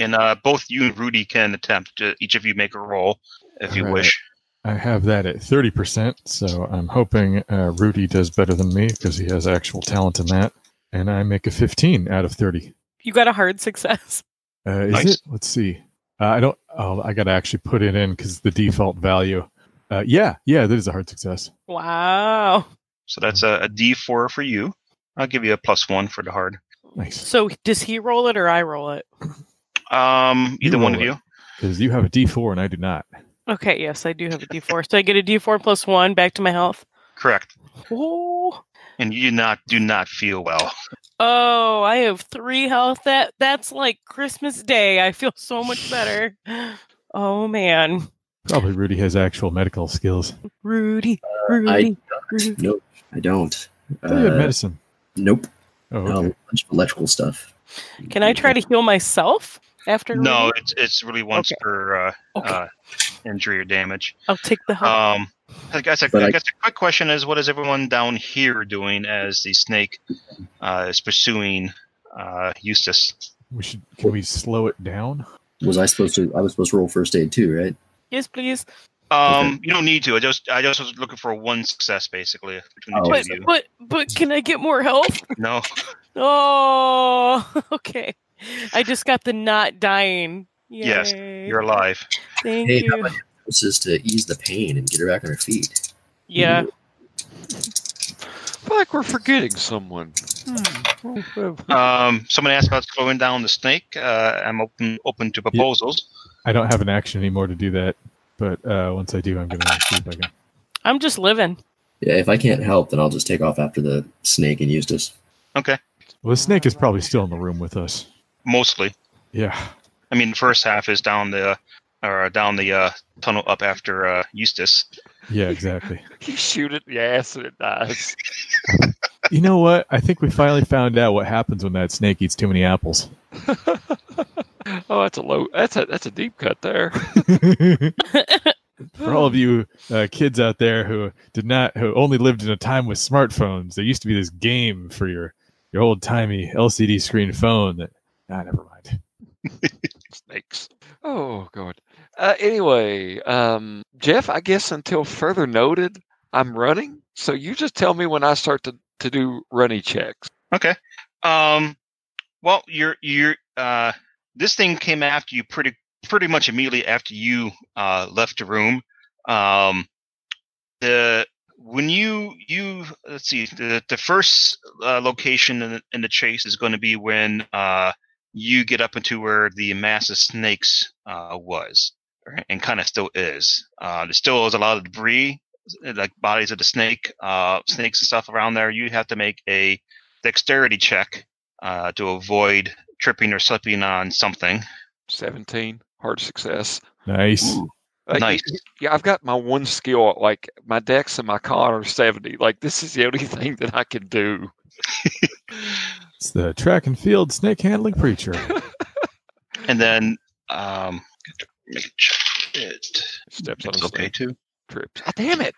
B: And uh, both you and Rudy can attempt to each of you make a roll if you
C: All right.
B: wish.
C: I have that at 30%, so I'm hoping uh, Rudy does better than me because he has actual talent in that. And I make a 15 out of 30.
D: You got a hard success.
C: Uh, is
B: Nice.
C: it? Let's see. Uh, I don't. Oh, I got to actually put it in because the default value. Uh, yeah, yeah, that is a hard success.
D: Wow.
B: So that's a, a D4 for you. I'll give you a plus one for the hard.
C: Nice.
D: So does he roll it or I roll it?
B: Um,
C: You
B: either one of
C: roll it.
B: you.
C: Because you have a D4 and I do not.
D: Okay, yes, I do have a D4. So I get a D4 plus one back to my health.
B: Correct.
D: Oh,
B: And you do not do not feel well.
D: oh, I have three health. That that's like Christmas Day. I feel so much better. Oh man,
C: Probably Rudy has actual medical skills.
D: Rudy,
B: Uh,
D: Rudy, Rudy.
E: Nope, I don't.
C: I thought you had
E: Uh,
C: medicine.
E: nope,
C: Oh,
E: no, um, a
C: okay.
E: bunch of electrical stuff.
D: Can I try to heal myself after?
B: No,
D: Rudy?
B: it's it's really once
D: Okay.
B: per uh,
D: Okay,
B: uh, injury or damage.
D: I'll take the health.
B: Um, I guess I,
E: But I-
B: guess the quick question is, what is everyone down here doing as the snake uh, is pursuing uh, Eustace?
C: We should. Can we slow it down?
E: Was I supposed to? I was supposed to roll first aid too, right?
D: yes, please.
B: Um,
E: Okay.
B: you don't need to. I just I just was looking for one success basically between the
E: Oh.
B: two
D: But
B: of you.
D: but but can I get more health?
B: No,
D: Oh, okay. I just got the not dying.
B: Yes,
D: Yay.
B: you're alive.
D: Thank
E: Hey, how
D: you.
E: about This is to ease the pain and get her back on her feet.
D: Yeah.
A: feel like we're forgetting someone. Hmm. Oh, oh.
B: Um, someone asked about slowing down the snake. Uh, I'm open open to proposals.
C: I don't have an action anymore to do that, but uh, once I do, I'm going to see if I can.
D: I'm just living.
E: Yeah, if I can't help, then I'll just take off after the snake and Eustace.
B: Okay,
C: Well, the snake is probably still in the room with us.
B: mostly.
C: Yeah.
B: I mean, the first half is down the or down the uh, tunnel up after uh, Eustace.
C: Yeah, exactly.
A: You shoot it in the ass and it dies.
C: you know what? I think we finally found out what happens when that snake eats too many apples.
A: oh, that's a low. That's a that's a deep cut there.
C: For all of you uh, kids out there who did not, who only lived in a time with smartphones, there used to be this game for your your old timey LCD screen phone that. Ah, never mind.
A: Snakes. Oh god. Uh, anyway, um, Jeff, I guess until further noted, I'm running. So you just tell me when I start to to do runny checks.
B: Okay. Um, well, you're you're uh, this thing came after you pretty pretty much immediately after you uh, left the room. Um, the when you you let's see the the first uh, location in the, in the chase is going to be when uh, you get up into where the mass of snakes uh, was or- and kind of still is. Uh, there still is a lot of debris like bodies of the snake, uh, snakes and stuff around there, you have to make a dexterity check uh, to avoid tripping or slipping on something.
A: 17, hard success.
C: Nice.
E: Ooh,
A: Like,
B: Nice.
A: Yeah, I've got my one skill. Like my dex and my con are 70. Like this is the only thing that I can do.
C: It's the track and field snake handling preacher.
B: And then um, make a check. It-
A: Steps on
B: It's
A: a
B: okay
A: snake
B: too.
A: trips. Ah, damn it.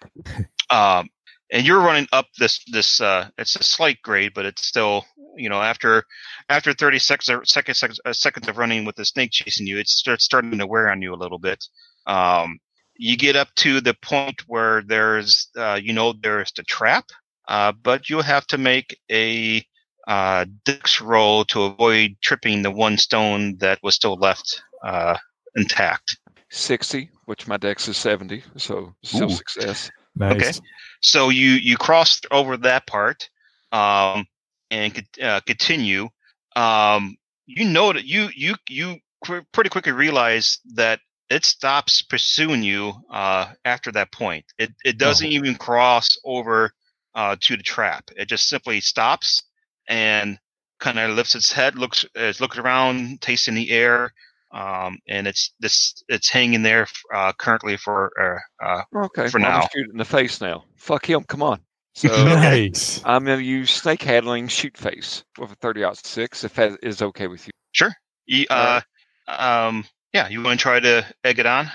B: Um, and you're running up this this. Uh, it's a slight grade, but it's still you know after after 30 seconds or seconds seconds, uh, seconds of running with the snake chasing you, it's starts starting to wear on you a little bit. Um, you get up to the point where there's uh, you know there's the trap, uh, but you have to make a uh, dex roll to avoid tripping the one stone that was still left uh, intact.
A: 60, which my dex is 70. So still
B: Ooh.
A: success.
C: Nice.
B: so you you cross over that part um and co- uh, continue um you know that you you you qu- pretty quickly realize that it stops pursuing you uh after that point it it doesn't even cross over uh to the trap it just simply stops and kind of lifts its head looks it's looking around tasting the air um and it's this it's hanging there uh currently for uh, uh
A: Oh, Okay.
B: For
A: well, I'm
B: now.
A: gonna shoot it in the face now. Fuck him. Come on. So
C: Nice.
A: I'm going to use snake handling shoot face with a 30 out six if that is okay with you.
B: Sure. You, uh,
A: Alright.
B: um, yeah, you want to try to egg it on?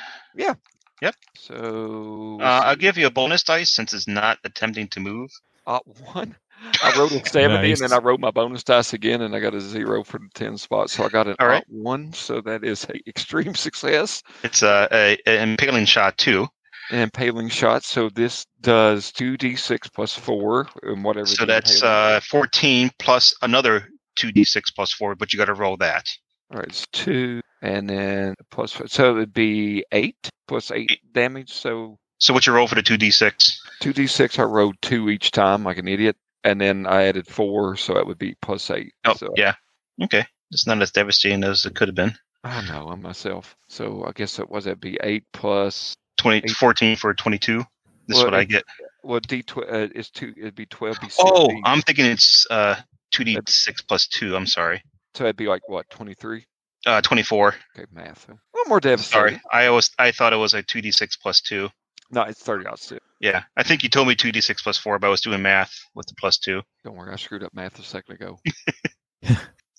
A: So
B: Uh, I'll give you a bonus dice since it's not attempting to move.
A: uh, one. I rolled a 70 and
C: Nice.
A: then I rolled my bonus dice again and I got a zero for the 10 spot. So I got an
B: All right.
A: ought one. So that is a extreme success.
B: It's a, a an impaling shot too.
A: An impaling shot. So this does 2d6 plus 4 and whatever.
B: So
A: the
B: that's
A: impaling
B: uh, 14 plus another 2d6 plus 4, but you got to roll that.
A: All right, it's two, and then plus four. So it would be eight plus eight damage. So
B: So what's your roll for the 2d6?
A: 2d6, I rolled two each time like an idiot. And then I added four, so it would be plus eight.
B: Oh,
A: so
B: yeah. Okay. It's not as devastating as it could have been.
A: I don't know, I'm myself. So I guess it was, that'd be eight plus,
B: 20,
A: Eight.
B: 14 for 22. This is
A: Well,
B: what I
A: it-
B: get.
A: well, d12, uh, it's two, it'd be 12 d6.
B: Oh, I'm thinking it's uh, 2d6 plus 2. I'm sorry.
A: so it'd be like what, 23?
B: Uh, 24.
A: Okay, math. One more devastating.
B: Sorry. I always I thought it was a 2d6 plus 2.
A: No, it's 30 out six.
B: Yeah, I think you told me two d six plus four, but I was doing math with the plus two.
A: Don't worry, I screwed up math a second ago.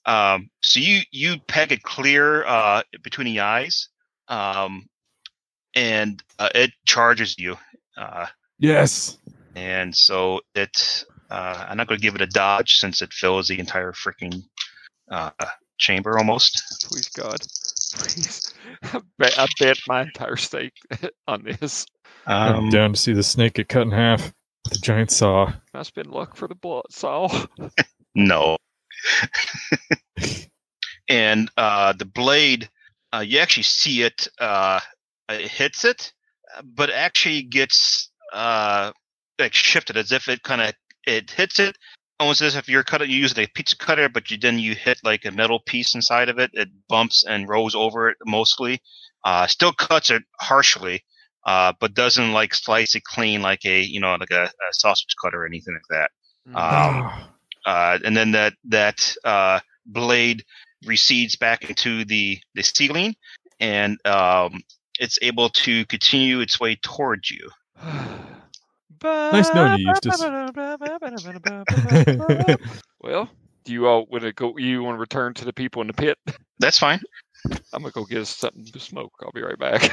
B: Um, so you you peg it clear uh, between the eyes, um, and uh, it charges you, uh,
C: Yes.
B: and so it. Uh, I'm not going to give it a dodge since it fills the entire freaking uh, chamber almost.
A: Please, God. Please. I bet, I bet my entire stake on this.
C: I'm
B: Um,
C: down to see the snake get cut in half with a giant saw.
A: I spend luck for the bullet saw.
B: No. and uh, the blade, uh, you actually see it, uh, it hits it, but actually gets uh, like shifted as if it kind of it hits it almost as if you're cutting you use a pizza cutter, but you then you hit like a metal piece inside of it. It bumps and rolls over it mostly. Uh, still cuts it harshly, uh, but doesn't like slice it clean like a you know like a, a sausage cutter or anything like that Um,
C: Ah.
B: uh, and then that that uh, blade recedes back into the the ceiling, and um, it's able to continue its way towards you.
A: nice
C: knowing you, Eustace.
A: well, do you all want to go? You want to return to the people in the pit?
B: That's fine.
A: I'm gonna go get us something to smoke. I'll be right back.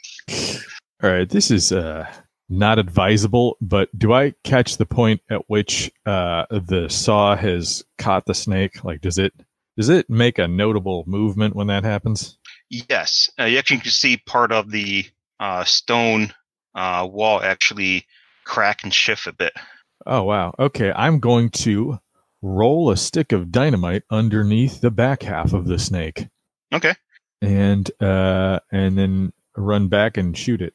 C: All right, this is uh, not advisable, but do I catch the point at which uh, the saw has caught the snake? Like, does it does it make a notable movement when that happens?
B: Yes, uh, you actually can see part of the uh, stone uh, wall actually crack and shift a bit.
C: Oh wow. Okay, I'm going to roll a stick of dynamite underneath the back half of the snake,
B: Okay.
C: and uh, and then run back and shoot it,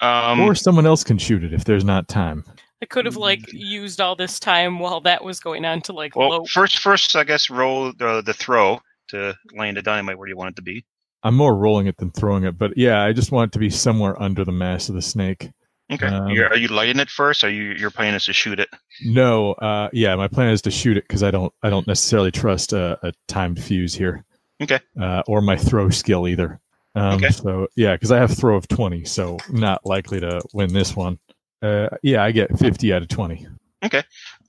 B: Um,
C: or someone else can shoot it if there's not time.
D: I could have like used all this time while that was going on to like
B: well,
D: lope.
B: first, first, I guess roll the, the throw to land the dynamite where you want it to be.
C: I'm more rolling it than throwing it, but yeah, I just want it to be somewhere under the mass of the snake.
B: Okay.
C: Um,
B: You're, are you lighting it first? Or you your plan is to shoot it?
C: No, uh, yeah, my plan is to shoot it because I don't, I don't necessarily trust a, a timed fuse here.
B: Okay.
C: Uh, or my throw skill either. Um,
B: Okay.
C: So yeah, because I have throw of twenty, so not likely to win this one. Uh, yeah, I get fifty out of twenty.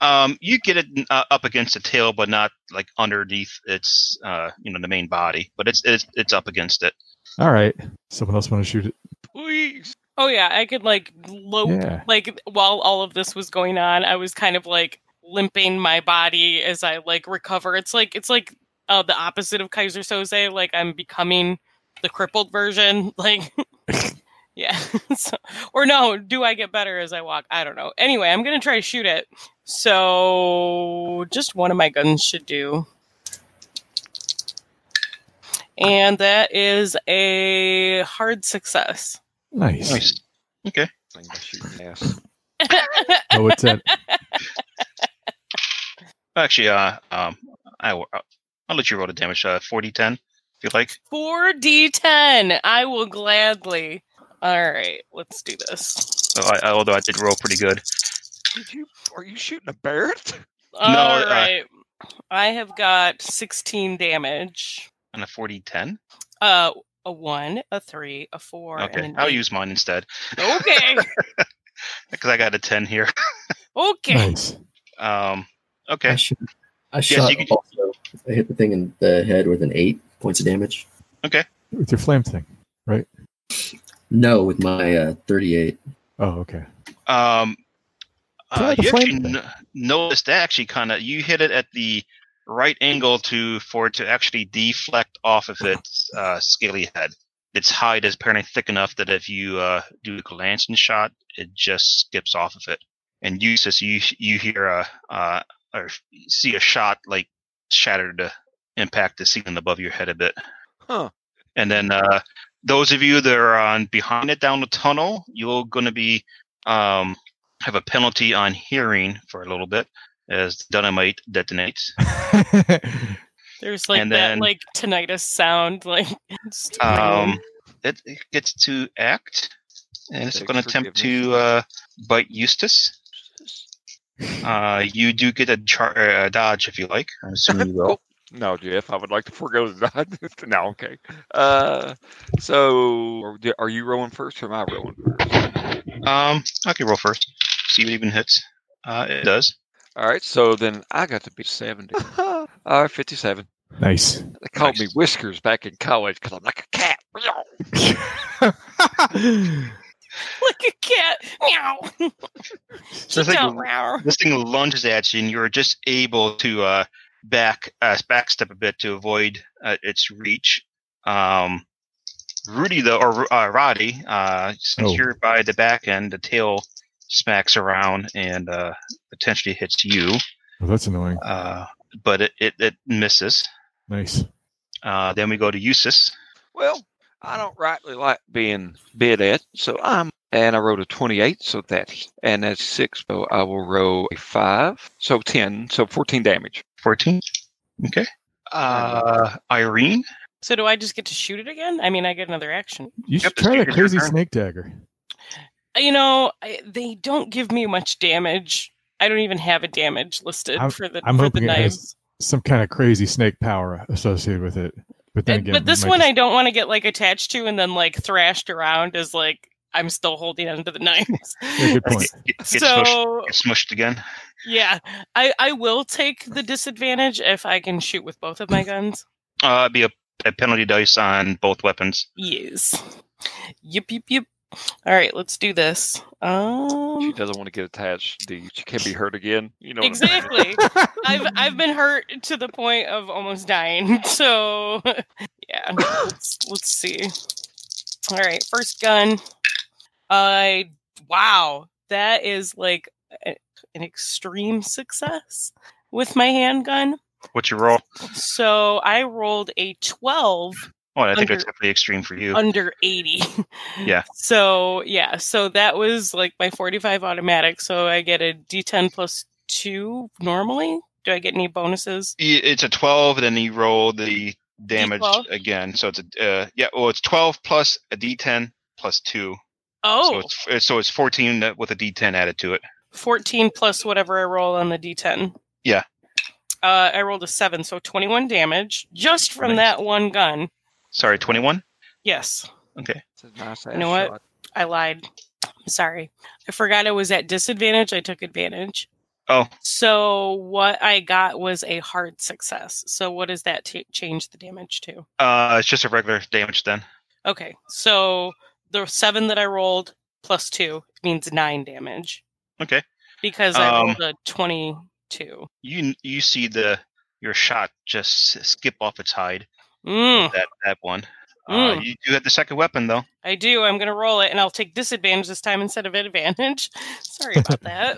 B: Um, you get it uh, up against the tail, but not like underneath its uh, you know the main body, but it's it's it's up against it.
C: All right. Someone else want to shoot it?
A: Please.
D: Oh yeah, I could like lope
C: Yeah.
D: like while all of this was going on, I was kind of like limping my body as I like recover. It's like it's like uh, the opposite of Kaiser Soze. Like I'm becoming the crippled version. Like yeah, so, or no? Do I get better as I walk? I don't know. Anyway, I'm gonna try to shoot it. So just one of my guns should do. And that is a hard success.
C: Nice.
B: Nice.
A: Thing to shoot in the ass.
C: Oh, it's at
B: Actually, uh, um, I will- I'll let you roll the damage. Uh, forty ten, if you like.
D: 4d10. I will gladly. All right, let's do this.
B: So I, I- although I did roll pretty good.
A: Did you? Are you shooting a bear?
D: All right,
B: uh,
D: I have got 16 damage.
B: On a forty ten.
D: Uh, a 1, a 3, a 4, and
B: Okay,
D: an
B: I'll
D: eight.
B: use mine instead
D: Okay.
B: because I got a ten here.
D: Okay.
C: nice.
B: Um,
E: I
B: okay.
E: shot, I
B: Yes,
E: shot
B: you could-
E: also. I hit the thing in the head with an eight points of damage.
C: With your flame thing.
E: No, with my uh, 38.
C: Oh, okay.
B: Um, uh,
C: Try the
B: you
C: flame
B: actually
C: thing.
B: n- noticed that actually kind of you hit it at the right angle to for it to actually deflect off of its uh, scaly head. Its hide is apparently thick enough that if you uh, do a glancing shot, it just skips off of it. And you just you you hear a uh, or see a shot like shatter the impact the ceiling above your head a bit.
A: Huh.
B: And then uh, those of you that are on behind it down the tunnel, you're going to be um, have a penalty on hearing for a little bit as dynamite detonates.
D: There's like
B: And
D: that
B: then-
D: like tinnitus sound like just-
B: Um, it, it gets to act, and it's
A: Beg
B: going to attempt
A: forgiveness.
B: to uh, bite Eustace. Uh, you do get a, char- uh, a dodge if you like. I'm assuming you will.
A: No, Jeff, I would like to forego that. no, okay. Uh, so are- are you rolling first or am I rolling first?
B: Um, I can roll first. See what even hits. Uh, it does.
A: All right, so then I got to be 70. All right, 57.
C: nice.
A: They called me
B: Nice.
A: Whiskers back in college because I'm like a cat.
C: Oh,
D: like a cat. Meow.
B: So it's like
D: Don't meow.
B: this thing lunges at you, and you're just able to uh, back uh, back step a bit to avoid uh, its reach. Um, Rudy, though, or uh, Roddy, uh, since
C: Oh.
B: you're by the back end, the tail smacks around and uh, potentially hits you,
C: Well, that's annoying.
B: uh, but it, it, it misses.
C: Nice.
B: Uh, then we go to Eustace.
A: Well, I don't rightly like being bid at, so I'm and I rolled a 28, so that's and that's six. So I will roll a five, so 10, so 14 damage.
B: 14. Okay. Uh, Irene.
D: So do I just get to shoot it again? I mean, I get another action.
C: You should
B: Yep,
C: try
B: it's
C: that
B: your
C: crazy
B: turn.
C: snake dagger.
D: you know I, they don't give me much damage i don't even have a damage listed
C: I'm-
D: for the
C: I'm
D: for the
C: hoping it has-
D: knives
C: Some kind of crazy snake power associated with it. But then
D: And-
C: again,
D: but this
C: might
D: one
C: just-
D: i don't want to get like attached to and then like thrashed around as like i'm still holding onto the knives
C: Yeah, good point.
B: Get, get smushed,
D: so
B: get smushed again.
D: yeah i i will take the disadvantage if i can shoot with both of my guns
B: Uh, it'd be a, a penalty dice on both weapons.
D: yes yep yep yep all right let's do this um
A: She doesn't want to get attached. The- She can't be hurt again. You know what I'm saying?
D: Exactly. I've I've been hurt to the point of almost dying. So yeah. Let's, let's see. All right, first gun. I wow, that is like a- an extreme success with my handgun.
B: What's your roll?
D: So I rolled a 12
B: Oh, I think
D: Under-
B: that's definitely extreme for you.
D: under 80.
B: Yeah.
D: So yeah, so that was like my 45 automatic. So I get a D10 plus two normally. Do I get any bonuses?
B: Y- E, It's a twelve, and then you roll the damage
D: D12?
B: again. So it's a uh, yeah. Well, it's twelve plus a D10 plus two. So
D: Oh,
B: it's, it's- so it's 14 with a D10 added to it.
D: 14 plus whatever I roll on the d10.
B: Yeah.
D: Uh, I rolled a 7, so 21 damage just from
B: Nice.
D: that one gun.
B: Sorry, 21.
D: Yes,
A: It's a nice
D: You know
A: ass
D: what? I lied. I'm sorry. I forgot I was at disadvantage. I took advantage.
B: Oh,
D: So what I got was a hard success. So what does that ta change the damage to?
B: uh, it's just a regular damage then.
D: Okay, so the 7 that I rolled plus 2 means 9 damage
B: Okay.
D: because I
B: Um,
D: rolled a 22.
B: You you see the your shot just s- skip off its hide.
D: Mm.
B: That that one. Uh,
D: Mm.
B: you do have the second weapon though.
D: I do. I'm going to roll it, and I'll take disadvantage this time instead of advantage. Sorry about that.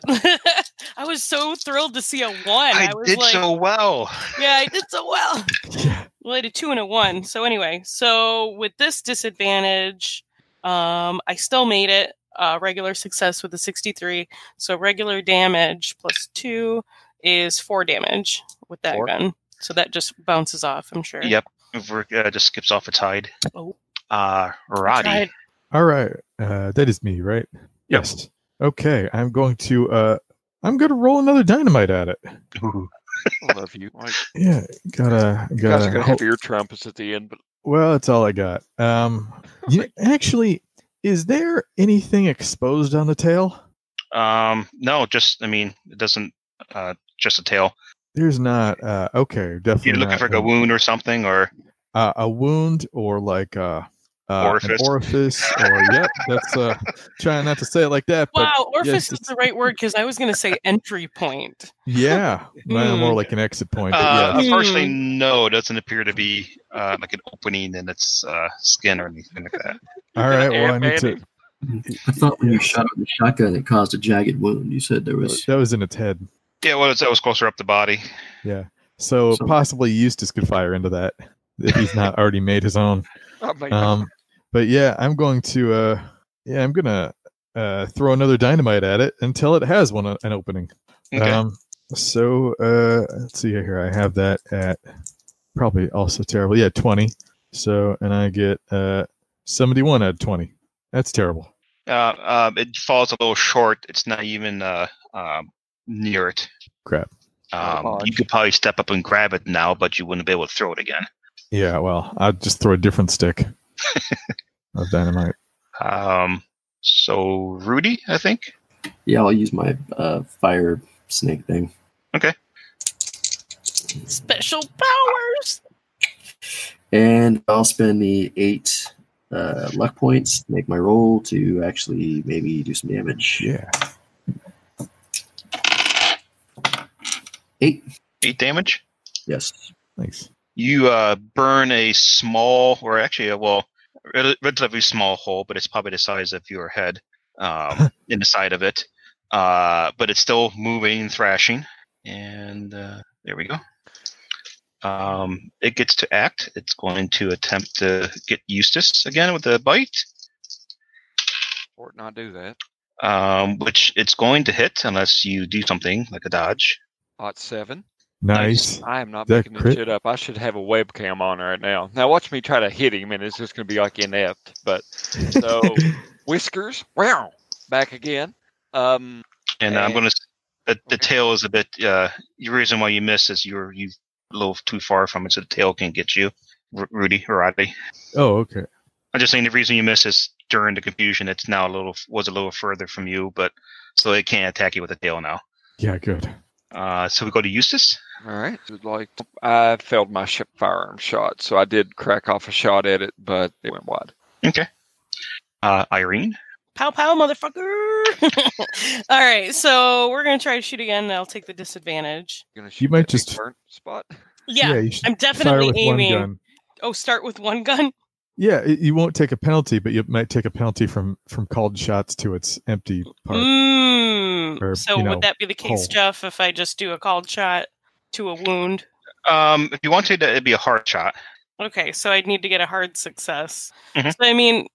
D: I was so thrilled to see a one. I,
B: I,
D: was
B: did
D: like,
B: so well.
D: yeah, I did so well.
C: Yeah.
D: Well, I did two and a one. So anyway, so with this disadvantage, um, I still made it. Uh, regular success with a 63. So regular damage plus two is four damage with that
B: Four.
D: gun. So that just bounces off. I'm sure.
B: Yep. Ver- Uh, just skips off its hide.
D: Oh.
B: Uh, Roddy.
D: Tried-
C: All right. Uh, that is me, right? Yes. Okay. I'm going to. Uh, I'm going to roll another dynamite at it.
B: Ooh.
A: I love you. Like,
C: Yeah. Gotta.
A: you guys
C: Gotta.
A: are gonna have your trumpets at the end, but
C: well, that's all I got. Um, you, actually, is there anything exposed on the tail?
B: Um, no, just I mean, it doesn't. Uh, just a tail.
C: There's not. Uh, okay. Definitely.
B: You're looking
C: not.
B: for like a wound or something, or
C: uh, a wound or like a uh, an
B: Orifice.
C: orifice or yep that's uh trying not to say it like that but
D: Wow, orifice
C: yes,
D: is
C: it's-
D: the right word because I was going to say entry point.
C: yeah well,
D: Hmm.
C: more like an exit point but
B: Mm. Uh,
C: yeah.
D: Hmm.
B: Unfortunately, no. It doesn't appear to be uh, like an opening in its uh, skin or anything like that.
C: all right well i
A: Ant-Man
C: need to
A: him.
E: I thought when you
C: Yes.
E: shot with the shotgun, it caused a jagged wound. You said there was.
C: that was in its head
B: Yeah, well, it's, it was closer up the body.
C: yeah so,
E: So-
C: possibly eustace could fire into that if he's not already made his own
A: I mean,
C: um but yeah i'm going to uh yeah i'm gonna uh throw another dynamite at it until it has one uh, an opening
B: Okay.
C: Um, so uh, let's see here. I have that at probably also terrible. Yeah, twenty. So and I get uh seventy-one out of twenty. That's terrible.
B: Uh, um, it falls a little short. It's not even uh, um, near it.
C: Crap.
B: Um,
A: Oh,
B: you could probably step up and grab it now, but you wouldn't be able to throw it again.
C: Yeah. Well, I'll just throw a different stick of dynamite.
B: Um, so Rudy, I think.
E: Yeah, I'll use my uh, fire snake thing.
D: Special powers.
E: And I'll spend the eight uh, luck points, make my roll to actually maybe do some damage.
C: Yeah.
E: Eight.
B: Eight damage.
E: Yes.
C: Thanks.
B: You uh, burn a small, or actually, uh, well, rel- relatively small hole, but it's probably the size of your head um, in the side of it. Uh, but it's still moving and thrashing. And uh, there we go. Um, it gets to act. It's going to attempt to get Eustace again with a bite,
A: Fort not do that.
B: um, which it's going to hit unless you do something like a dodge.
A: Hot seven.
C: Nice.
A: I am not
C: That
A: making this
C: crit-
A: shit up. I should have a webcam on right now. Now watch me try to hit him, and it's just gonna be like inept. But so whiskers, wow, back again. Um,
B: And I'm
A: And-
B: going to. The, the
A: Okay.
B: tail is a bit. Uh, the reason why you miss is you're you a little too far from it, so the tail can get you, R- Rudy or Rodney.
C: Oh, okay.
B: I'm just saying the reason you miss is during the confusion. It's now a little was a little further from you, but so it can't attack you with the tail now.
C: Yeah. Good.
B: Uh, so we go to Eustace.
A: all right, Would like I failed my ship firearm shot, so I did crack off a shot at it, but it went wide.
B: Uh, Irene.
D: Pow pow, motherfucker. All right, so we're going to try to shoot again. And I'll take the disadvantage.
A: Gonna
C: You
A: that
C: might
A: big
C: just-
A: burnt spot.
D: Yeah,
C: you should
D: I'm
C: fire
D: definitely
C: with
D: aiming.
C: one gun.
D: Oh, start with one gun?
C: Yeah, it, you won't take a penalty, but you might take a penalty from from called shots to its empty part.
D: Mm.
C: Or,
D: so
C: you know,
D: would that be the case,
C: hole.
D: Jeff, if I just do a called shot to a wound?
B: Um, if you want to, it'd be a hard shot.
D: Okay, so I'd need to get a hard success.
B: Mhm.
D: So I mean,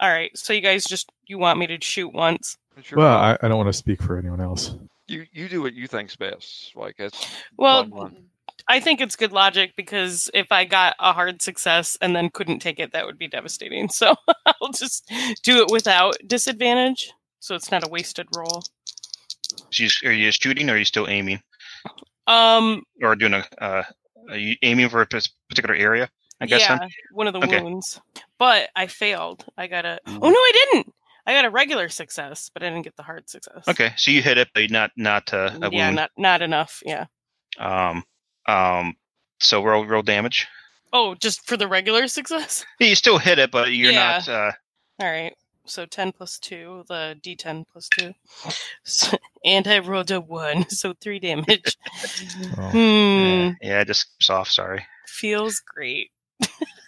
D: all right. So you guys just you want me to shoot once?
A: It's your
C: Well,
A: call.
C: I, I don't want to speak for anyone else.
A: you you do what you think's best. Like that's
D: Well,
A: bottom line.
D: I think it's good logic because if I got a hard success and then couldn't take it, that would be devastating. So I'll just do it without disadvantage, so it's not a wasted roll.
B: She's, are you shooting or are you still aiming?
D: Um,
B: Or doing a, uh, are you aiming for a pers- particular area? I guess
D: yeah,
B: then?
D: one of the
B: Okay. Mm.
D: wounds. But I failed. I got a. Oh no, I didn't. I got a regular success, but I didn't get the hard success. Mm,
B: Okay, so you hit it, but not not uh, a
D: yeah,
B: wound.
D: not not enough. Yeah.
B: Um, um, so roll roll damage.
D: Oh, just for the regular success.
B: Yeah, You still hit it, but you're
D: Yeah.
B: not. Uh,
D: All right. So 10 plus 2, the d10 plus 2. So, and I rolled a 1, so 3 damage.
C: Oh.
D: hmm.
B: yeah, yeah, it just keeps off. Sorry.
D: Feels great.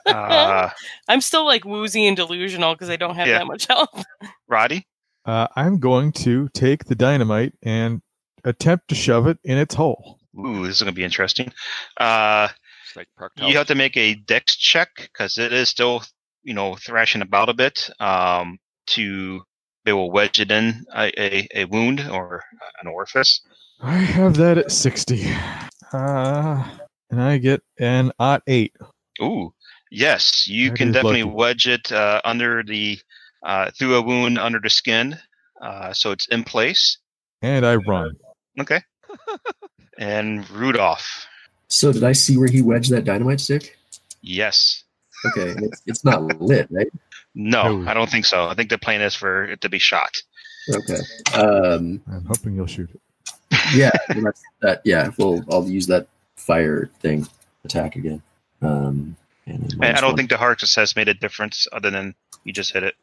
B: Uh,
D: I'm still like woozy and delusional because I don't have
B: Yeah.
D: that much health.
B: Roddy,
C: Uh, I'm going to take the dynamite and attempt to shove it in its hole.
B: ooh, this is gonna be interesting. Uh,
A: Snake proctologist.
B: you have to make a dex check because it is still, you know, thrashing about a bit. Um, to they will wedge it in a, a, a wound or an orifice.
C: I have that at 60. Uh, and I get an odd 8.
B: Ooh, yes, you
C: That
B: can
C: is
B: definitely
C: lucky.
B: wedge it uh, under the uh, through a wound under the skin, uh, so it's in place.
C: And I run.
B: Okay. and Rudolph,
E: So did I see where he wedged that dynamite stick?
B: yes,
E: Okay, and it's, it's not lit, right?
B: no,
C: Oh.
B: I don't think so. I think the plan is for it to be shot.
E: Okay. Um,
C: I'm hoping you'll shoot it.
E: yeah, well, that's, that. Yeah, well, I'll use that fire thing attack again. Um, and then
B: I, I
E: minus
B: don't
E: one.
B: think the heart success made a difference other than you just hit it.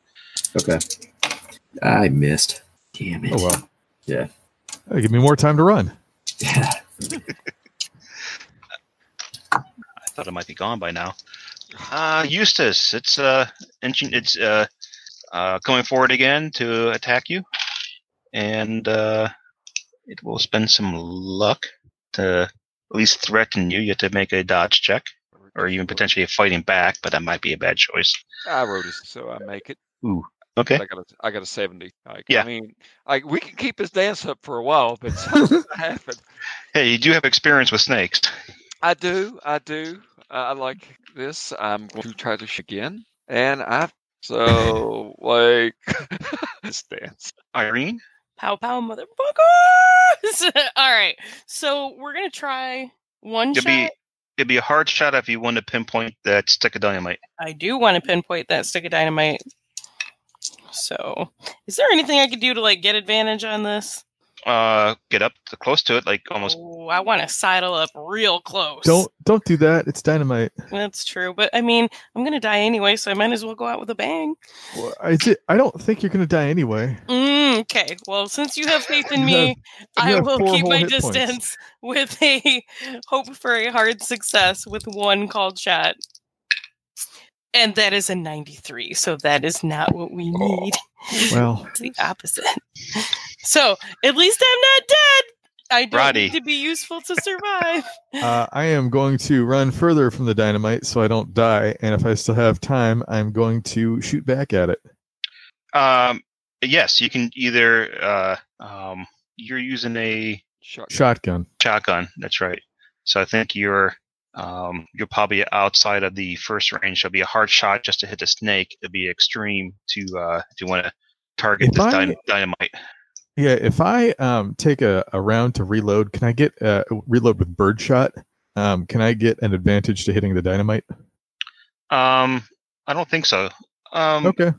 E: Okay. I missed. Damn it.
C: Oh, well.
E: Yeah.
C: That'll give me more time to run.
E: Yeah.
B: I thought it might be gone by now. Uh, Eustace, it's uh, inching, it's uh, uh, coming forward again to attack you, and uh, it will spend some luck to at least threaten you. You have to make a dodge check, or even potentially fighting back, but that might be a bad choice.
A: I wrote it, so I make it.
B: Okay.
A: I got a, I got a seventy. Like,
B: Yeah.
A: I mean, like we can keep his dance up for a while, but something happened.
B: Hey, you do have experience with snakes.
A: I do. I do. Uh, I like this. I'm going to try to shoot again, and I so like this dance.
B: Irene,
D: Pow pow, motherfuckers! All right. So we're going to try one
B: it'd
D: shot.
B: be it'd be a hard shot if you want to pinpoint that stick of dynamite.
D: I do want to pinpoint that stick of dynamite. So, is there anything I could do to like get advantage on this?
B: Uh, get up to close to it, like almost
D: Oh, I want to sidle up real close.
C: Don't don't do that. It's dynamite.
D: That's true, but I mean, I'm gonna die anyway, so I might as well go out with a bang.
C: Well, I, di- I don't think you're going to die anyway.
D: Mm, okay, well, since you have faith in
C: You
D: me,
C: have- you
D: I
C: have
D: will
C: four
D: keep
C: whole
D: my
C: hit points.
D: distance with a hope for a hard success with one called shot. And that is a 93, so that is not what we need.
C: Oh. Well,
D: It's the opposite. So at least I'm not dead. I don't
B: Roddy.
D: need to be useful to survive.
C: uh, I am going to run further from the dynamite so I don't die. And if I still have time, I'm going to shoot back at it.
B: Um, yes, you can either. Uh, um, you're using a
A: Shot.
C: Shotgun.
B: shotgun. That's right. So I think you're. Um, you're probably outside of the first range. It'll be a hard shot just to hit the snake. It'd be extreme to uh, if you want to target
C: If
B: this
C: I-
B: dyn- dynamite.
C: Yeah, if I um take a, a round to reload, can I get uh reload with birdshot? Um, can I get an advantage to hitting the dynamite?
B: Um, I don't think so. Um,
C: Okay.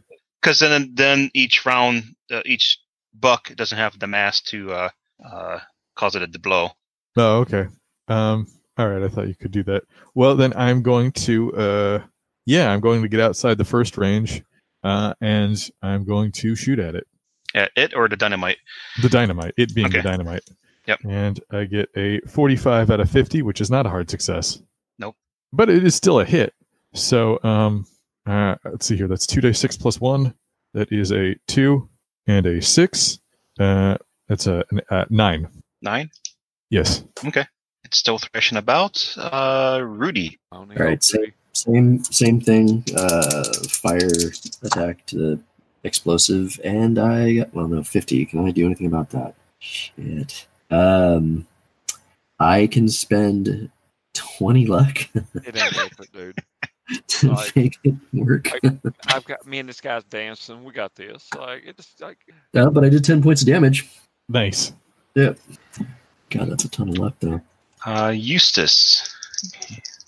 B: because then then each round, uh, each buck doesn't have the mass to uh, uh, cause it to blow.
C: Oh, okay. Um, all right. I thought you could do that. Well, then I'm going to uh, yeah, I'm going to get outside the first range, uh, and I'm going to shoot at it.
B: At Uh, it or the dynamite.
C: The dynamite, it being the
B: Okay.
C: dynamite.
B: Yep.
C: And I get a 45 out of 50, which is not a hard success.
B: Nope.
C: But it is still a hit. So, um, uh, let's see here. That's two day six plus one. That is a two and a six. Uh, that's a, an- uh nine.
B: Nine.
C: Yes.
B: It's still thrashing about. Uh, Rudy.
A: All
E: Alright, so- Same same thing. Uh, fire attack to the explosive, and I got well no fifty. Can I do anything about that? Shit. Um, I can spend 20 luck
A: It ain't worth it, dude.
E: to
A: Like-
E: make it work.
A: I've got me and this guy's dancing. We got this. Like it's like
E: Uh, but I did 10 points of damage.
C: Nice.
E: God, that's a ton of luck, though.
B: Uh, Eustace.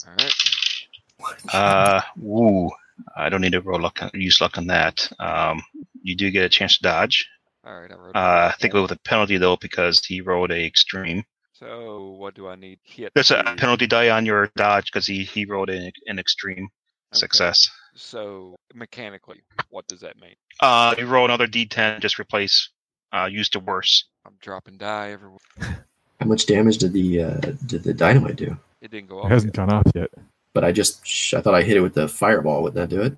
A: all right.
B: Uh, woo. I don't need to roll luck, use luck on that. Um, you do get a chance to dodge.
A: All right, I wrote it
B: Uh, I
A: down.
B: think with a penalty though, because he rolled a extreme.
A: So what do I need? Hit.
B: There's a
A: to-
B: penalty die on your dodge because he he rolled an, an extreme
A: okay.
B: success.
A: So mechanically, what does that mean?
B: Uh, you roll another d10, just replace uh, use the worst.
A: I'm dropping die everywhere.
E: How much damage did the uh, did the dynamite do?
A: It didn't go
B: Oh,
C: It
A: off. yet.
C: hasn't gone off yet.
E: But I just sh- I thought I hit it with the fireball. Wouldn't that do it?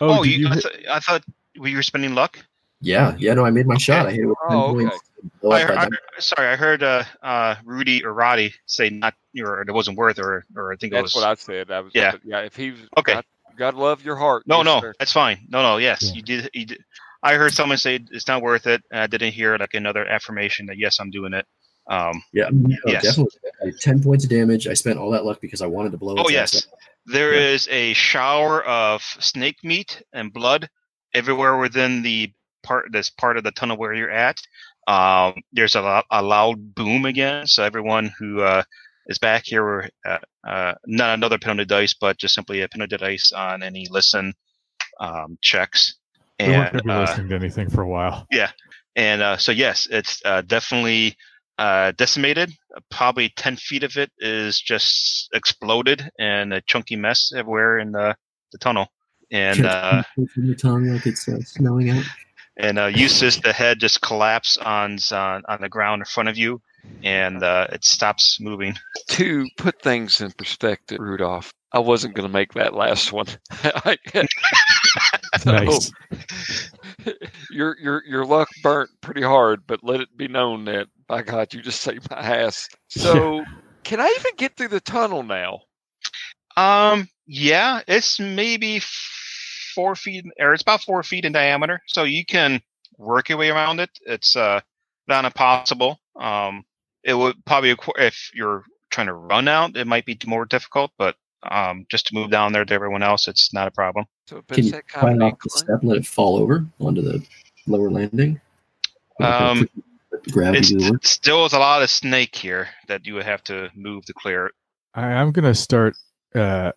B: Oh,
C: did
B: you, I,
C: hit-
B: th- I thought we were spending luck.
E: Yeah, yeah. No, I made my shot. I hit it with ten
A: Oh, okay.
E: points. Well,
B: I,
E: I thought
B: I,
E: that-
B: sorry, I heard uh, uh, Rudy or Roddy say not or it wasn't worth or or I think it
A: That's
B: was.
A: what I said. I was,
B: Yeah.
A: yeah. If he was
B: Okay.
A: God, God love your heart.
B: no,
A: Yes,
B: no,
A: sir.
B: that's fine. No, no, yes,
C: Yeah.
B: you did. You did. I heard someone say it's not worth it. And I didn't hear like another affirmation that yes, I'm doing it. Um,
E: yeah, no,
B: Yes.
E: definitely. I- ten points of damage. I spent all that luck because I wanted to blow.
B: Oh,
E: its
B: yes.
E: ass up.
B: There
E: Yeah.
B: is a shower of snake meat and blood everywhere within the part this part of the tunnel where you're at. Um, there's a, lo- a loud boom again, so everyone who uh, is back here, uh, uh, not another penalty dice, but just simply a penalty dice on any listen um, checks.
C: we
B: And
C: weren't going to be
B: uh,
C: listening to anything for a while.
B: and uh, so yes, it's uh, definitely uh, decimated. Probably ten feet of it is just exploded and a chunky mess everywhere in the, the tunnel. And uh,
E: from your tongue like it's uh, snowing out.
B: and uh, Eustace, the head just collapsed on on, on the ground in front of you, and uh, it stops moving.
A: To put things in perspective, Rudolph, I wasn't going to make that last one. So,
C: Nice.
A: your your your luck burnt pretty hard, but let it be known that by God, you just saved my ass. So, can I even get through the tunnel now?
B: Um, yeah, it's maybe four feet, or it's about four feet in diameter, so you can work your way around it. It's uh not impossible. Um, it would probably requ- if you're trying to run out, it might be more difficult, but um, just to move down there to everyone else, it's not a problem.
A: So, but
E: Can
A: it's
E: you
A: that kind
E: climb
A: of
E: off the
A: incline?
E: step and let it fall over onto the lower landing?
B: Um,
E: Let gravity
B: It's
E: do the work.
B: still is a lot of snake here that you would have to move to clear.
C: I, I'm going to start uh,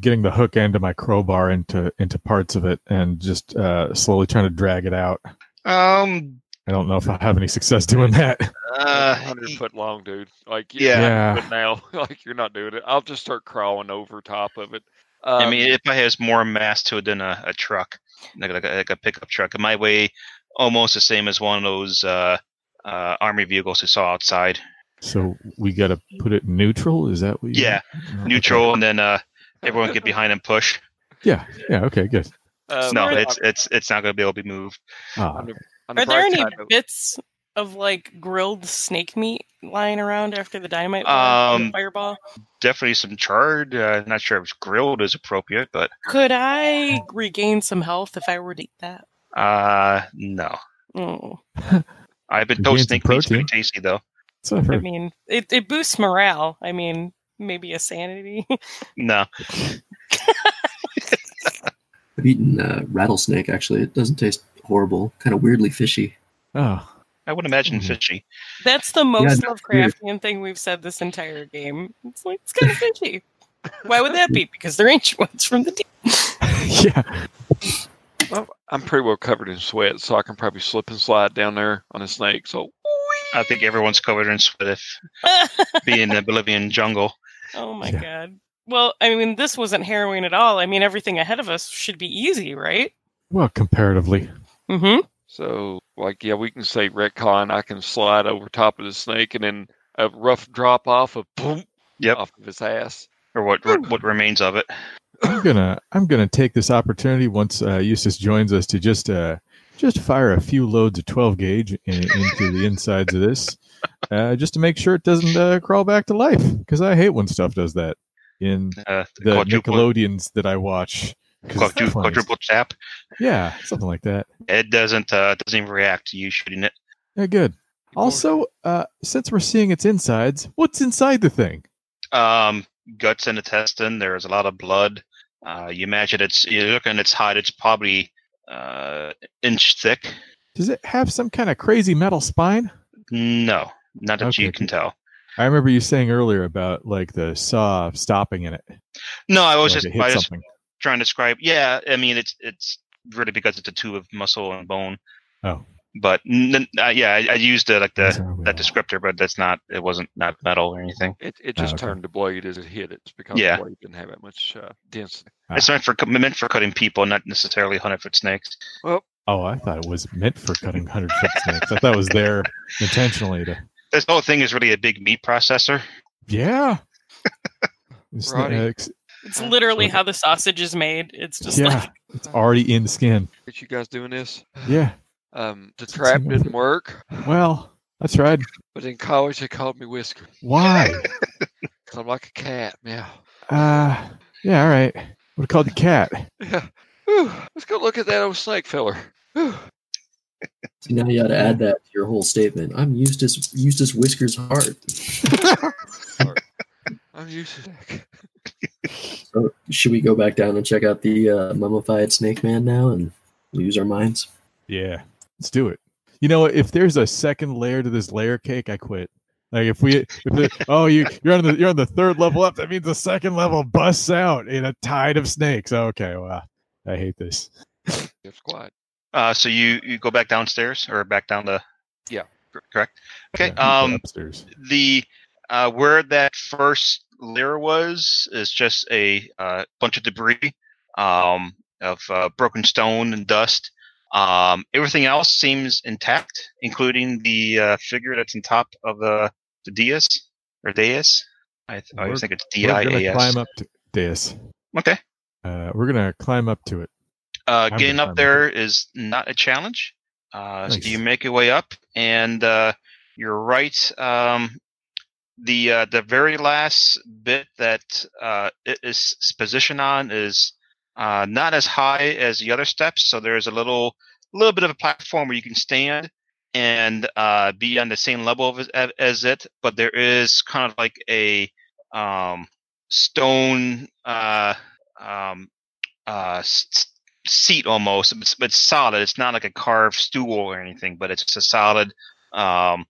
C: getting the hook end of my crowbar into into parts of it and just uh, slowly trying to drag it out.
B: Um,
C: I don't know if I'll have any success doing that.
A: It's
B: uh,
A: 100 foot long, dude. Like,
B: Yeah.
C: Yeah.
A: But now, like, you're not doing it. I'll just start crawling over top of it.
B: I
A: Um,
B: mean, it probably has more mass to it than a, a truck, like, like, a, like a pickup truck. It might weigh almost the same as one of those uh, uh, army vehicles you saw outside.
C: So we got to put it in neutral. Is that what? you Uh,
B: Yeah,
C: Okay.
B: neutral, and then uh, everyone get behind and push.
C: Yeah. Yeah. Okay. Good.
A: um,
B: no,
A: on-
B: it's it's it's not going to be able to be moved.
C: Ah,
A: on the- on the
D: Are there
A: bright
D: any
A: side, though-
D: bits of like grilled snake meat lying around after the dynamite went off and the
B: Um,
D: fireball?
B: Definitely some charred. Uh, not sure if grilled is appropriate, but
D: Could I regain some health if I were to eat that?
B: uh, no.
D: Oh,
B: I've been
C: You
B: told
C: gained some
B: snake meat's pretty
C: protein.
B: tasty though.
C: that's what I've
D: I
C: heard.
D: mean, it, it boosts morale. I mean, maybe a sanity.
B: No,
E: I've eaten uh, rattlesnake. Actually, it doesn't taste horrible. Kind of weirdly fishy.
C: Oh,
B: I would imagine
C: Mhm.
B: fishy.
D: That's the most
E: that's
D: Lovecraftian thing we've said this entire game. It's like it's kind of fishy. Why would that be? Because they're ancient ones from the deep.
C: yeah.
A: I'm pretty well covered in sweat, so I can probably slip and slide down there on a snake. So,
B: I think everyone's covered in sweat if being in the Bolivian jungle.
D: oh my
C: Yeah.
D: god. Well, I mean, this wasn't harrowing at all. I mean, everything ahead of us should be easy, right?
C: Well, comparatively,
D: Mm-hmm.
A: so like, yeah, we can say retcon. I can slide over top of the snake and then a rough drop off of boom,
B: Yep.
A: off of his ass.
B: or what what, what remains of it.
C: I'm gonna I'm gonna take this opportunity once uh, Eustace joins us to just uh, just fire a few loads of 12 gauge in, into the insides of this, uh, just to make sure it doesn't uh, crawl back to life. Because I hate when stuff does that in
B: Uh, the
C: the
B: quadruple,
C: Nickelodeons that I watch. 'Cause it's
B: quadru-
C: funny.
B: quadruple tap.
C: Yeah, something like that.
B: It doesn't uh, doesn't even react to you shooting it.
C: Yeah, good. Also, uh, since we're seeing its insides, what's inside the thing?
B: Um, guts and intestine. There is a lot of blood. Uh, you imagine it's you look at its hide. It's probably uh, inch thick.
C: Does it have some kind of crazy metal spine?
B: No, not that you
C: Okay.
B: can tell.
C: I remember you saying earlier about like the saw stopping in it.
B: No, I was
C: like
B: Oh, just
C: it
B: I
C: hit
B: just
C: something.
B: trying to describe. Yeah, I mean it's it's really because it's a tube of muscle and bone.
C: Oh.
B: But n- uh, yeah, I, I used uh, like the
C: Sorry.
B: that descriptor, but that's not it wasn't not metal or anything.
A: It, it
C: Ah,
A: just
C: okay.
A: turned to blade as it hit it because
B: Yeah.
A: the blade didn't have that much uh, density.
C: Ah.
B: It's meant for cu- meant for cutting people, not necessarily hunting for snakes.
C: Oh, I thought it was meant for cutting hundred foot snakes. I thought it was there intentionally to.
B: This whole thing is really a big meat processor.
C: Yeah. It's, not-
A: Roddy.
C: it's-
D: It's literally how the sausage is made. It's just
C: yeah,
D: like
C: it's already in skin.
A: Get you guys doing this?
C: Yeah.
A: Um, the
C: It's
A: trap
C: in my
A: didn't work,
C: Well, I tried.
A: but in college they called me Whisker.
C: Why?
A: 'cause I'm like a cat. Yeah.
C: Uh, yeah. All right. Would have called the cat.
A: Yeah. Whew, Let's go look at that old snake filler. Whew.
E: See, now you got to add that to your whole statement. I'm Eustace Eustace Whiskers Hart.
A: Sorry. I'm used to that.
E: So should we go back down and check out the uh, mummified Snake Man now and lose our minds?
C: Yeah. Let's do it. You know, if there's a second layer to this layer cake, I quit. Like if we, if the, oh you you're on the you're on the third level up, that means the second level busts out in a tide of snakes. Okay, well, I hate this.
A: It's quiet.
B: Uh, so you you go back downstairs or back down the
A: Yeah.
B: cor- correct. Okay.
C: Yeah,
B: um,
C: upstairs.
B: the uh, where that first layer was is just a uh, bunch of debris um, of uh, broken stone and dust. Um, everything else seems intact, including the uh, figure that's on top of the the dais or dais. I, th- I always think it's D
C: We're
B: I
C: gonna
B: A S.
C: climb up to Deus.
B: Okay.
C: Uh, we're gonna climb up to it.
B: Uh,
C: I'm
B: getting
C: gonna
B: up
C: climb
B: there is not a challenge. Uh,
C: Nice.
B: So you make your way up, and uh, you're right. Um, the uh, the very last bit that uh, it is s- positioned on is uh, not as high as the other steps, so there's a little little bit of a platform where you can stand and uh, be on the same level of, as, as it, but there is kind of like a um, stone uh, um, uh, s- s- seat almost. It's, it's solid. It's not like a carved stool or anything, but it's just a solid um,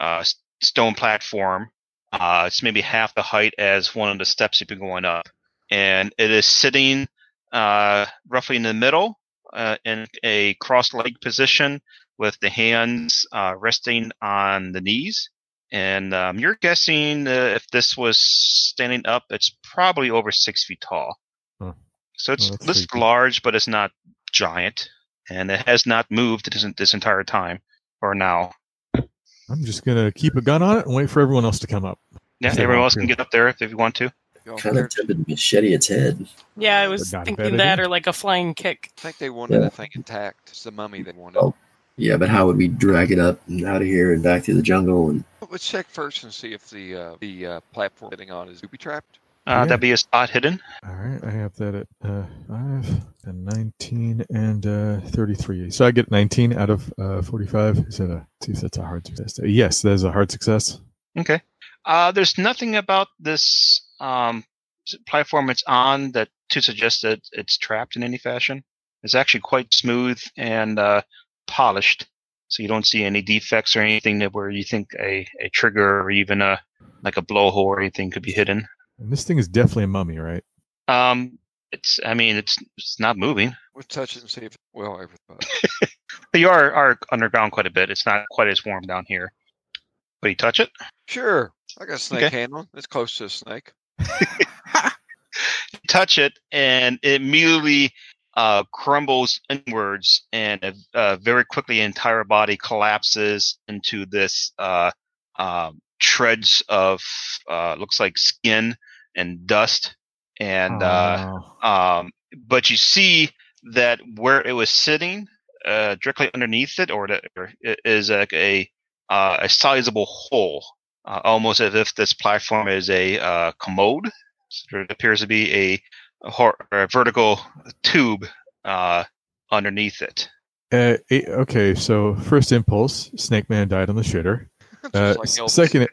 B: uh, s- stone platform. Uh, it's maybe half the height as one of the steps you've been going up, and it is sitting uh, roughly in the middle uh, in a cross-legged position with the hands uh, resting on the knees. And um, you're guessing uh, if this was standing up, it's probably over six feet tall.
C: Hmm.
B: So it's
C: Well, that's
B: this
C: creepy.
B: large, but it's not giant, and it has not moved this, this entire time or now.
C: I'm just gonna keep a gun on it and wait for everyone else to come up.
B: Yeah,
C: Is that
B: everyone
C: all
B: else can
C: true?
B: get up there if, if you want to. Uh,
A: Y'all
E: Kind
A: Oh,
E: of
A: weird.
E: tempted to machete its head.
D: yeah, I was
C: Not a bad
D: thinking that
C: idea.
D: or like a flying kick.
A: I think they wanted
E: Yeah.
A: the thing intact. It's the mummy they wanted.
E: Oh. Yeah, but how would we drag it up and out of here and back through the jungle? And
A: Let's check first and see if the uh, the uh, platform sitting on is booby trapped.
B: Uh, That'd be a spot hidden.
C: All right, I have that at uh, five and 19 and uh, 33. So I get 19 out of uh, 45. Is that a see if that's a hard success? Uh, Yes, that is a hard success.
B: Okay. Uh, there's nothing about this um, s- platform it's on that to suggest that it's trapped in any fashion. It's actually quite smooth and uh, polished, so you don't see any defects or anything that where you think a, a trigger or even a like a blowhole or anything could be hidden.
C: And this thing is definitely a mummy, right?
B: Um, it's I mean it's it's not moving.
A: We'll touch it and see if well everything. but-
B: But you are are underground quite a bit. It's not quite as warm down here. But you touch it,
A: Sure. I got a snake
B: Okay.
A: handle. It's close to a snake.
B: You touch it, and it immediately uh, crumbles inwards, and uh, uh, very quickly, the entire body collapses into this uh, uh, shreds of uh, looks like skin and dust, and. Uh,
C: Oh.
B: um, but you see that where it was sitting, uh, directly underneath it, or, the, or i- is like a uh, a sizable hole, uh, almost as if this platform is a uh, commode. So it appears to be a, hor- or a vertical tube uh, underneath it.
C: Uh, eh, okay, so first impulse, Snake Man died on the shitter.
A: Just
C: Uh,
A: like
C: s-
A: Elvis.
C: second,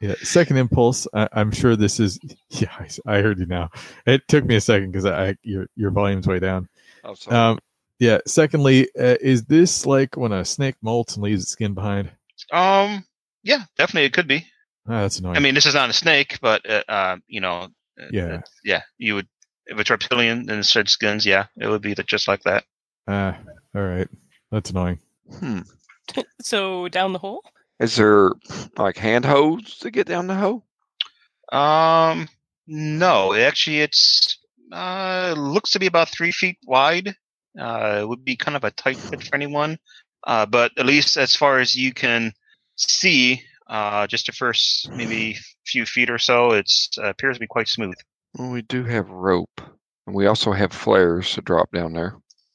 C: Yeah. Second impulse. I, I'm sure this is. Yeah, I, I heard you now. It took me a second because I, I your your volume's way down.
A: Oh, sorry.
B: uh,
C: Um, yeah. Secondly, uh, is this like when a snake molts and leaves its skin behind?
B: Um, yeah, definitely it could be.
C: Ah, that's annoying.
B: I mean, this is not a snake, but uh, uh you know, uh,
C: Yeah.
B: uh, yeah, you would if it's reptilian and it shed skins, yeah, it would be just like that.
C: ah, all right. That's annoying.
A: Hmm.
D: So down the hole?
A: Is there like hand hose to get down the hole?
B: Um, no, actually, it's uh looks to be about three feet wide. Uh, it would be kind of a tight fit for anyone. Uh, but at least as far as you can see, uh, just the first maybe few feet or so, it's uh, appears to be quite smooth.
A: Well, we do have rope, and we also have flares to drop down there.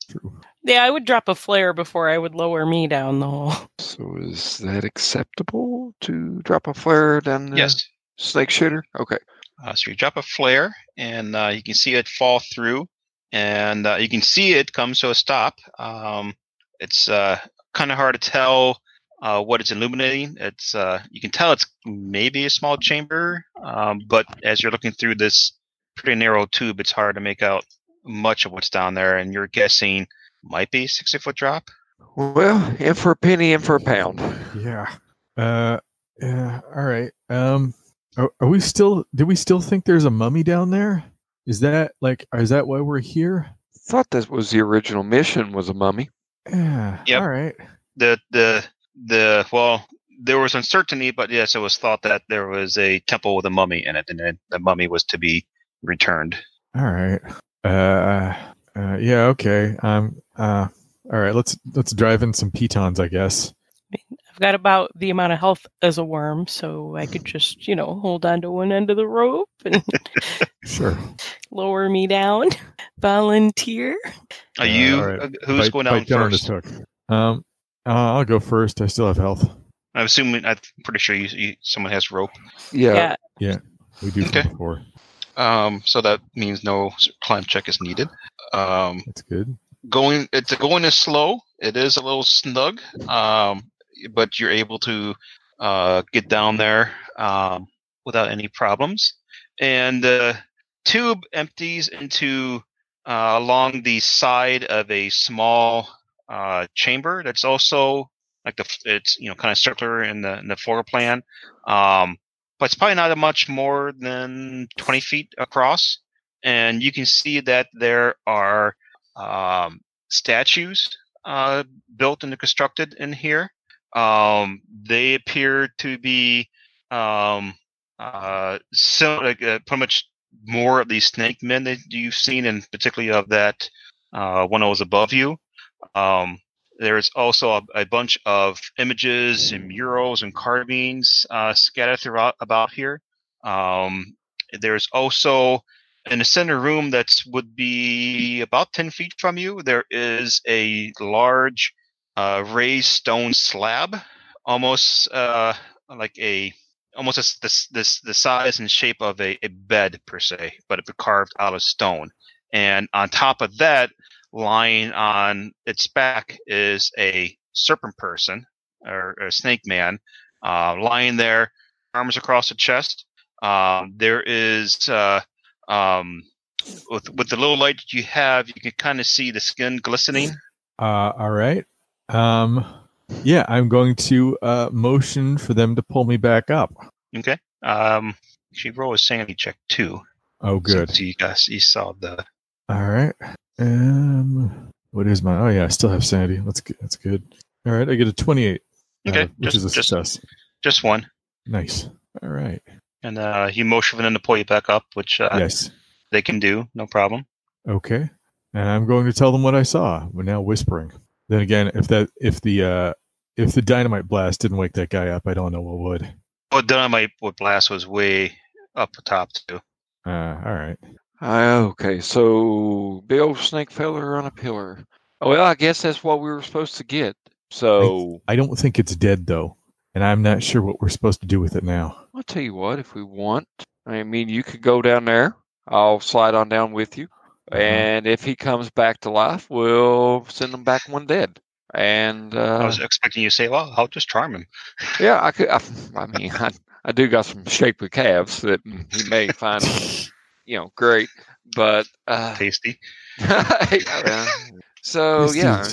C: True.
D: Yeah, I would drop a flare before I would lower me down the hole.
A: So is that acceptable to drop a flare down the
B: Yes.
A: snake shooter? Okay.
B: Uh, so you drop a flare, and uh, you can see it fall through, and uh, you can see it come to a stop. Um, it's uh, kind of hard to tell uh, what it's illuminating. It's uh, you can tell it's maybe a small chamber, um, but as you're looking through this pretty narrow tube, it's hard to make out much of what's down there. And you're guessing might be 60 foot drop.
A: Well, in for a penny, in for a pound.
C: Yeah. Uh. Yeah. All right. Um. Are, are we still? Do we still think there's a mummy down there? Is that like? Is that why we're here?
A: Thought that was the original mission was a mummy.
C: Yeah.
B: Yep.
C: All right.
B: The the the well. There was uncertainty, but yes, it was thought that there was a temple with a mummy in it, and then the mummy was to be returned.
C: All right. Uh, uh yeah, okay. Um uh all right, let's let's drive in some pitons, I guess.
D: I've got about the amount of health as a worm, so I could just, you know, hold on to one end of the rope and
C: Sure.
D: lower me down. Volunteer.
B: Are
C: Uh,
B: you?
C: all right.
B: uh, Who's
C: Bite-
B: going down
C: bite
B: first?
C: on this hook. Um uh, I'll go first. I still have health.
B: I'm assuming. I'm pretty sure you, you, someone has rope.
A: Yeah.
D: Yeah.
C: We do
B: Okay.
C: from before.
B: Um, so that means no s- climb check is needed. Um,
C: That's good.
B: going. It's going is slow. It is a little snug. Um, but you're able to uh, get down there um, without any problems. And the tube empties into uh, along the side of a small uh, chamber that's also like the f- it's you know kind of circular in the in the floor plan, um, but it's probably not much more than twenty feet across. And you can see that there are um, statues uh, built and constructed in here. Um, they appear to be um, uh, so like, uh, pretty much more of these snake men that you've seen, and particularly of that uh, one that was above you. Um, there is also a, a bunch of images and murals and carvings uh, scattered throughout about here. Um, there's also in the center room that would be about 10 feet from you there is a large uh, raised stone slab almost uh, like a almost as this this the size and shape of a, a bed per se but it carved out of stone and on top of that lying on its back is a serpent person or, or snake man uh, lying there arms across the chest um, there is uh, um, with with the little light that you have, you can kind of see the skin glistening.
C: Uh all right. Um yeah, I'm going to uh motion for them to pull me back up.
B: Okay. Um, she roll a sanity check too.
C: Oh good. Uh,
B: So you guys, you saw the
C: All right. Um, what is my? Oh yeah, I still have sanity. That's good. That's good. All right, I get a twenty-eight. uh,
B: Okay,
C: which
B: just-
C: is a
B: just-
C: success.
B: just one,
C: Nice. All right.
B: and uh, you motion for them to pull you back up, which uh,
C: yes.
B: they can do, no problem.
C: Okay. And I'm going to tell them what I saw. We're now whispering. Then again, if that if the uh if the dynamite blast didn't wake that guy up, I don't know what would.
B: Oh, dynamite with blast was way up the top too.
C: Uh, all right.
A: Uh, okay. So big old snake feller on a pillar. Oh, Well, I guess that's what we were supposed to get. So
C: I don't think it's dead though, and I'm not sure what we're supposed to do with it now.
A: I'll tell you what, if we want, I mean, you could go down there. I'll slide on down with you.
C: Uh-huh.
A: And if he comes back to life, we'll send him back one dead. And uh,
B: I was expecting you to say, "Well, I'll just charm him."
A: yeah, I could. I, I mean, I, I do got some shapely calves that he may find, you know, great. But uh,
B: Tasty.
A: yeah. so Oh, yeah,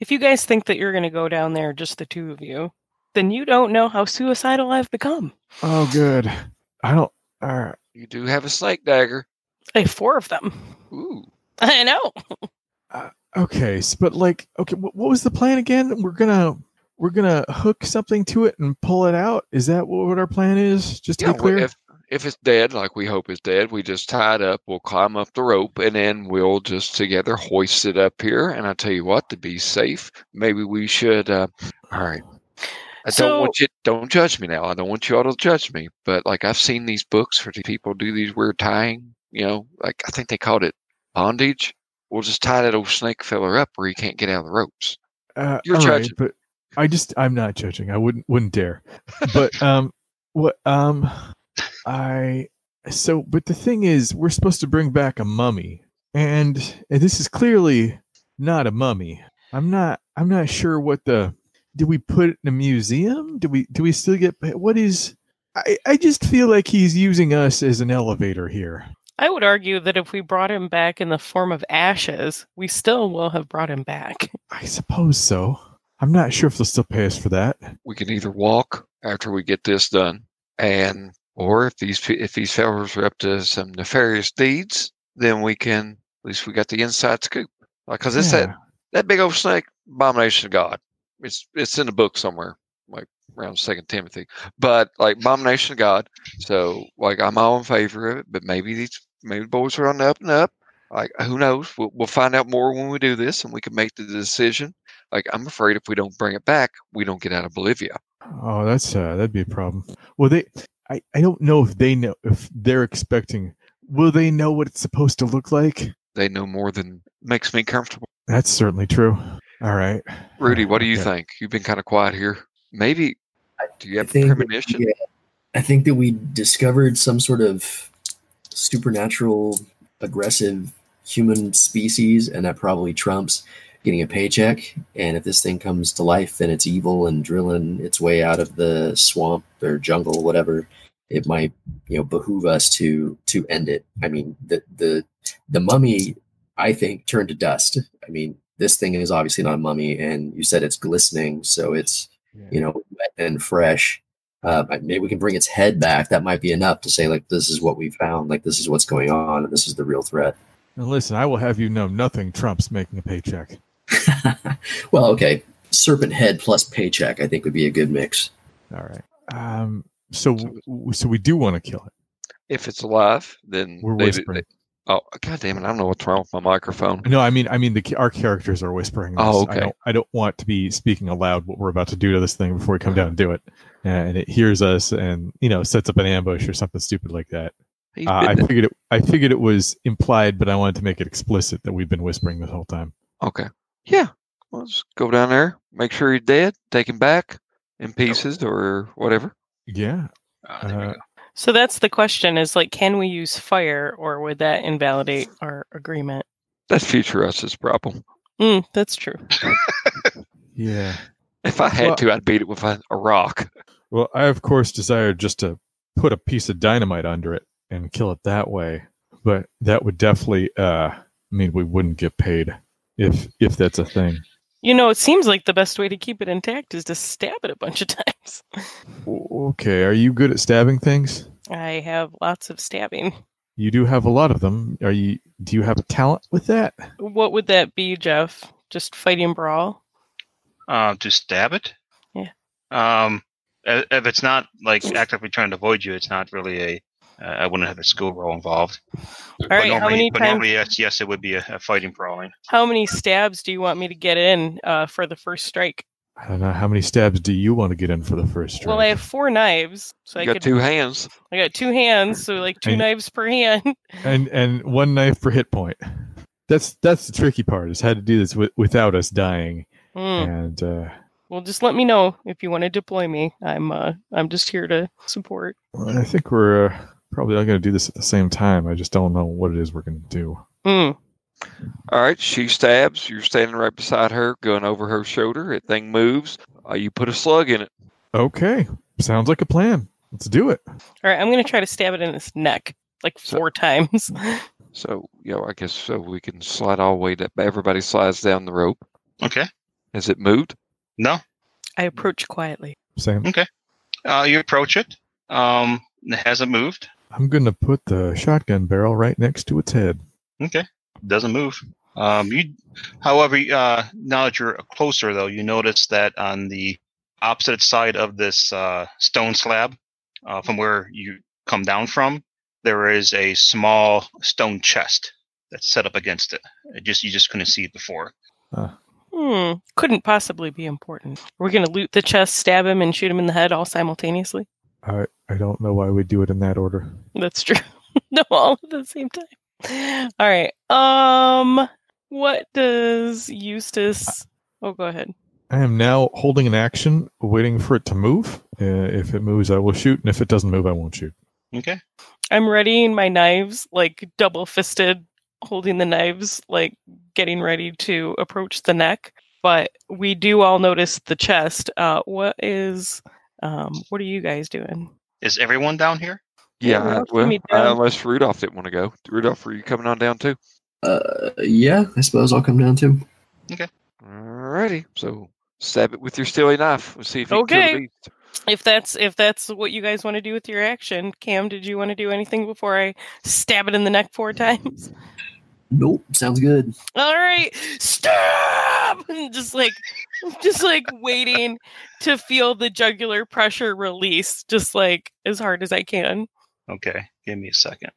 D: If you guys think that you're going to go down there, just the two of you, then you don't know how suicidal I've become.
C: Oh, good. I don't. uh, All right.
A: you do have a snake dagger.
D: I have four of them.
A: Ooh,
D: I know.
C: Okay, s- but like, okay, wh- what was the plan again? We're gonna we're gonna hook something to it and pull it out. Is that what, what our plan is? Just to
A: yeah.
C: be
A: we-
C: clear.
A: If if it's dead, like we hope it's dead, we just tie it up. We'll climb up the rope, and then we'll just together hoist it up here. And I tell you what, to be safe, maybe we should. Uh, all right. I don't want you. Don't judge me now. I don't want you all to judge me. But like I've seen these books where the people do these weird tying. You know, like I think they called it bondage. We'll just tie that old snake feller up where he can't get out of the ropes.
C: uh,
A: you're
C: all right,
A: judging.
C: but I just I'm not judging. I wouldn't wouldn't dare. But um, what um, I so but the thing is, we're supposed to bring back a mummy, and, and this is clearly not a mummy. I'm not I'm not sure what the do we put it in a museum? Do we do we still get what is? I, I just feel like he's using us as an elevator here.
D: I would argue that if we brought him back in the form of ashes, we still will have brought him back.
C: I suppose so. I'm not sure if they'll still pay us for that.
A: We can either walk after we get this done, and or if these pe- if these fellers are up to some nefarious deeds, then we can. At least we got the inside scoop. Like, cause it's that
C: Yeah.
A: that big old snake abomination of god it's it's in the book somewhere like around second timothy but like abomination of god so like i'm all in favor of it but maybe these maybe the boys are on the up and up like who knows we'll, we'll find out more when we do this and we can make the decision like i'm afraid if we don't bring it back we don't get out of bolivia
C: Oh, that's uh, that'd be a problem. Well, they, I, I don't know if they know if they're expecting. Will they know what it's supposed to look like?
A: they know more than makes me comfortable
C: That's certainly true. All right,
A: rudy what do you
C: Okay.
A: think you've been kind of quiet here maybe do you
E: I
A: have
E: think-
A: premonition
E: Yeah. I think that we discovered some sort of supernatural, aggressive human species, and that probably trumps getting a paycheck. And if this thing comes to life, then it's evil and drilling its way out of the swamp or jungle, whatever. It might, you know, behoove us to to end it. I mean, the the the mummy, I think, turned to dust. I mean, this thing is obviously not a mummy, and you said it's glistening, so it's you know wet and fresh. Uh, but maybe we can bring its head back. That might be enough to say like this is what we found, like this is what's going on, and this is the real threat.
C: And listen, I will have you know, nothing trumps making a paycheck.
E: well, okay, serpent head plus paycheck, I think would be a good mix.
C: All right. Um. So, w- w- so we do want to kill it.
A: if it's alive then
C: We're
A: they-
C: whispering.
A: Oh god damn it! I don't know what's wrong with my microphone.
C: No, I mean, I mean, the ca- our characters are whispering. This.
A: Oh,
C: I
A: okay.
C: don't, I don't want to be speaking aloud what we're about to do to this thing before we come down and do it, and it hears us and you know sets up an ambush or something stupid like that.
A: He's
C: Uh, I
A: been-
C: figured it. I figured it was implied, but I wanted to make it explicit that we've been whispering this whole time.
A: okay. Yeah. Let's go down there. Make sure he's dead. Take him back in pieces or whatever.
C: Yeah.
B: Ah, there we
C: Uh,
B: go.
D: So that's the question is like, can we use fire or would that invalidate our agreement?
A: That's future us's problem.
D: Mm, that's true.
C: Yeah.
A: If I had
C: Well-
A: to, I'd beat it with a, a rock.
C: Well, I of course desired just to put a piece of dynamite under it and kill it that way, but that would definitely. Uh, I mean, we wouldn't get paid if if that's a thing.
D: You know, it seems like the best way to keep it intact is to stab it a bunch of times.
C: O- Okay. Are you good at stabbing things?
D: I have lots of stabbing.
C: You do have a lot of them. Are you? Do you have a talent with that?
D: What would that be, Jeff? Just fighting brawl?
B: Um, to stab it.
D: Yeah. Mm.
B: Um, i- if it's not like actively trying to avoid you, it's not really a. Uh, I wouldn't have a skill roll involved.
D: All right, how many
B: but
D: times
B: normally, yes, yes, it would be a, a fighting brawling.
D: how many stabs do you want me to get in uh, for the first strike?
C: I don't know. How many stabs do you want to get in for the first?
D: Well,
C: strike?
D: I have four knives, so
A: You
D: I
A: got
D: could
A: two hands.
D: I got two hands, so like two
C: And-
D: knives per hand.
C: and and one knife per hit point. That's that's the tricky part is how to do this wi- without us dying.
D: Mm.
C: And uh,
D: Well, just let me know if you want to deploy me. I'm uh, I'm just here to support.
C: I think we're uh, probably all going to do this at the same time. I just don't know what it is we're going to do.
D: Mm.
A: All right. She stabs. You're standing right beside her, going over her shoulder. It thing moves. Uh, you put a slug in it.
C: Okay, sounds like a plan. Let's do it.
D: All right, I'm going to try to stab it in its neck like
A: So-
D: four times.
A: So, you know, I guess so we can slide all the way to everybody slides down the rope.
B: Okay.
A: Has it moved?
B: No.
D: I approach quietly.
C: Sam,
B: Uh, you approach it. Um, it hasn't moved.
C: I'm going to put the shotgun barrel right next to its head.
B: Okay. Doesn't move. Um, you, however, uh, now that you're closer, though, you notice that on the opposite side of this uh, stone slab, uh, from where you come down from, there is a small stone chest that's set up against it. it just you just couldn't see it before.
D: Hmm, couldn't possibly be important. We're going to loot the chest, stab him, and shoot him in the head all simultaneously.
C: I, I don't know why we do it in that order.
D: That's true. no, all at the same time. All right. Um, what does Eustace? Oh, go ahead.
C: I am now holding an action, waiting for it to move. Uh, if it moves, I will shoot, and if it doesn't move, I won't shoot.
B: Okay.
D: I'm readying my knives, like double fisted, holding the knives, like getting ready to approach the neck. But we do all notice the chest. Uh, what is, um, what are you guys doing?
B: Is everyone down here?
A: Yeah,
D: Rudolph,
A: I- well,
D: let me
A: uh,
D: down.
A: unless Rudolph didn't want to go. Rudolph, were you coming on down too?
E: Uh, yeah, I suppose I'll come down to.
A: Alrighty. So stab it with your steely knife. We'll see if you can kill
D: Okay.
A: the beast.
D: If that's if that's what you guys want to do with your action, Cam, did you want to do anything before I stab it in the neck four times?
E: Nope, sounds good.
D: all right stop And just like just like waiting to feel the jugular pressure release just like as hard as i can
B: Okay. Give me a second.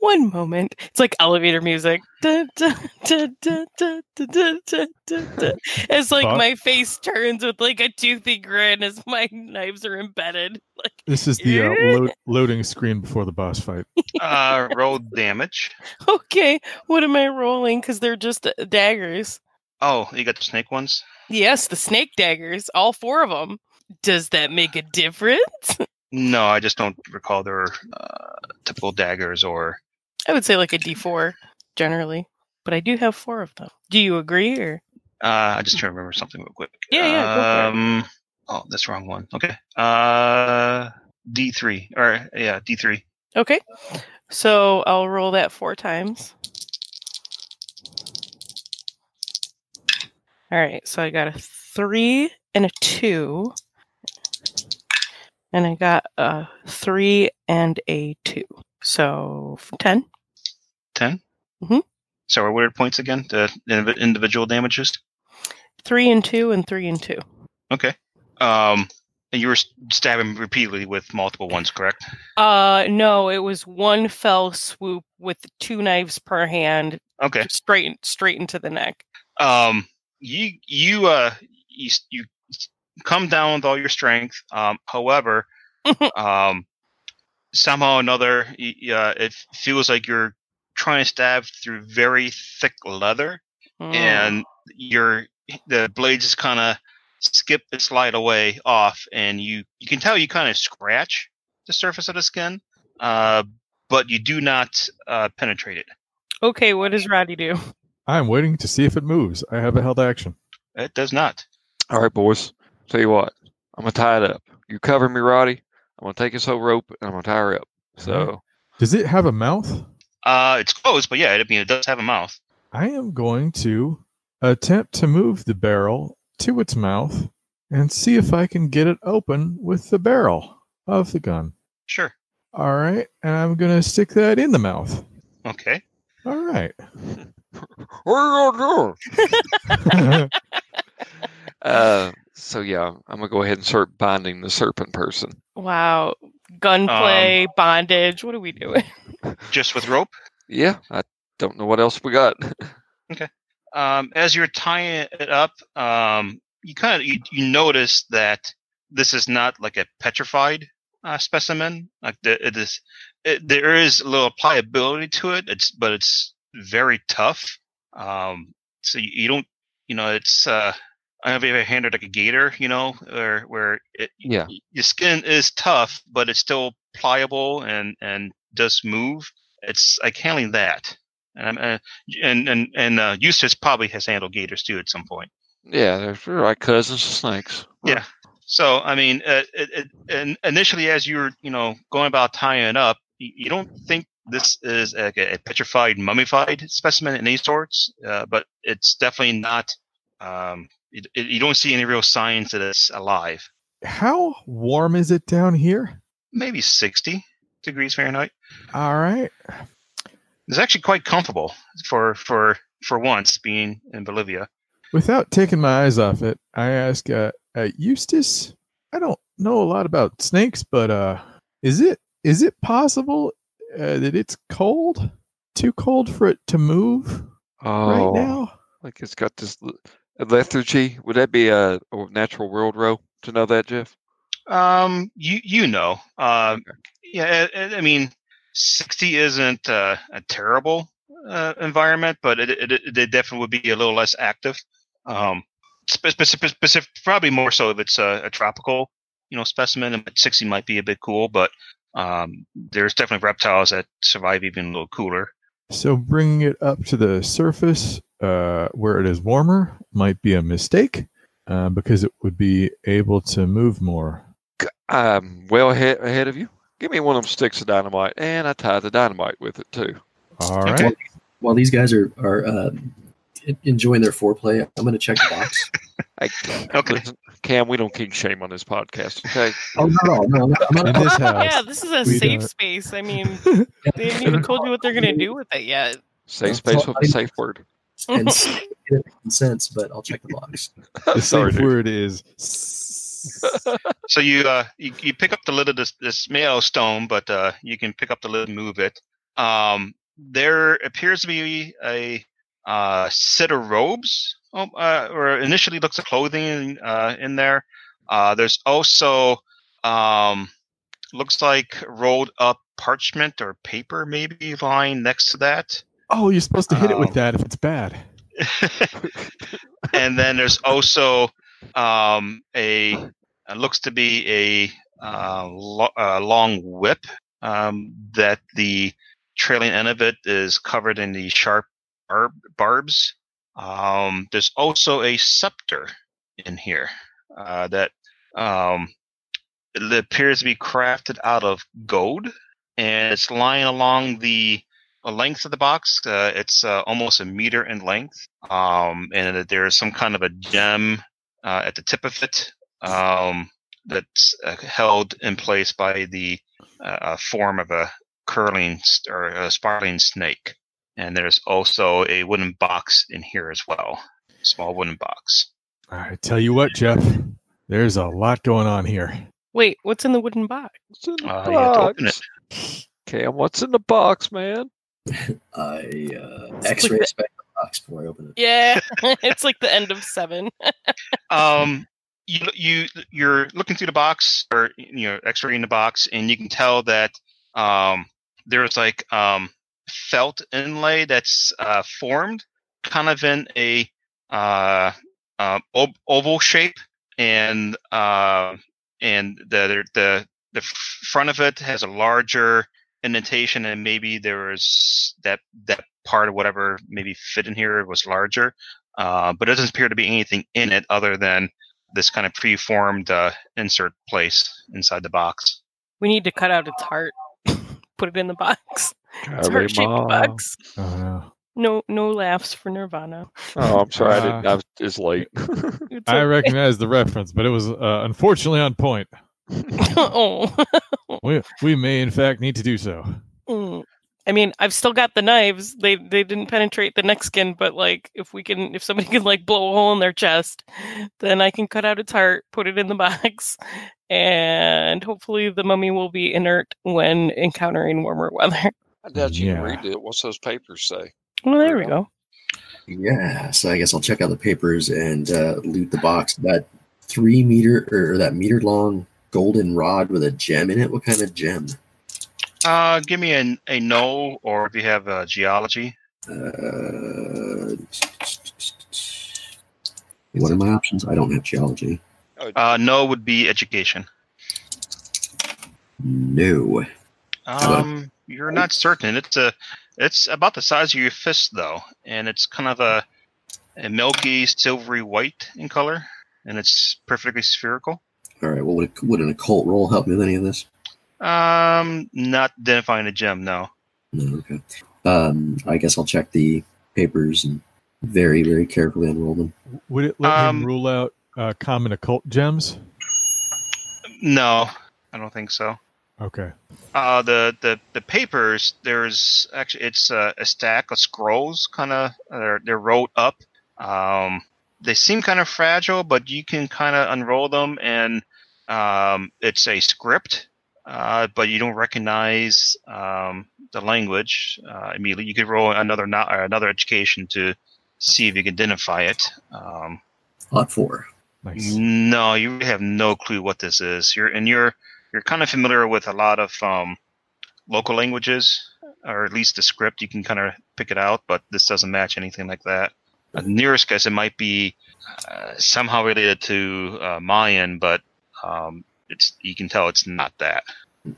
D: one moment it's like elevator music Da, da, da, da, da, da, da, da, da, da. as like
C: Fuck.
D: my face turns with like a toothy grin as my knives are embedded like
C: This is the uh, load, loading screen before the boss fight.
B: Uh, roll damage.
D: okay what am i rolling because they're just daggers
B: Oh, you got the snake ones.
D: yes the snake daggers all four of them does that make a difference
B: No, I just don't recall their uh, typical daggers or.
D: I would say like a D4 generally, but I do have four of them. Do you agree? Or
B: Uh, I just trying to remember something real quick.
D: Yeah, yeah, go for it.
B: Um, oh, that's the wrong one. Okay. Uh, D three or yeah, D three.
D: okay, so I'll roll that four times. All right, so I got a three and a two, and I got a three and a two. So f- ten.
B: Ten.
D: Mhm.
B: So what are points again? The indiv- individual damages.
D: Three and two and three and two.
B: Okay. Um, and you were s- stabbing repeatedly with multiple ones, correct?
D: Uh, no, it was one fell swoop with two knives per hand,
B: Okay.
D: straight straight into the neck.
B: um you you uh you, s- you s- come down with all your strength um however um somehow or another y- y- uh, it feels like you're trying to stab through very thick leather
D: Mm.
B: and your the blade just kind of skip and slide away off and you you can tell you kind of scratch the surface of the skin uh but you do not uh penetrate it
D: Okay, what does Roddy do?
C: I'm waiting to see if it moves. I have a held action.
B: it does not
A: All right, boys. Tell you what, I'm gonna tie it up. You cover me, Roddy. I'm gonna take this whole rope and I'm gonna tie her up. So
C: Does it have a mouth?
B: uh it's closed but yeah i mean it does have a mouth
C: I am going to attempt to move the barrel to its mouth and see if I can get it open with the barrel of the gun.
B: Sure.
C: All right. And I'm going to stick that in the mouth.
B: Okay.
C: All right.
D: Mm-hmm.
A: what are you gonna do? Uh, so yeah, I'm gonna go ahead and start binding the serpent person.
D: Wow, gunplay, bondage. What are we doing?
B: Just with rope.
A: Yeah, I don't know what else we got.
B: Um, as you're tying it up, um, you kind of you, you notice that this is not like a petrified uh, specimen. Like the, it is, it, there is a little pliability to it. It's but it's very tough. Um, so you, you don't, you know, it's. Uh, I have ever handled like a gator, you know, or where it,
A: Yeah.
B: your skin is tough, but it's still pliable and and does move. It's like handling that, and I'm, uh, and and and uh, Eustace probably has handled gators too at some point.
A: Yeah, they're they're like cousins of snakes.
B: Yeah. So I mean, uh, it, it, and initially, as you're you know going about tying it up, you, you don't think this is like a, a petrified, mummified specimen in any sorts, uh, but it's definitely not. Um, it, it, you don't see any real signs that it's alive.
C: How warm is it down here?
B: Maybe sixty degrees Fahrenheit.
C: All right.
B: It's actually quite comfortable for for for once being in Bolivia.
C: Without taking my eyes off it, I ask uh, uh, Eustace. I don't know a lot about snakes, but uh, is it is it possible uh, that it's cold? Too cold for it to move
A: Oh,
C: right now?
A: like it's got this l- lethargy. Would that be a, a natural world row to know that, Jeff?
B: Um, you you know, um, yeah, I, I- I mean, sixty isn't uh, a terrible uh, environment, but it, it it it definitely would be a little less active. Um, specific, specific, probably more so if it's a, a tropical, you know, specimen. and Sixty might be a bit cool, but um, there's definitely reptiles that survive even a little cooler.
C: So bringing it up to the surface uh, where it is warmer might be a mistake uh, because it would be able to move more.
A: G- I'm well ahead, ahead of you. Give me one of them sticks of dynamite, and I tie the dynamite with it too.
C: All
B: Okay.
C: right.
E: While these guys are are um, en- enjoying their foreplay, I'm going to check the box.
A: Hey,
B: Okay.
A: listen, Cam, we don't keep shame on this podcast, okay?
E: oh no, no, no, no, I'm
C: In
E: not,
C: this house.
D: Yeah, this is a
C: We
D: safe
C: don't-
D: space. I mean, they haven't even told you what they're going to do with it yet.
A: Safe
E: That's
A: space
E: all
A: with a
E: I-
A: safe word.
E: and sense, but I'll check the box.
C: The
A: Sorry,
C: safe
A: dude.
C: word is.
B: So you uh you, you pick up the lid of this this mail stone, but uh you can pick up the lid and move it. Um there appears to be a uh set of robes um, uh, or initially looks like clothing uh in there. Uh there's also um looks like rolled up parchment or paper maybe lying next to that.
C: Oh, you're supposed to hit it
B: Um,
C: with that if it's bad.
B: and then there's also um, a it looks to be a uh, lo- uh, long whip um, that the trailing end of it is covered in the sharp barb- barbs. Um, there's also a scepter in here uh, that um, it appears to be crafted out of gold, and it's lying along the the length of the box. Uh, it's uh, almost a meter in length, um, and it- there is some kind of a gem uh, at the tip of it um, that's uh, held in place by the uh, uh, form of a curling s- or a spiraling snake. And there's also a wooden box in here as well, small wooden box.
C: I tell you what, Jeff, there's a lot going on here.
D: Wait, what's in the wooden box?
A: What's in the
B: Uh, you have to open
A: box? Cam, what's in the box, man?
E: I uh,
D: It's
E: X-ray
D: like
E: spec the box before I open it.
D: Yeah, it's like the end of seven.
B: um you you you're looking through the box or you know x-raying the box and you can tell that um there's like um felt inlay that's uh formed kind of in a uh, uh ob- oval shape and uh and the the the front of it has a larger indentation and maybe there was that that part of whatever maybe fit in here was larger uh, but it doesn't appear to be anything in it other than this kind of preformed uh, insert place inside the box.
D: We need to cut out its heart, put it in the box. It's
A: Golly,
D: heart-shaped
A: Mom.
D: box.
C: Oh, no.
D: No, no laughs for Nirvana.
A: Oh, I'm sorry. I didn't.
C: Uh,
A: I was it's late.
D: It's
C: I
D: a-
C: recognize the reference, but it was uh, unfortunately on point.
D: oh.
C: We, we may, in fact, need to do so.
D: Mm. I mean, I've still got the knives. They they didn't penetrate the neck skin, but like if we can if somebody can like blow a hole in their chest, then I can cut out its heart, put it in the box, and hopefully the mummy will be inert when encountering warmer weather.
A: I doubt you
C: Yeah.
A: can read it. What's those papers say?
D: Well, there we go.
E: Yeah, so I guess I'll check out the papers and uh, loot the box. That three meter or that meter long golden rod with a gem in it. What kind of gem?
B: Uh, give me an, a no, or if you have uh, geology.
E: Uh, what are my options? I don't have geology.
B: Uh, no would be education.
E: No.
B: Um, you're not certain. It's a, it's about the size of your fist though, and it's kind of a, a milky silvery white in color, and it's perfectly spherical.
E: All right. Well, would, a, would an occult roll help me with any of this?
B: Um, not identifying a gem. No.
E: No. Okay. Um, I guess I'll check the papers and very, very carefully unroll them.
C: Would it let
B: Um,
C: him rule out uh, common occult gems?
B: No, I don't think so.
C: Okay.
B: Uh, the, the the papers. There's actually it's a, a stack of scrolls, kind of. They're they're rolled up. Um, they seem kind of fragile, but you can kind of unroll them, and um, it's a script. Uh, but you don't recognize um, the language uh, immediately. You could roll another not or another education to see if you can identify it. Um,
E: Odd four.
B: Mm.
C: Nice.
B: No, you have no clue what this is. You're and you're you're kind of familiar with a lot of um, local languages, or at least the script. You can kind of pick it out, but this doesn't match anything like that. The nearest guess it might be uh, somehow related to uh, Mayan, but um, it's you can tell it's not that.
E: Uh,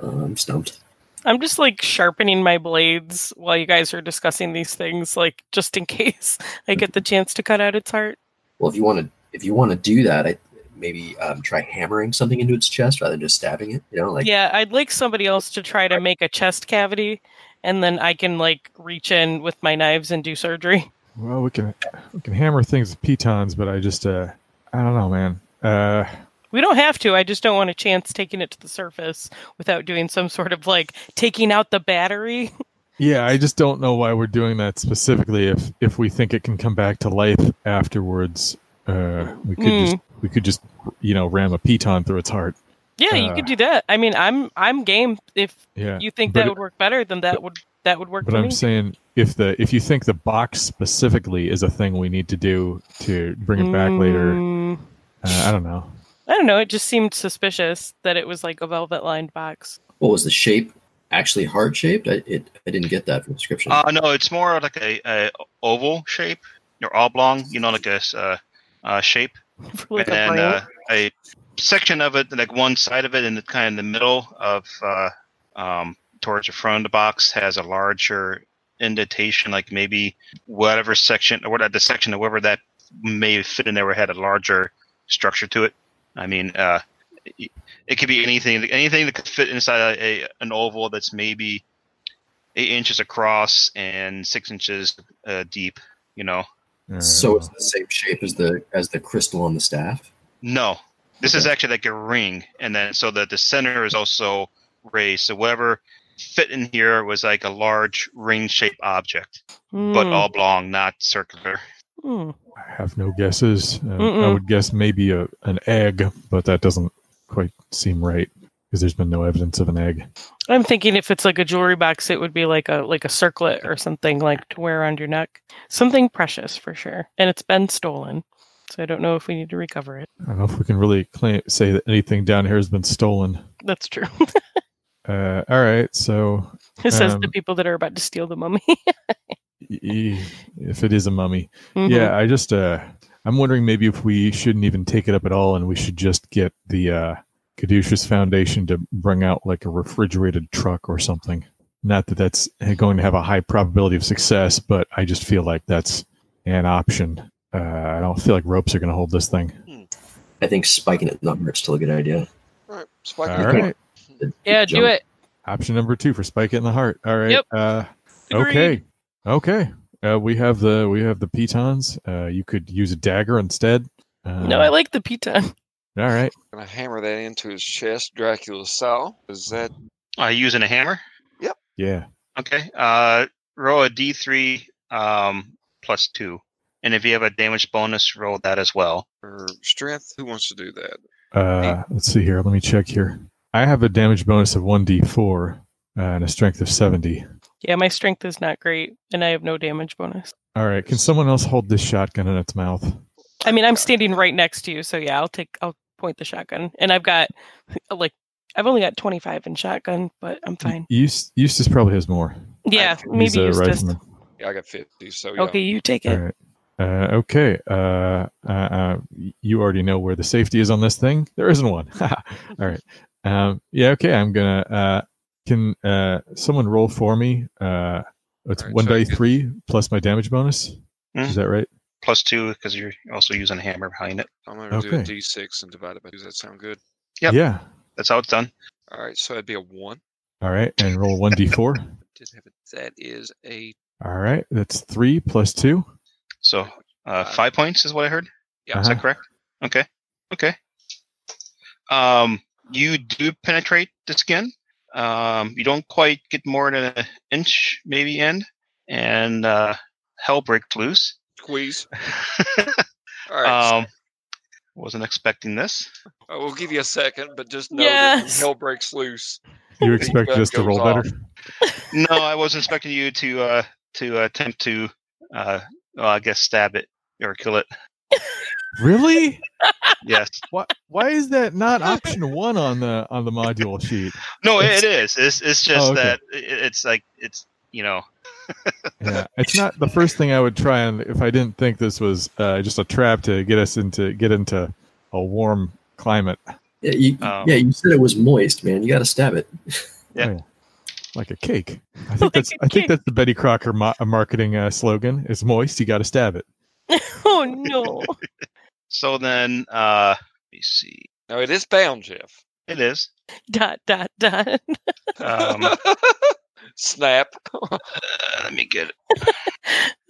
E: I'm stumped.
D: I'm just like sharpening my blades while you guys are discussing these things, like just in case I get the chance to cut out its heart.
E: Well, if you want to, if you want to do that, I, maybe um, try hammering something into its chest rather than just stabbing it. You know, like
D: yeah, I'd like somebody else to try to make a chest cavity, and then I can like reach in with my knives and do surgery.
C: Well, we can we can hammer things with pitons, but I just uh, I don't know, man. Uh,
D: We don't have to. I just don't want a chance taking it to the surface without doing some sort of like taking out the battery.
C: yeah, I just don't know why we're doing that specifically. If if we think it can come back to life afterwards, uh, we could
D: Hmm.
C: just we could just you know ram a piton through its heart.
D: Yeah, you could do that. I mean, I'm I'm game. If
C: Uh. Yeah,
D: you think
C: but
D: that
C: it-
D: would work better, then that would that would work
C: but
D: for
C: I'm
D: me.
C: saying if the if you think the box specifically is a thing we need to do to bring it back later,
D: Mm,
C: uh, I don't know.
D: I don't know. It just seemed suspicious that it was like a velvet lined box.
E: what was the shape? Actually, heart shaped. I it, I didn't get that from the description.
B: Uh, no, it's more like a, a oval shape or oblong. You know, like a s- uh, uh, shape.
D: Like a
B: and
D: brain.
B: uh, a section of it, like one side of it, and kind of in the middle of uh, um, towards the front of the box has a larger indentation, like maybe whatever section or what the section, however that may fit in there, had a larger structure to it. I mean, uh, it it could be anything, anything that could fit inside a, a an oval that's maybe eight inches across and six inches uh, deep. You know,
C: All right,
E: so it's
C: well,
E: the same shape as the as the crystal on the staff.
B: No, this is
E: Okay.
B: actually like a ring, and then so that the center is also raised. So whatever fit in here was like a large ring-shaped object, but
D: Mm,
B: oblong, not circular.
D: mm.
C: I have no guesses. Uh, I
D: Mm-mm.
C: would guess maybe a, an egg, but that doesn't quite seem right because there's been no evidence of an egg.
D: I'm thinking if it's like a jewelry box, it would be like a like a circlet or something like to wear around your neck, something precious for sure. And it's been stolen, so I don't know if we need to recover it.
C: I don't know if we can really claim, say that anything down here has been stolen.
D: That's true.
C: Uh, all right, so
D: it says the
C: Um,
D: people that are about to steal the mummy.
C: y- y- e, if it is a mummy,
D: Mhm.
C: yeah, I just uh, I'm wondering maybe if we shouldn't even take it up at all, and we should just get the uh, Caduceus Foundation to bring out like a refrigerated truck or something. Not that that's going to have a high probability of success, but I just feel like that's an option. Uh, I don't feel like ropes are going to hold this thing.
E: I think spiking it in the heart's still a good idea.
A: All right, spike
C: All
A: it.
C: right,
D: yeah, do
E: Jump.
D: it.
C: option number two for Spike It in the Heart. All right.
D: Yep.
C: Uh, Okay. Okay. Uh, we have the we have the pitons. Uh, you could use a dagger instead. Uh,
D: No, I like the pita.
C: all right.
A: gonna hammer that into his chest, Dracula style. Is that
B: Are you Uh, using a hammer?
C: Yeah.
B: Okay. Uh, roll a d3 um, plus two, and if you have a damage bonus, roll that as well.
A: or strength? Who wants to do that?
C: Uh, let's see here. Let me check here. I have a damage bonus of one d four uh, and a strength of seventy.
D: Yeah, my strength is not great, and I have no damage bonus.
C: All right. Can someone else hold this shotgun in its mouth?
D: I mean, I'm standing right next to you, so yeah, I'll take I'll point the shotgun, and I've got like I've only got 25 in shotgun, but I'm fine.
C: Eust- Eustace probably has more.
D: Yeah,
A: He's
D: maybe
C: Mm, a
D: Eustace.
C: rifleman.
A: Yeah, I got fifty. So yeah.
D: Okay, you take
C: All
D: it.
C: right. Uh, okay. Uh, uh, uh, you already know where the safety is on this thing. There isn't one. All right. Um, yeah. Okay. I'm gonna. Uh, can uh, someone roll for me? Uh, it's
A: All right,
C: one
A: so I Hmm?
C: die
A: get-
C: three plus my damage bonus.
B: Mhm.
C: Is that right?
B: plus two because you're also using a hammer behind it.
A: I'm going to do a
C: Okay.
A: d6 and divide it by two. Does that sound good?
B: Yep.
C: Yeah.
B: That's how it's done.
A: All right. So that'd be a one.
C: All right. And roll 1d4.
A: Did have it. That is a
C: All right. That's three plus two.
B: So uh, five points is what I heard.
A: Yeah.
C: Uh-huh.
B: Is that correct? Okay. Okay. Um, you do penetrate the skin. Um, you don't quite get more than an inch, maybe in, and uh, hell breaks loose.
A: squeeze. All right.
B: um, wasn't expecting this.
A: I will give you a second, but just know that
D: Yes.
A: when hell breaks loose.
C: You expected us to roll better?
B: No, I wasn't expecting you to uh, to attempt to, uh, well, I guess, stab it or kill it.
C: Really?
B: Yes.
C: Why, why is that not option one on the on the module sheet?
B: No,
C: It's-
B: it is. It's it's just
C: Oh, okay.
B: that it, it's like it's you know
C: Yeah, it's not the first thing I would try, and if I didn't think this was uh, just a trap to get us into get into a warm climate,
E: Yeah, you,
D: Oh.
B: Um,
E: yeah, you said it was moist, man. You got to stab it.
C: like a cake. I
D: Like
C: think that's
D: a
C: I think
D: cake.
C: that's the Betty Crocker mo- marketing uh, slogan: "It's moist, you got to stab it."
D: Oh no.
B: So then, uh, let me see.
A: No, it is bound, Jeff.
B: It is.
D: dot dot dot.
B: Um,
A: Snap.
B: Uh, let me get it.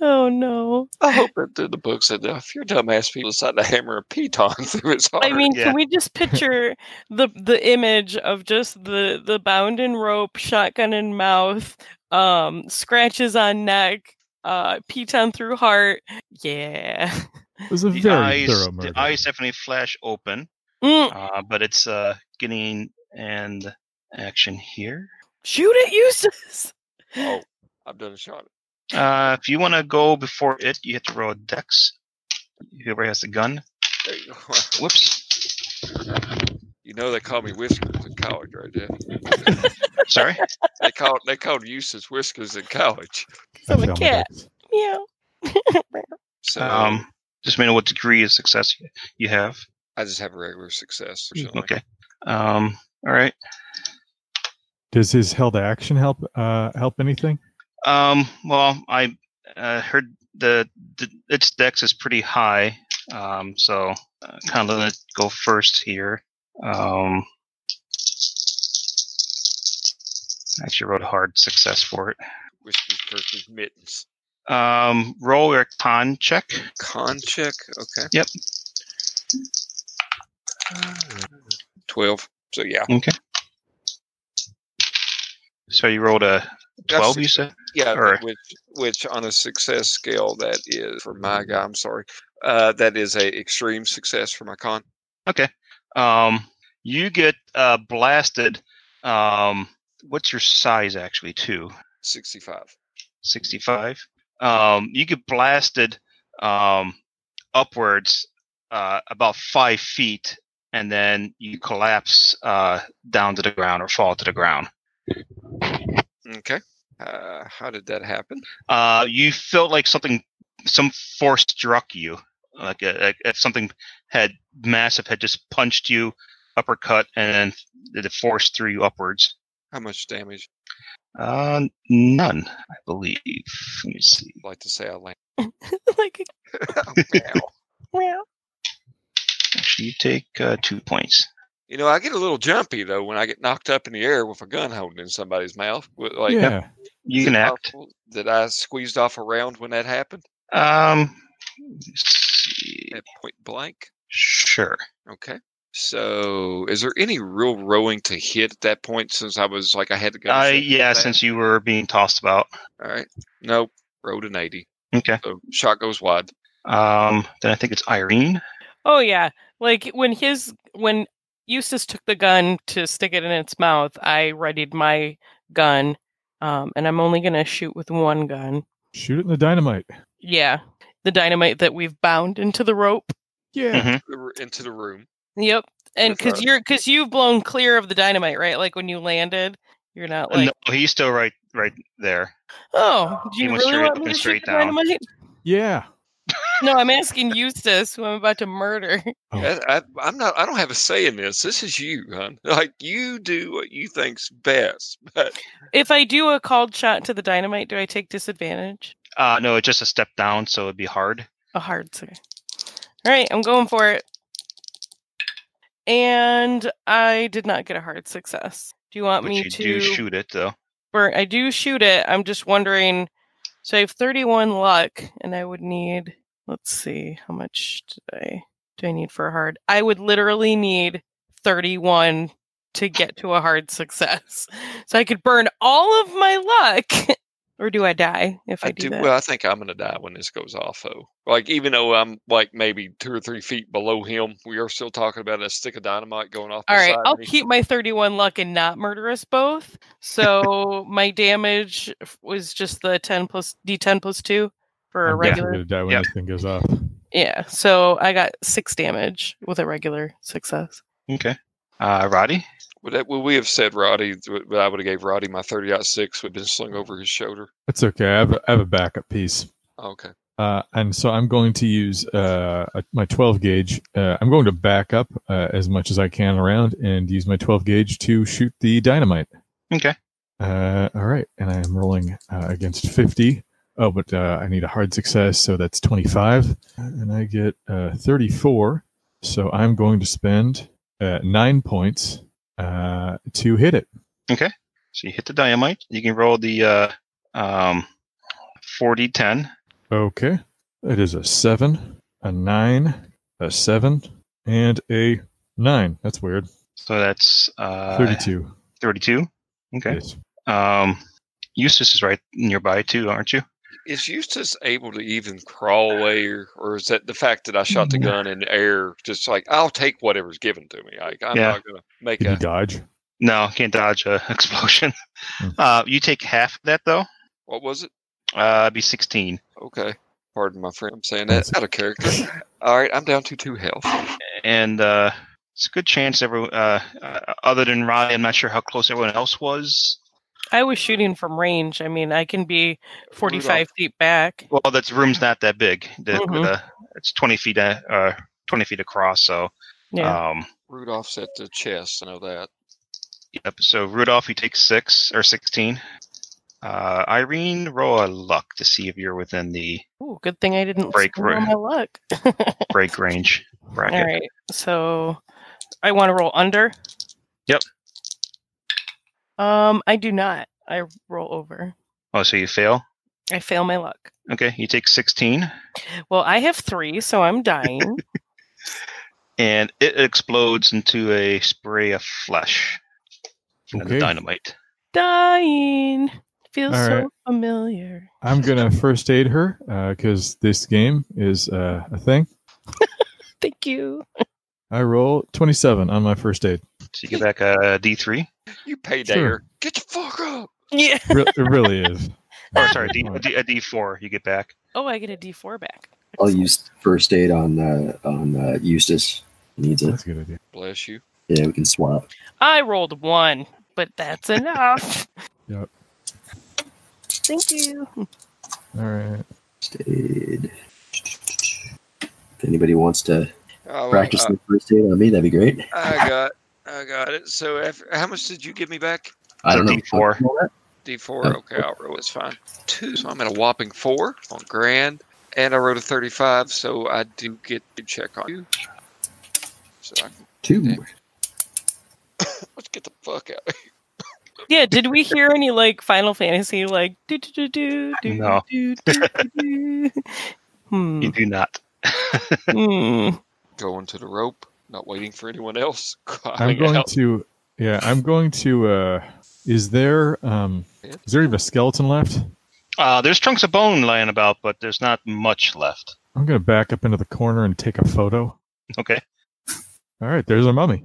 D: Oh no.
A: I hope it through the book said, "Now, if your dumbass people decide to hammer a piton through its heart,
D: I mean,
B: yeah.
D: can we just picture the the image of just the the bound in rope, shotgun in mouth, um, scratches on neck, uh, piton through heart. Yeah.
C: It was a
B: The
C: very
B: eyes,
C: thorough
B: the
C: murder.
B: eyes definitely flash open,
D: Mm,
B: uh, but it's uh, getting and action here.
D: shoot it, Eustace.
A: oh, I've done a shot.
B: Uh, if you want to go before it, you have to roll a dex. Whoever has the gun.
A: There you, go.
B: Whoops.
A: you know they call me Whiskers in college, right? Jeff?
B: Sorry.
A: They called they called Eustace Whiskers in college.
C: I
D: I'm a
C: found my
D: cat.
C: dice.
D: Meow.
A: So
B: um, just mean what degree of success you have.
A: I just have a regular success. Or something.
B: mm, Okay. Um, all right.
C: Does his hell to action help uh, help anything?
B: Um, well, I uh, heard the, the its dex is pretty high, um, so uh, kind of let it go first here. Um, actually, wrote a hard success for it.
A: Whiskers versus mittens.
B: Um, roll your con check.
A: Con check. Okay.
B: Yep.
A: Twelve. So yeah,
B: So you rolled a twelve, you
A: success.
B: said.
A: yeah.
B: Or-
A: Which which on a success scale that is for my guy. I'm sorry. Uh, that is a extreme success for my con.
B: Okay. Um, you get uh, blasted. Um, what's your size actually, too?
A: 65.
B: 65 um, you get blasted um, upwards uh, about five feet and then you collapse uh, down to the ground or fall to the ground
A: Okay. Uh, how did that happen?
B: uh, you felt like something some force struck you like, uh like if something had massive had just punched you uppercut and then the force threw you upwards
A: How much damage?
B: uh, none i believe let me see
A: I'd like to say I Oh, land.
D: like a
A: Wow.
D: meow.
B: actually you take uh, two points
A: you know, I get a little jumpy though when I get knocked up in the air with a gun holding in somebody's mouth. With, Like,
C: yeah,
A: is
B: you can
A: it
B: act
A: possible That I squeezed off a round when that happened
B: Um, let's see.
A: at point blank.
B: Sure.
A: Okay. So, is there any real rowing to hit at that point since I was like, I had to go?
B: Uh, yeah, since you were being tossed about.
A: All right. Nope. Rode an 80.
B: Okay.
A: So, shot goes wide.
B: Um, then I think it's Irene.
D: Oh yeah, like when his when Eustace took the gun to stick it in its mouth, I readied my gun, um, and I'm only gonna shoot with one gun.
C: shoot it in the dynamite.
D: Yeah, the dynamite that we've bound into the rope.
C: Yeah,
B: Mhm.
A: The r- Into the room.
D: Yep, and
A: With
D: because
A: a-
D: you're because you've blown clear of the dynamite, right? Like when you landed, you're not like,
B: Uh, no, he's still right, right there.
D: oh, do
B: He
D: you
B: went
D: really
B: straight
D: want
B: up
D: me
B: and
D: to shoot
B: straight
D: the
B: down.
D: dynamite?
C: yeah.
D: No, I'm asking Eustace, who I'm about to murder.
C: Oh.
B: Hmm.
A: I, I, I'm not. I don't have a say in this. This is you, hon. Like you do what you think's best. But
D: If I do a called shot to the dynamite, do I take disadvantage?
B: Uh, no, it's just a step down, so it'd be hard.
D: a hard save. All right, I'm going for it. And I did not get a hard success. Do you want
B: But
D: me
B: you
D: to
B: do shoot it though.
D: burn? I do shoot it. I'm just wondering. So I have 31 luck, and I would need. Let's see, how much did I do? I need for a hard. I would literally need 31 to get to a hard success. So I could burn all of my luck, or do I die if I,
A: I
D: do,
A: do.
D: that?
A: Well, I think I'm going to die when this goes off, though. Like, even though I'm like maybe two or three feet below him, we are still talking about a stick of dynamite going off.
D: All right,
A: beside
D: I'll
A: me.
D: keep my 31 luck and not murder us both. So my damage f- was just the 10 plus d10 plus 2 for a
C: I'm definitely gonna
D: regular.
C: die when
B: Yep.
C: this thing goes off.
D: Yeah. so I got 6 damage with a regular success.
B: Okay. Uh, Roddy.
A: Would, that, would we have said Roddy? would- I would have gave Roddy my 30.6 would have been slung over his shoulder.
C: That's okay. I have a, I have a backup piece.
A: Okay.
C: Uh, and so I'm going to use uh, a- my 12 gauge. Uh, I'm going to back up uh, as much as I can around and use my 12 gauge to shoot the dynamite.
B: Okay.
C: Uh, all right. And I am rolling uh, against 50. Oh, but uh, I need a hard success. So that's 25. And I get uh, 34. So I'm going to spend uh, nine points uh, to hit it.
B: So you hit the dynamite. You can roll the uh, um, 40 10.
C: Okay. It is a seven, a nine, a seven, and a nine. That's weird.
B: So that's uh,
C: 32.
B: 32. Okay.
C: Yes.
B: Um, Eustace is right nearby too, aren't you?
A: Is Eustace able to even crawl away, or, or is that the fact that I shot the gun in air? Just like I'll take whatever's given to me. Like I'm
B: Yeah.
A: not going to make
C: Did you
A: a.
C: dodge?
B: No, can't dodge a explosion.
C: Hmm.
B: Uh, you take half of that though.
A: What was it?
B: Uh, it'd be 16.
A: Okay. Pardon my friend. I'm saying that
C: That's
A: out of character. All right, I'm down to two health.
B: and uh, it's a good chance. Every uh, uh, other than Roddy, I'm not sure how close everyone else was.
D: I was shooting from range. I mean, I can be 45 feet back.
B: Well, that's room's not that big. The,
D: Mhm.
B: the- it's 20 feet uh, uh, 20 feet across. So
D: Yeah.
B: um,
A: Rudolph's at the chest. I know that.
B: yep. So Rudolph, you take six or 16. Uh, Irene, roll a luck to see if you're within the
D: Ooh, good thing I didn't
B: break
D: spend all
B: room.
D: my luck.
B: break range bracket.
D: All right. So I want to roll under.
B: Yep.
D: Um, I do not. I roll over.
B: Oh, so you fail.
D: I fail my luck.
B: Okay, you take 16,
D: Well, I have three, so I'm dying.
B: and it explodes into a spray of flesh and the
C: Okay.
B: dynamite.
D: dying feels
C: All
D: so
C: right.
D: familiar.
C: I'm going to first aid her because this game is uh, a thing.
D: Thank you.
C: I roll 27 on my first aid.
B: So you get back a D3.
A: You payday
C: Sure.
A: her. Get the fuck up.
D: Yeah.
C: Re- it really is.
B: Or Oh, sorry, D, a, D, a D4 you get back.
D: Oh, I get a D4 back.
E: I'll use first aid on uh, on uh, Eustace. He needs it.
C: That's a good idea.
A: Bless you.
E: Yeah, we can swap.
D: I rolled one, but that's enough.
C: Yep.
D: Thank you.
C: All right.
E: First aid. If anybody wants to
A: Oh,
E: practice
A: I,
E: the first aid on me, that'd be great.
A: I got, I got it. So, after, how much did you give me back?
E: I don't know.
B: D4.
A: D
C: Uh,
A: four. Okay, I'll roll. It's fine. Two. So I'm at a whopping four on grand, and I wrote a thirty-five. So I do get to check on you. So I can,
E: Two.
A: let's get the fuck out. of here.
D: Yeah, did we hear any like Final Fantasy like do do do do do
B: No.
D: do do do? Hmm.
B: You do not.
D: hmm.
A: Going to the rope. Not waiting for anyone else.
C: I'm
A: Climbing
C: going
A: out.
C: to, yeah, I'm going to, uh, is there, um, is there even a skeleton left?
B: Uh, there's chunks of bone lying about, but there's not much left.
C: I'm going to back up into the corner and take a photo.
B: Okay.
C: All right. There's our mummy.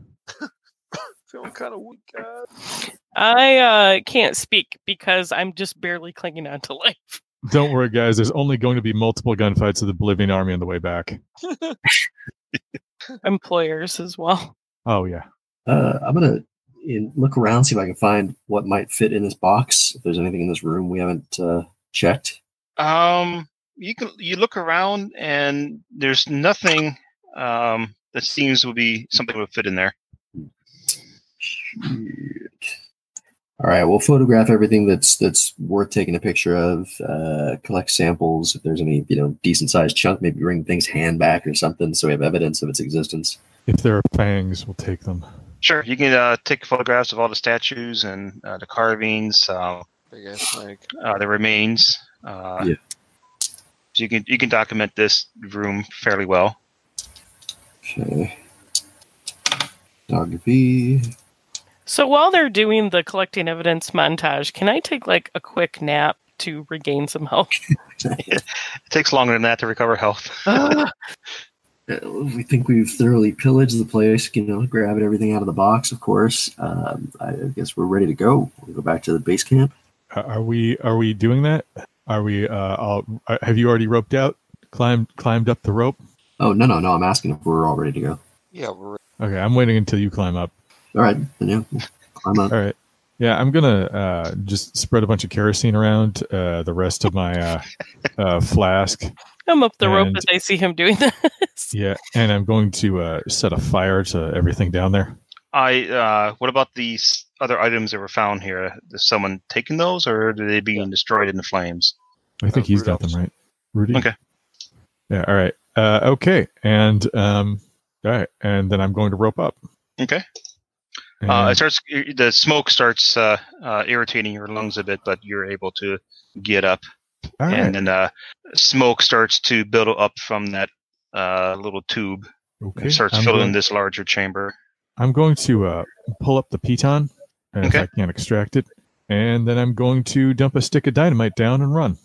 A: Feeling kind of weak, guys.
D: I uh, can't speak because I'm just barely clinging on to life.
C: Don't worry, guys. There's only going to be multiple gunfights of the Bolivian army on the way back.
D: Employers as well.
C: Oh yeah.
E: Uh, I'm gonna in, look around, see if I can find what might fit in this box. If there's anything in this room we haven't uh, checked.
B: Um, you can you look around and there's nothing um, that seems would be something that would fit in there.
E: Shoot. All right, we'll photograph everything that's that's worth taking a picture of. Uh, collect samples if there's any you know decent sized chunk. Maybe bring things hand back or something so we have evidence of its existence.
C: If there are fangs, we'll take them.
B: Sure, you can uh, take photographs of all the statues and uh, the carvings, uh,
A: Big ass snake.
B: uh, the remains. Uh,
E: Yeah.
B: So you can you can document this room fairly well.
E: Okay. Dog V.
D: So while they're doing the collecting evidence montage, can I take like a quick nap to regain some health?
B: It takes longer than that to recover health.
E: Uh, we think we've thoroughly pillaged the place, you know, grabbing everything out of the box, of course. Um, I guess we're ready to go. We'll go back to the base camp.
C: Are- Are we? Are we doing that? Are we? Uh, all, are- have you already roped out? Climbed? Climbed up the rope?
E: Oh, no, no, no. I'm asking if we're all ready to go.
A: Yeah, we're
C: Okay, I'm waiting until you climb up.
E: All right. Then, yeah, we'll climb up.
C: All right. Yeah, I'm gonna uh, just spread a bunch of kerosene around uh, the rest of my uh, uh, flask.
D: I'm up the rope
C: And-
D: as I see him doing this.
C: Yeah, and I'm going to uh, set a fire to everything down there.
B: I. Uh, what about these other items that were found here? Is someone taking those, or are they being destroyed in the flames?
C: I think
A: Uh,
C: he's got them
A: Rudolph's.
C: right. Rudy.
B: Okay.
C: Yeah. All right. Uh, okay. And um, all right. And then I'm going to rope up.
B: Okay.
C: And,
B: Uh, it starts. The smoke starts uh, uh, irritating your lungs a bit, but you're able to get up,
C: all right.
B: and then uh, smoke starts to build up from that uh, little tube.
C: okay.
B: It starts
C: I'm
B: filling
C: going,
B: this larger chamber.
C: I'm going to uh, pull up the piton, and
B: Okay.
C: if I can extract it, and then I'm going to dump a stick of dynamite down and run.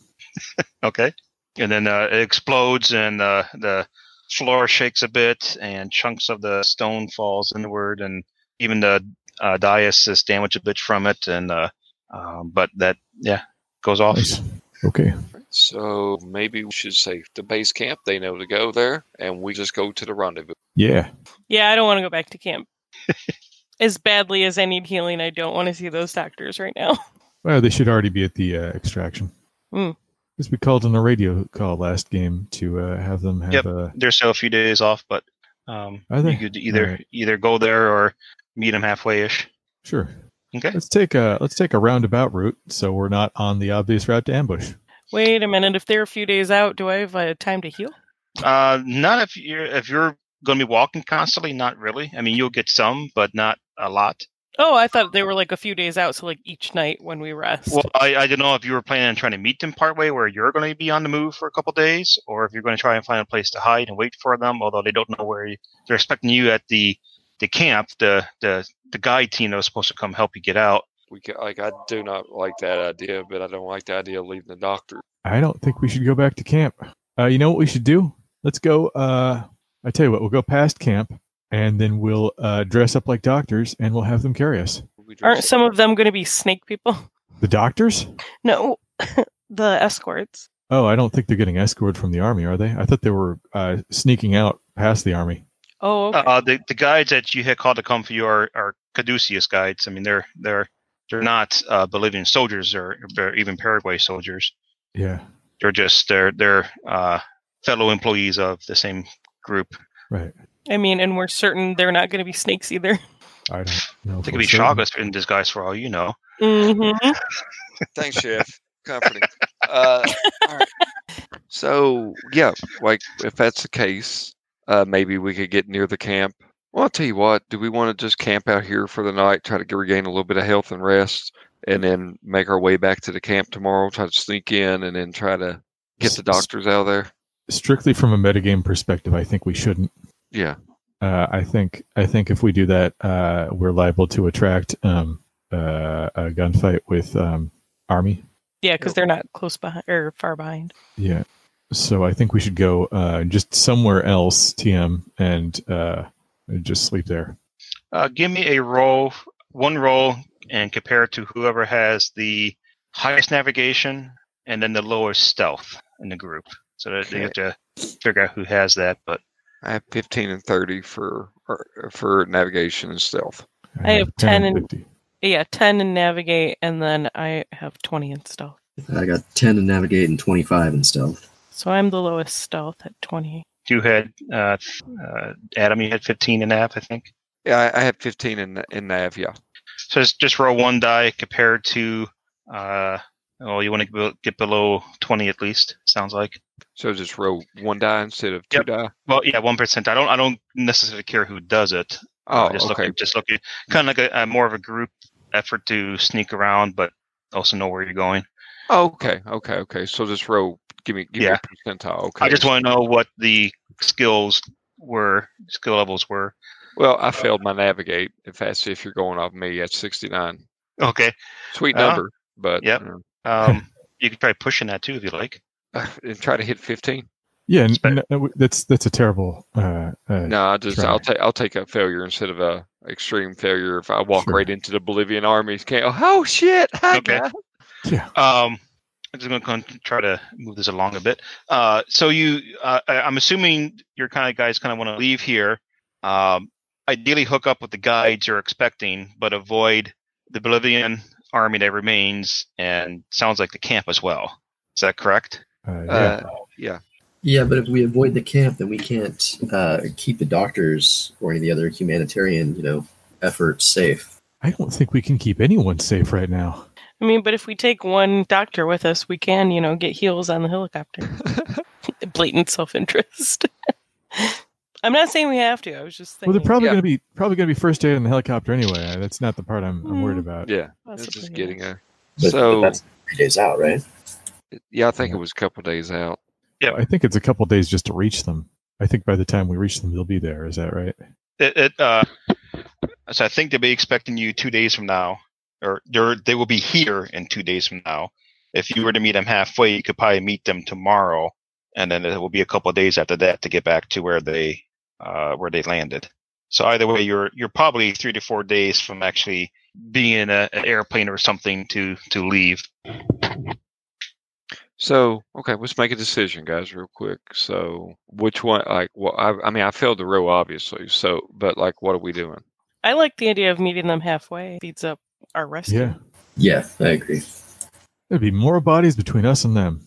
B: Okay. And then uh, it explodes, and uh, the floor shakes a bit, and chunks of the stone falls inward, and even the uh, dais is damaged a bit from it. And uh, um, but that yeah goes off.
C: Nice. Okay.
A: So maybe we should say the base camp. They know to go there, and we just go to the rendezvous.
C: Yeah.
D: Yeah, I don't want to go back to camp. as badly as I need healing, I don't want to see those doctors right now.
C: Well, they should already be at the uh, extraction.
D: Hmm.
C: Because we called on a radio call last game to uh, have them have
B: Yep.
C: a.
B: They're still a few days off, but um,
C: Are they?
B: you could either
C: Alright.
B: either go there or meet them halfway ish.
C: Sure.
B: Okay.
C: Let's take a let's take a roundabout route so we're not on the obvious route to ambush.
D: Wait a minute. If they're a few days out, do I have uh, time to heal?
B: Uh, not if you're if you're going to be walking constantly. Not really. I mean, you'll get some, but not a lot.
D: Oh, I thought they were like a few days out, so like each night when we rest.
B: Well, I, I don't know if you were planning on trying to meet them partway where you're going to be on the move for a couple days, or if you're going to try and find a place to hide and wait for them. Although they don't know where you, they're expecting you at the the camp. The the the guide team that was supposed to come help you get out.
A: We ca like I do not like that idea, but I don't like the idea of leaving the doctor.
C: I don't think we should go back to camp. Uh, you know what we should do? Let's go. Uh, I tell you what, we'll go past camp and then we'll uh, dress up like doctors and we'll have them carry us.
A: We dress
D: Aren't
A: up-
D: some of them going to be snake people?
C: The doctors?
D: No, the escorts.
C: Oh, I don't think they're getting escorted from the army, are they? I thought they were uh, sneaking out past the army.
D: Oh, okay.
B: Uh, the the guides that you had called to come for you are, are Caduceus guides. I mean, they're they're they're not uh, Bolivian soldiers or, or even Paraguay soldiers.
C: Yeah,
B: They're just they're they're uh, fellow employees of the same group.
C: right.
D: I mean, and we're certain they're not going to be snakes either.
C: I don't know.
B: They could be Chagas in disguise for all you know.
D: Mm-hmm.
A: Thanks, Chef. Comforting. Uh, all right. So yeah, like if that's the case, uh, maybe we could get near the camp. Well, I'll tell you what. Do we want to just camp out here for the night, try to g- regain a little bit of health and rest, and then make our way back to the camp tomorrow? Try to sneak in and then try to get the doctors out of there.
C: Strictly from a metagame perspective, I think we shouldn't.
A: Yeah.
C: Uh, I think I think if we do that, uh, we're liable to attract um, uh, a gunfight with um, army.
D: Yeah, because they're not close behind or far behind.
C: Yeah. So I think we should go uh, just somewhere else, TM, and uh, just sleep there.
B: Uh, give me a roll, one roll, and compare it to whoever has the highest navigation and then the lowest stealth in the group. So that they have to figure out who has that. But
A: I have 15 and 30 for or- uh, for navigation and stealth.
D: I have 10 and-
C: 50.
D: Yeah, ten and navigate, and then I have twenty in stealth.
E: I got 10 in navigate and 25 in stealth.
D: So I'm the lowest stealth at twenty.
B: you had uh, uh, Adam, you had 15 and a half, I think.
A: Yeah, I, I have 15 in in nav. Yeah.
B: So just, just roll one die compared to. Uh, oh, you want to get below twenty at least. Sounds like.
A: So just roll one die instead of two
B: Yep.
A: die.
B: Well, yeah, one percent. I don't. I don't necessarily care who does it.
A: Oh,
B: just
A: okay.
B: looking, just looking, kind of like a, a more of a group effort to sneak around, but also know where you're going.
A: Oh, okay, okay, okay. So just roll. Give me, give
B: Yeah.
A: me a percentile. Okay.
B: I just want to know what the skills were, skill levels were.
A: Well, I failed my navigate. If that's if you're going off me at 69,
B: Okay.
A: sweet
B: Ah,
A: number, but
B: yep.
A: you know,
B: Um, you could try pushing that too if you like.
A: and try to hit 15.
C: Yeah, n-
B: Spe-
C: n- w- that's that's a terrible. Uh, uh,
A: No, I just I'll
C: Try.
A: take I'll take a failure instead of a extreme failure. If I walk
C: Sure.
A: right into the Bolivian army, can't. Oh shit! Hi,
B: Okay.
A: guys.
C: Yeah,
B: Um, I'm just going to con- try to move this along a bit. Uh, so you, uh, I- I'm assuming your kind of guys kind of want to leave here. Um, ideally, hook up with the guides you're expecting, but avoid the Bolivian army that remains, and sounds like the camp as well. Is that correct?
C: uh, yeah.
A: Uh,
E: Yeah, but if we avoid the camp, then we can't uh, keep the doctors or any of the other humanitarian, you know, efforts safe.
C: I don't think we can keep anyone safe right now.
D: I mean, but if we take one doctor with us, we can, you know, get heals on the helicopter. Blatant self interest. I'm not saying we have to. I was just
C: Well,
D: thinking.
C: they're probably
A: Yeah.
C: going to be probably going to be first aid in the helicopter anyway. That's not the part I'm, I'm worried
D: Hmm.
C: about.
A: yeah,
D: possibly,
A: this is
D: yeah.
A: getting a.
E: But,
A: So-
E: but that's three days out, right?
A: Yeah, I think it was a couple days out.
B: Yep.
C: I think it's a couple days just to reach them. I think by the time we reach them, they'll be there. Is that right?
B: It, it, uh, so I think they'll be expecting you two days from now, or they're, they will be here in two days from now. If you were to meet them halfway, you could probably meet them tomorrow, and then it will be a couple of days after that to get back to where they uh, where they landed. So either way, you're you're probably three to four days from actually being in a, an airplane or something to to leave.
A: So okay, let's make a decision, guys, real quick. So which one? Like, well, I, I mean, I failed the row, obviously. So, but like, what are we doing?
D: I like the idea of meeting them halfway. Speeds up our rescue.
C: Yeah,
E: Yeah, I agree.
C: there'd be more bodies between us and them.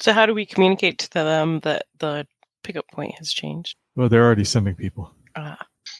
D: So, how do we communicate to them that the pickup point has changed?
C: Well, they're already sending people.
D: Uh,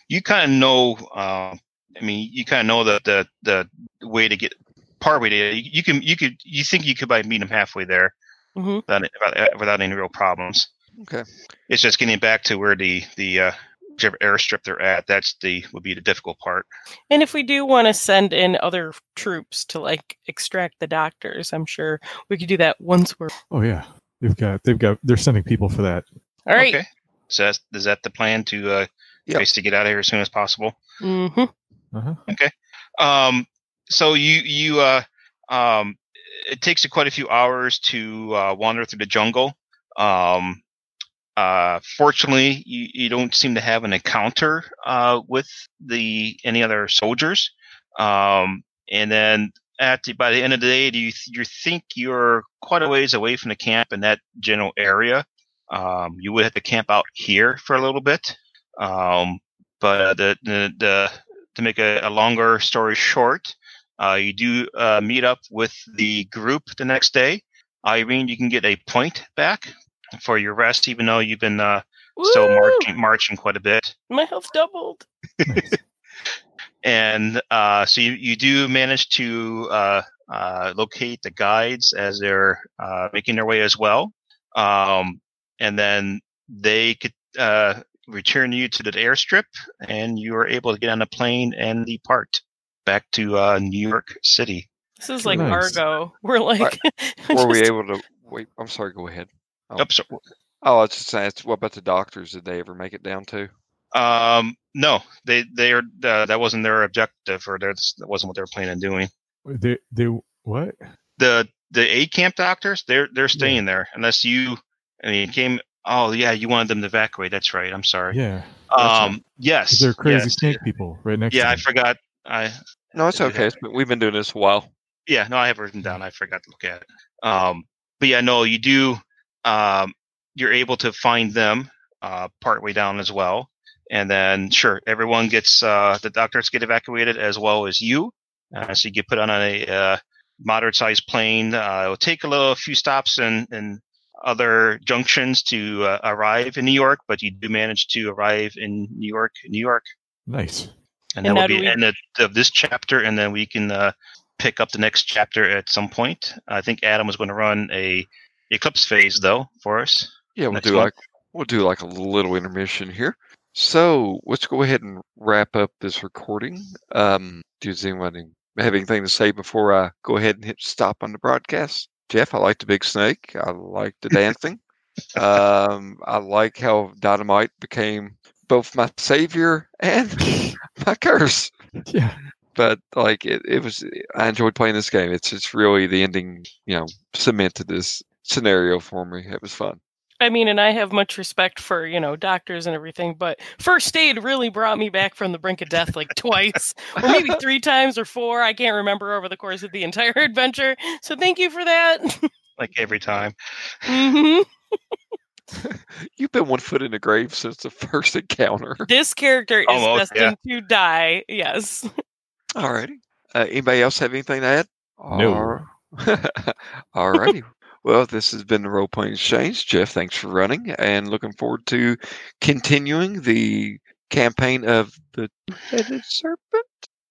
B: you kind of know. Uh, I mean, you kind of know the the the way to get part way to you, you can you could you think you could by meet them halfway there
D: Mhm.
B: without, without uh, without any real problems.
A: Okay.
B: It's just getting back to where the the uh, whichever airstrip they're at. That's the would be the difficult part.
D: and if we do want to send in other troops to like extract the doctors, I'm sure we could do that once we're
C: Oh yeah, they've got they've got they're sending people for that.
D: all right.
B: Okay. So that's, is that the plan to uh,
A: Yeah.
B: basically get out of here as soon as possible?
D: hmm
C: Uh-huh.
B: Um, so you you uh, um, it takes you quite a few hours to uh, wander through the jungle. Um, uh, fortunately, you, you don't seem to have an encounter uh, with the any other soldiers. Um, and then at the, by the end of the day, do you you think you're quite a ways away from the camp in that general area? Um, you would have to camp out here for a little bit. Um, but uh, the, the the to make a, a longer story short, uh, you do uh, meet up with the group the next day. Irene, you can get a point back for your rest, even though you've been uh, still marching, marching quite a bit.
D: My health doubled.
B: And uh, so you, you do manage to uh, uh, locate the guides as they're uh, making their way as well. Um, and then they could uh, return you to the airstrip, and you are able to get on a plane and depart back to uh, New York City.
D: This is like
C: Nice.
D: Argo. We're like,
A: Were we
D: just-
A: able to? Wait, I'm sorry. Go ahead. Oh.
B: Oops,
A: Oh, I was just saying. What about the doctors? Did they ever make it down to?
B: Um, no, they they are uh, that wasn't their objective, or their, that wasn't what they were planning on doing.
C: They they what?
B: the the A camp doctors, they're they're staying there unless you. I mean, came. Oh yeah, you wanted them to evacuate. That's right. I'm sorry.
C: Yeah,
B: um. Yes.
C: they're crazy
B: yes.
C: snake people right next.
B: Yeah,
C: to
B: I
C: them.
B: forgot. I
A: No, it's
B: Yeah.
A: okay. It's been, we've been doing this a while.
B: yeah. No, I have written down. I forgot to look at it. Um. But yeah, no, you do. Um. You're able to find them. Uh. Partway down as well, and then sure, everyone gets. Uh. The doctors get evacuated as well as you. Uh, so you get put on a uh, moderate sized plane. Uh, it'll take a little a few stops and, and other junctions to uh, arrive in New York, but you do manage to arrive in New York, New York.
C: nice.
B: And,
D: And
B: that
D: how
B: will
D: do
B: be
D: we-
B: end of, of this chapter, and then we can uh, pick up the next chapter at some point. I think Adam was going to run a eclipse phase though for us.
A: Yeah, we'll
B: Next
A: do
B: one.
A: like we'll do like a little intermission here. So let's go ahead and wrap up this recording. Um, does anyone have anything to say before I go ahead and hit stop on the broadcast? Jeff, I like the big snake. I like the dancing. um, I like how dynamite became both my savior and my curse
C: Yeah.
A: but like it, it was i enjoyed playing this game it's it's really the ending you know cemented this scenario for me it was fun
D: I mean, and I have much respect for, you know, doctors and everything, but first aid really brought me back from the brink of death like twice, or maybe three times or four. I can't remember over the course of the entire adventure. So thank you for that.
B: Like every time.
D: hmm
A: you've been one foot in the grave since the first encounter
D: This character is
B: Almost,
D: destined to die. Yes.
A: all righty uh, anybody else have anything to add
C: No.
A: all righty well this has been the role playing exchange jeff thanks for running and looking forward to continuing the campaign of the two-headed serpent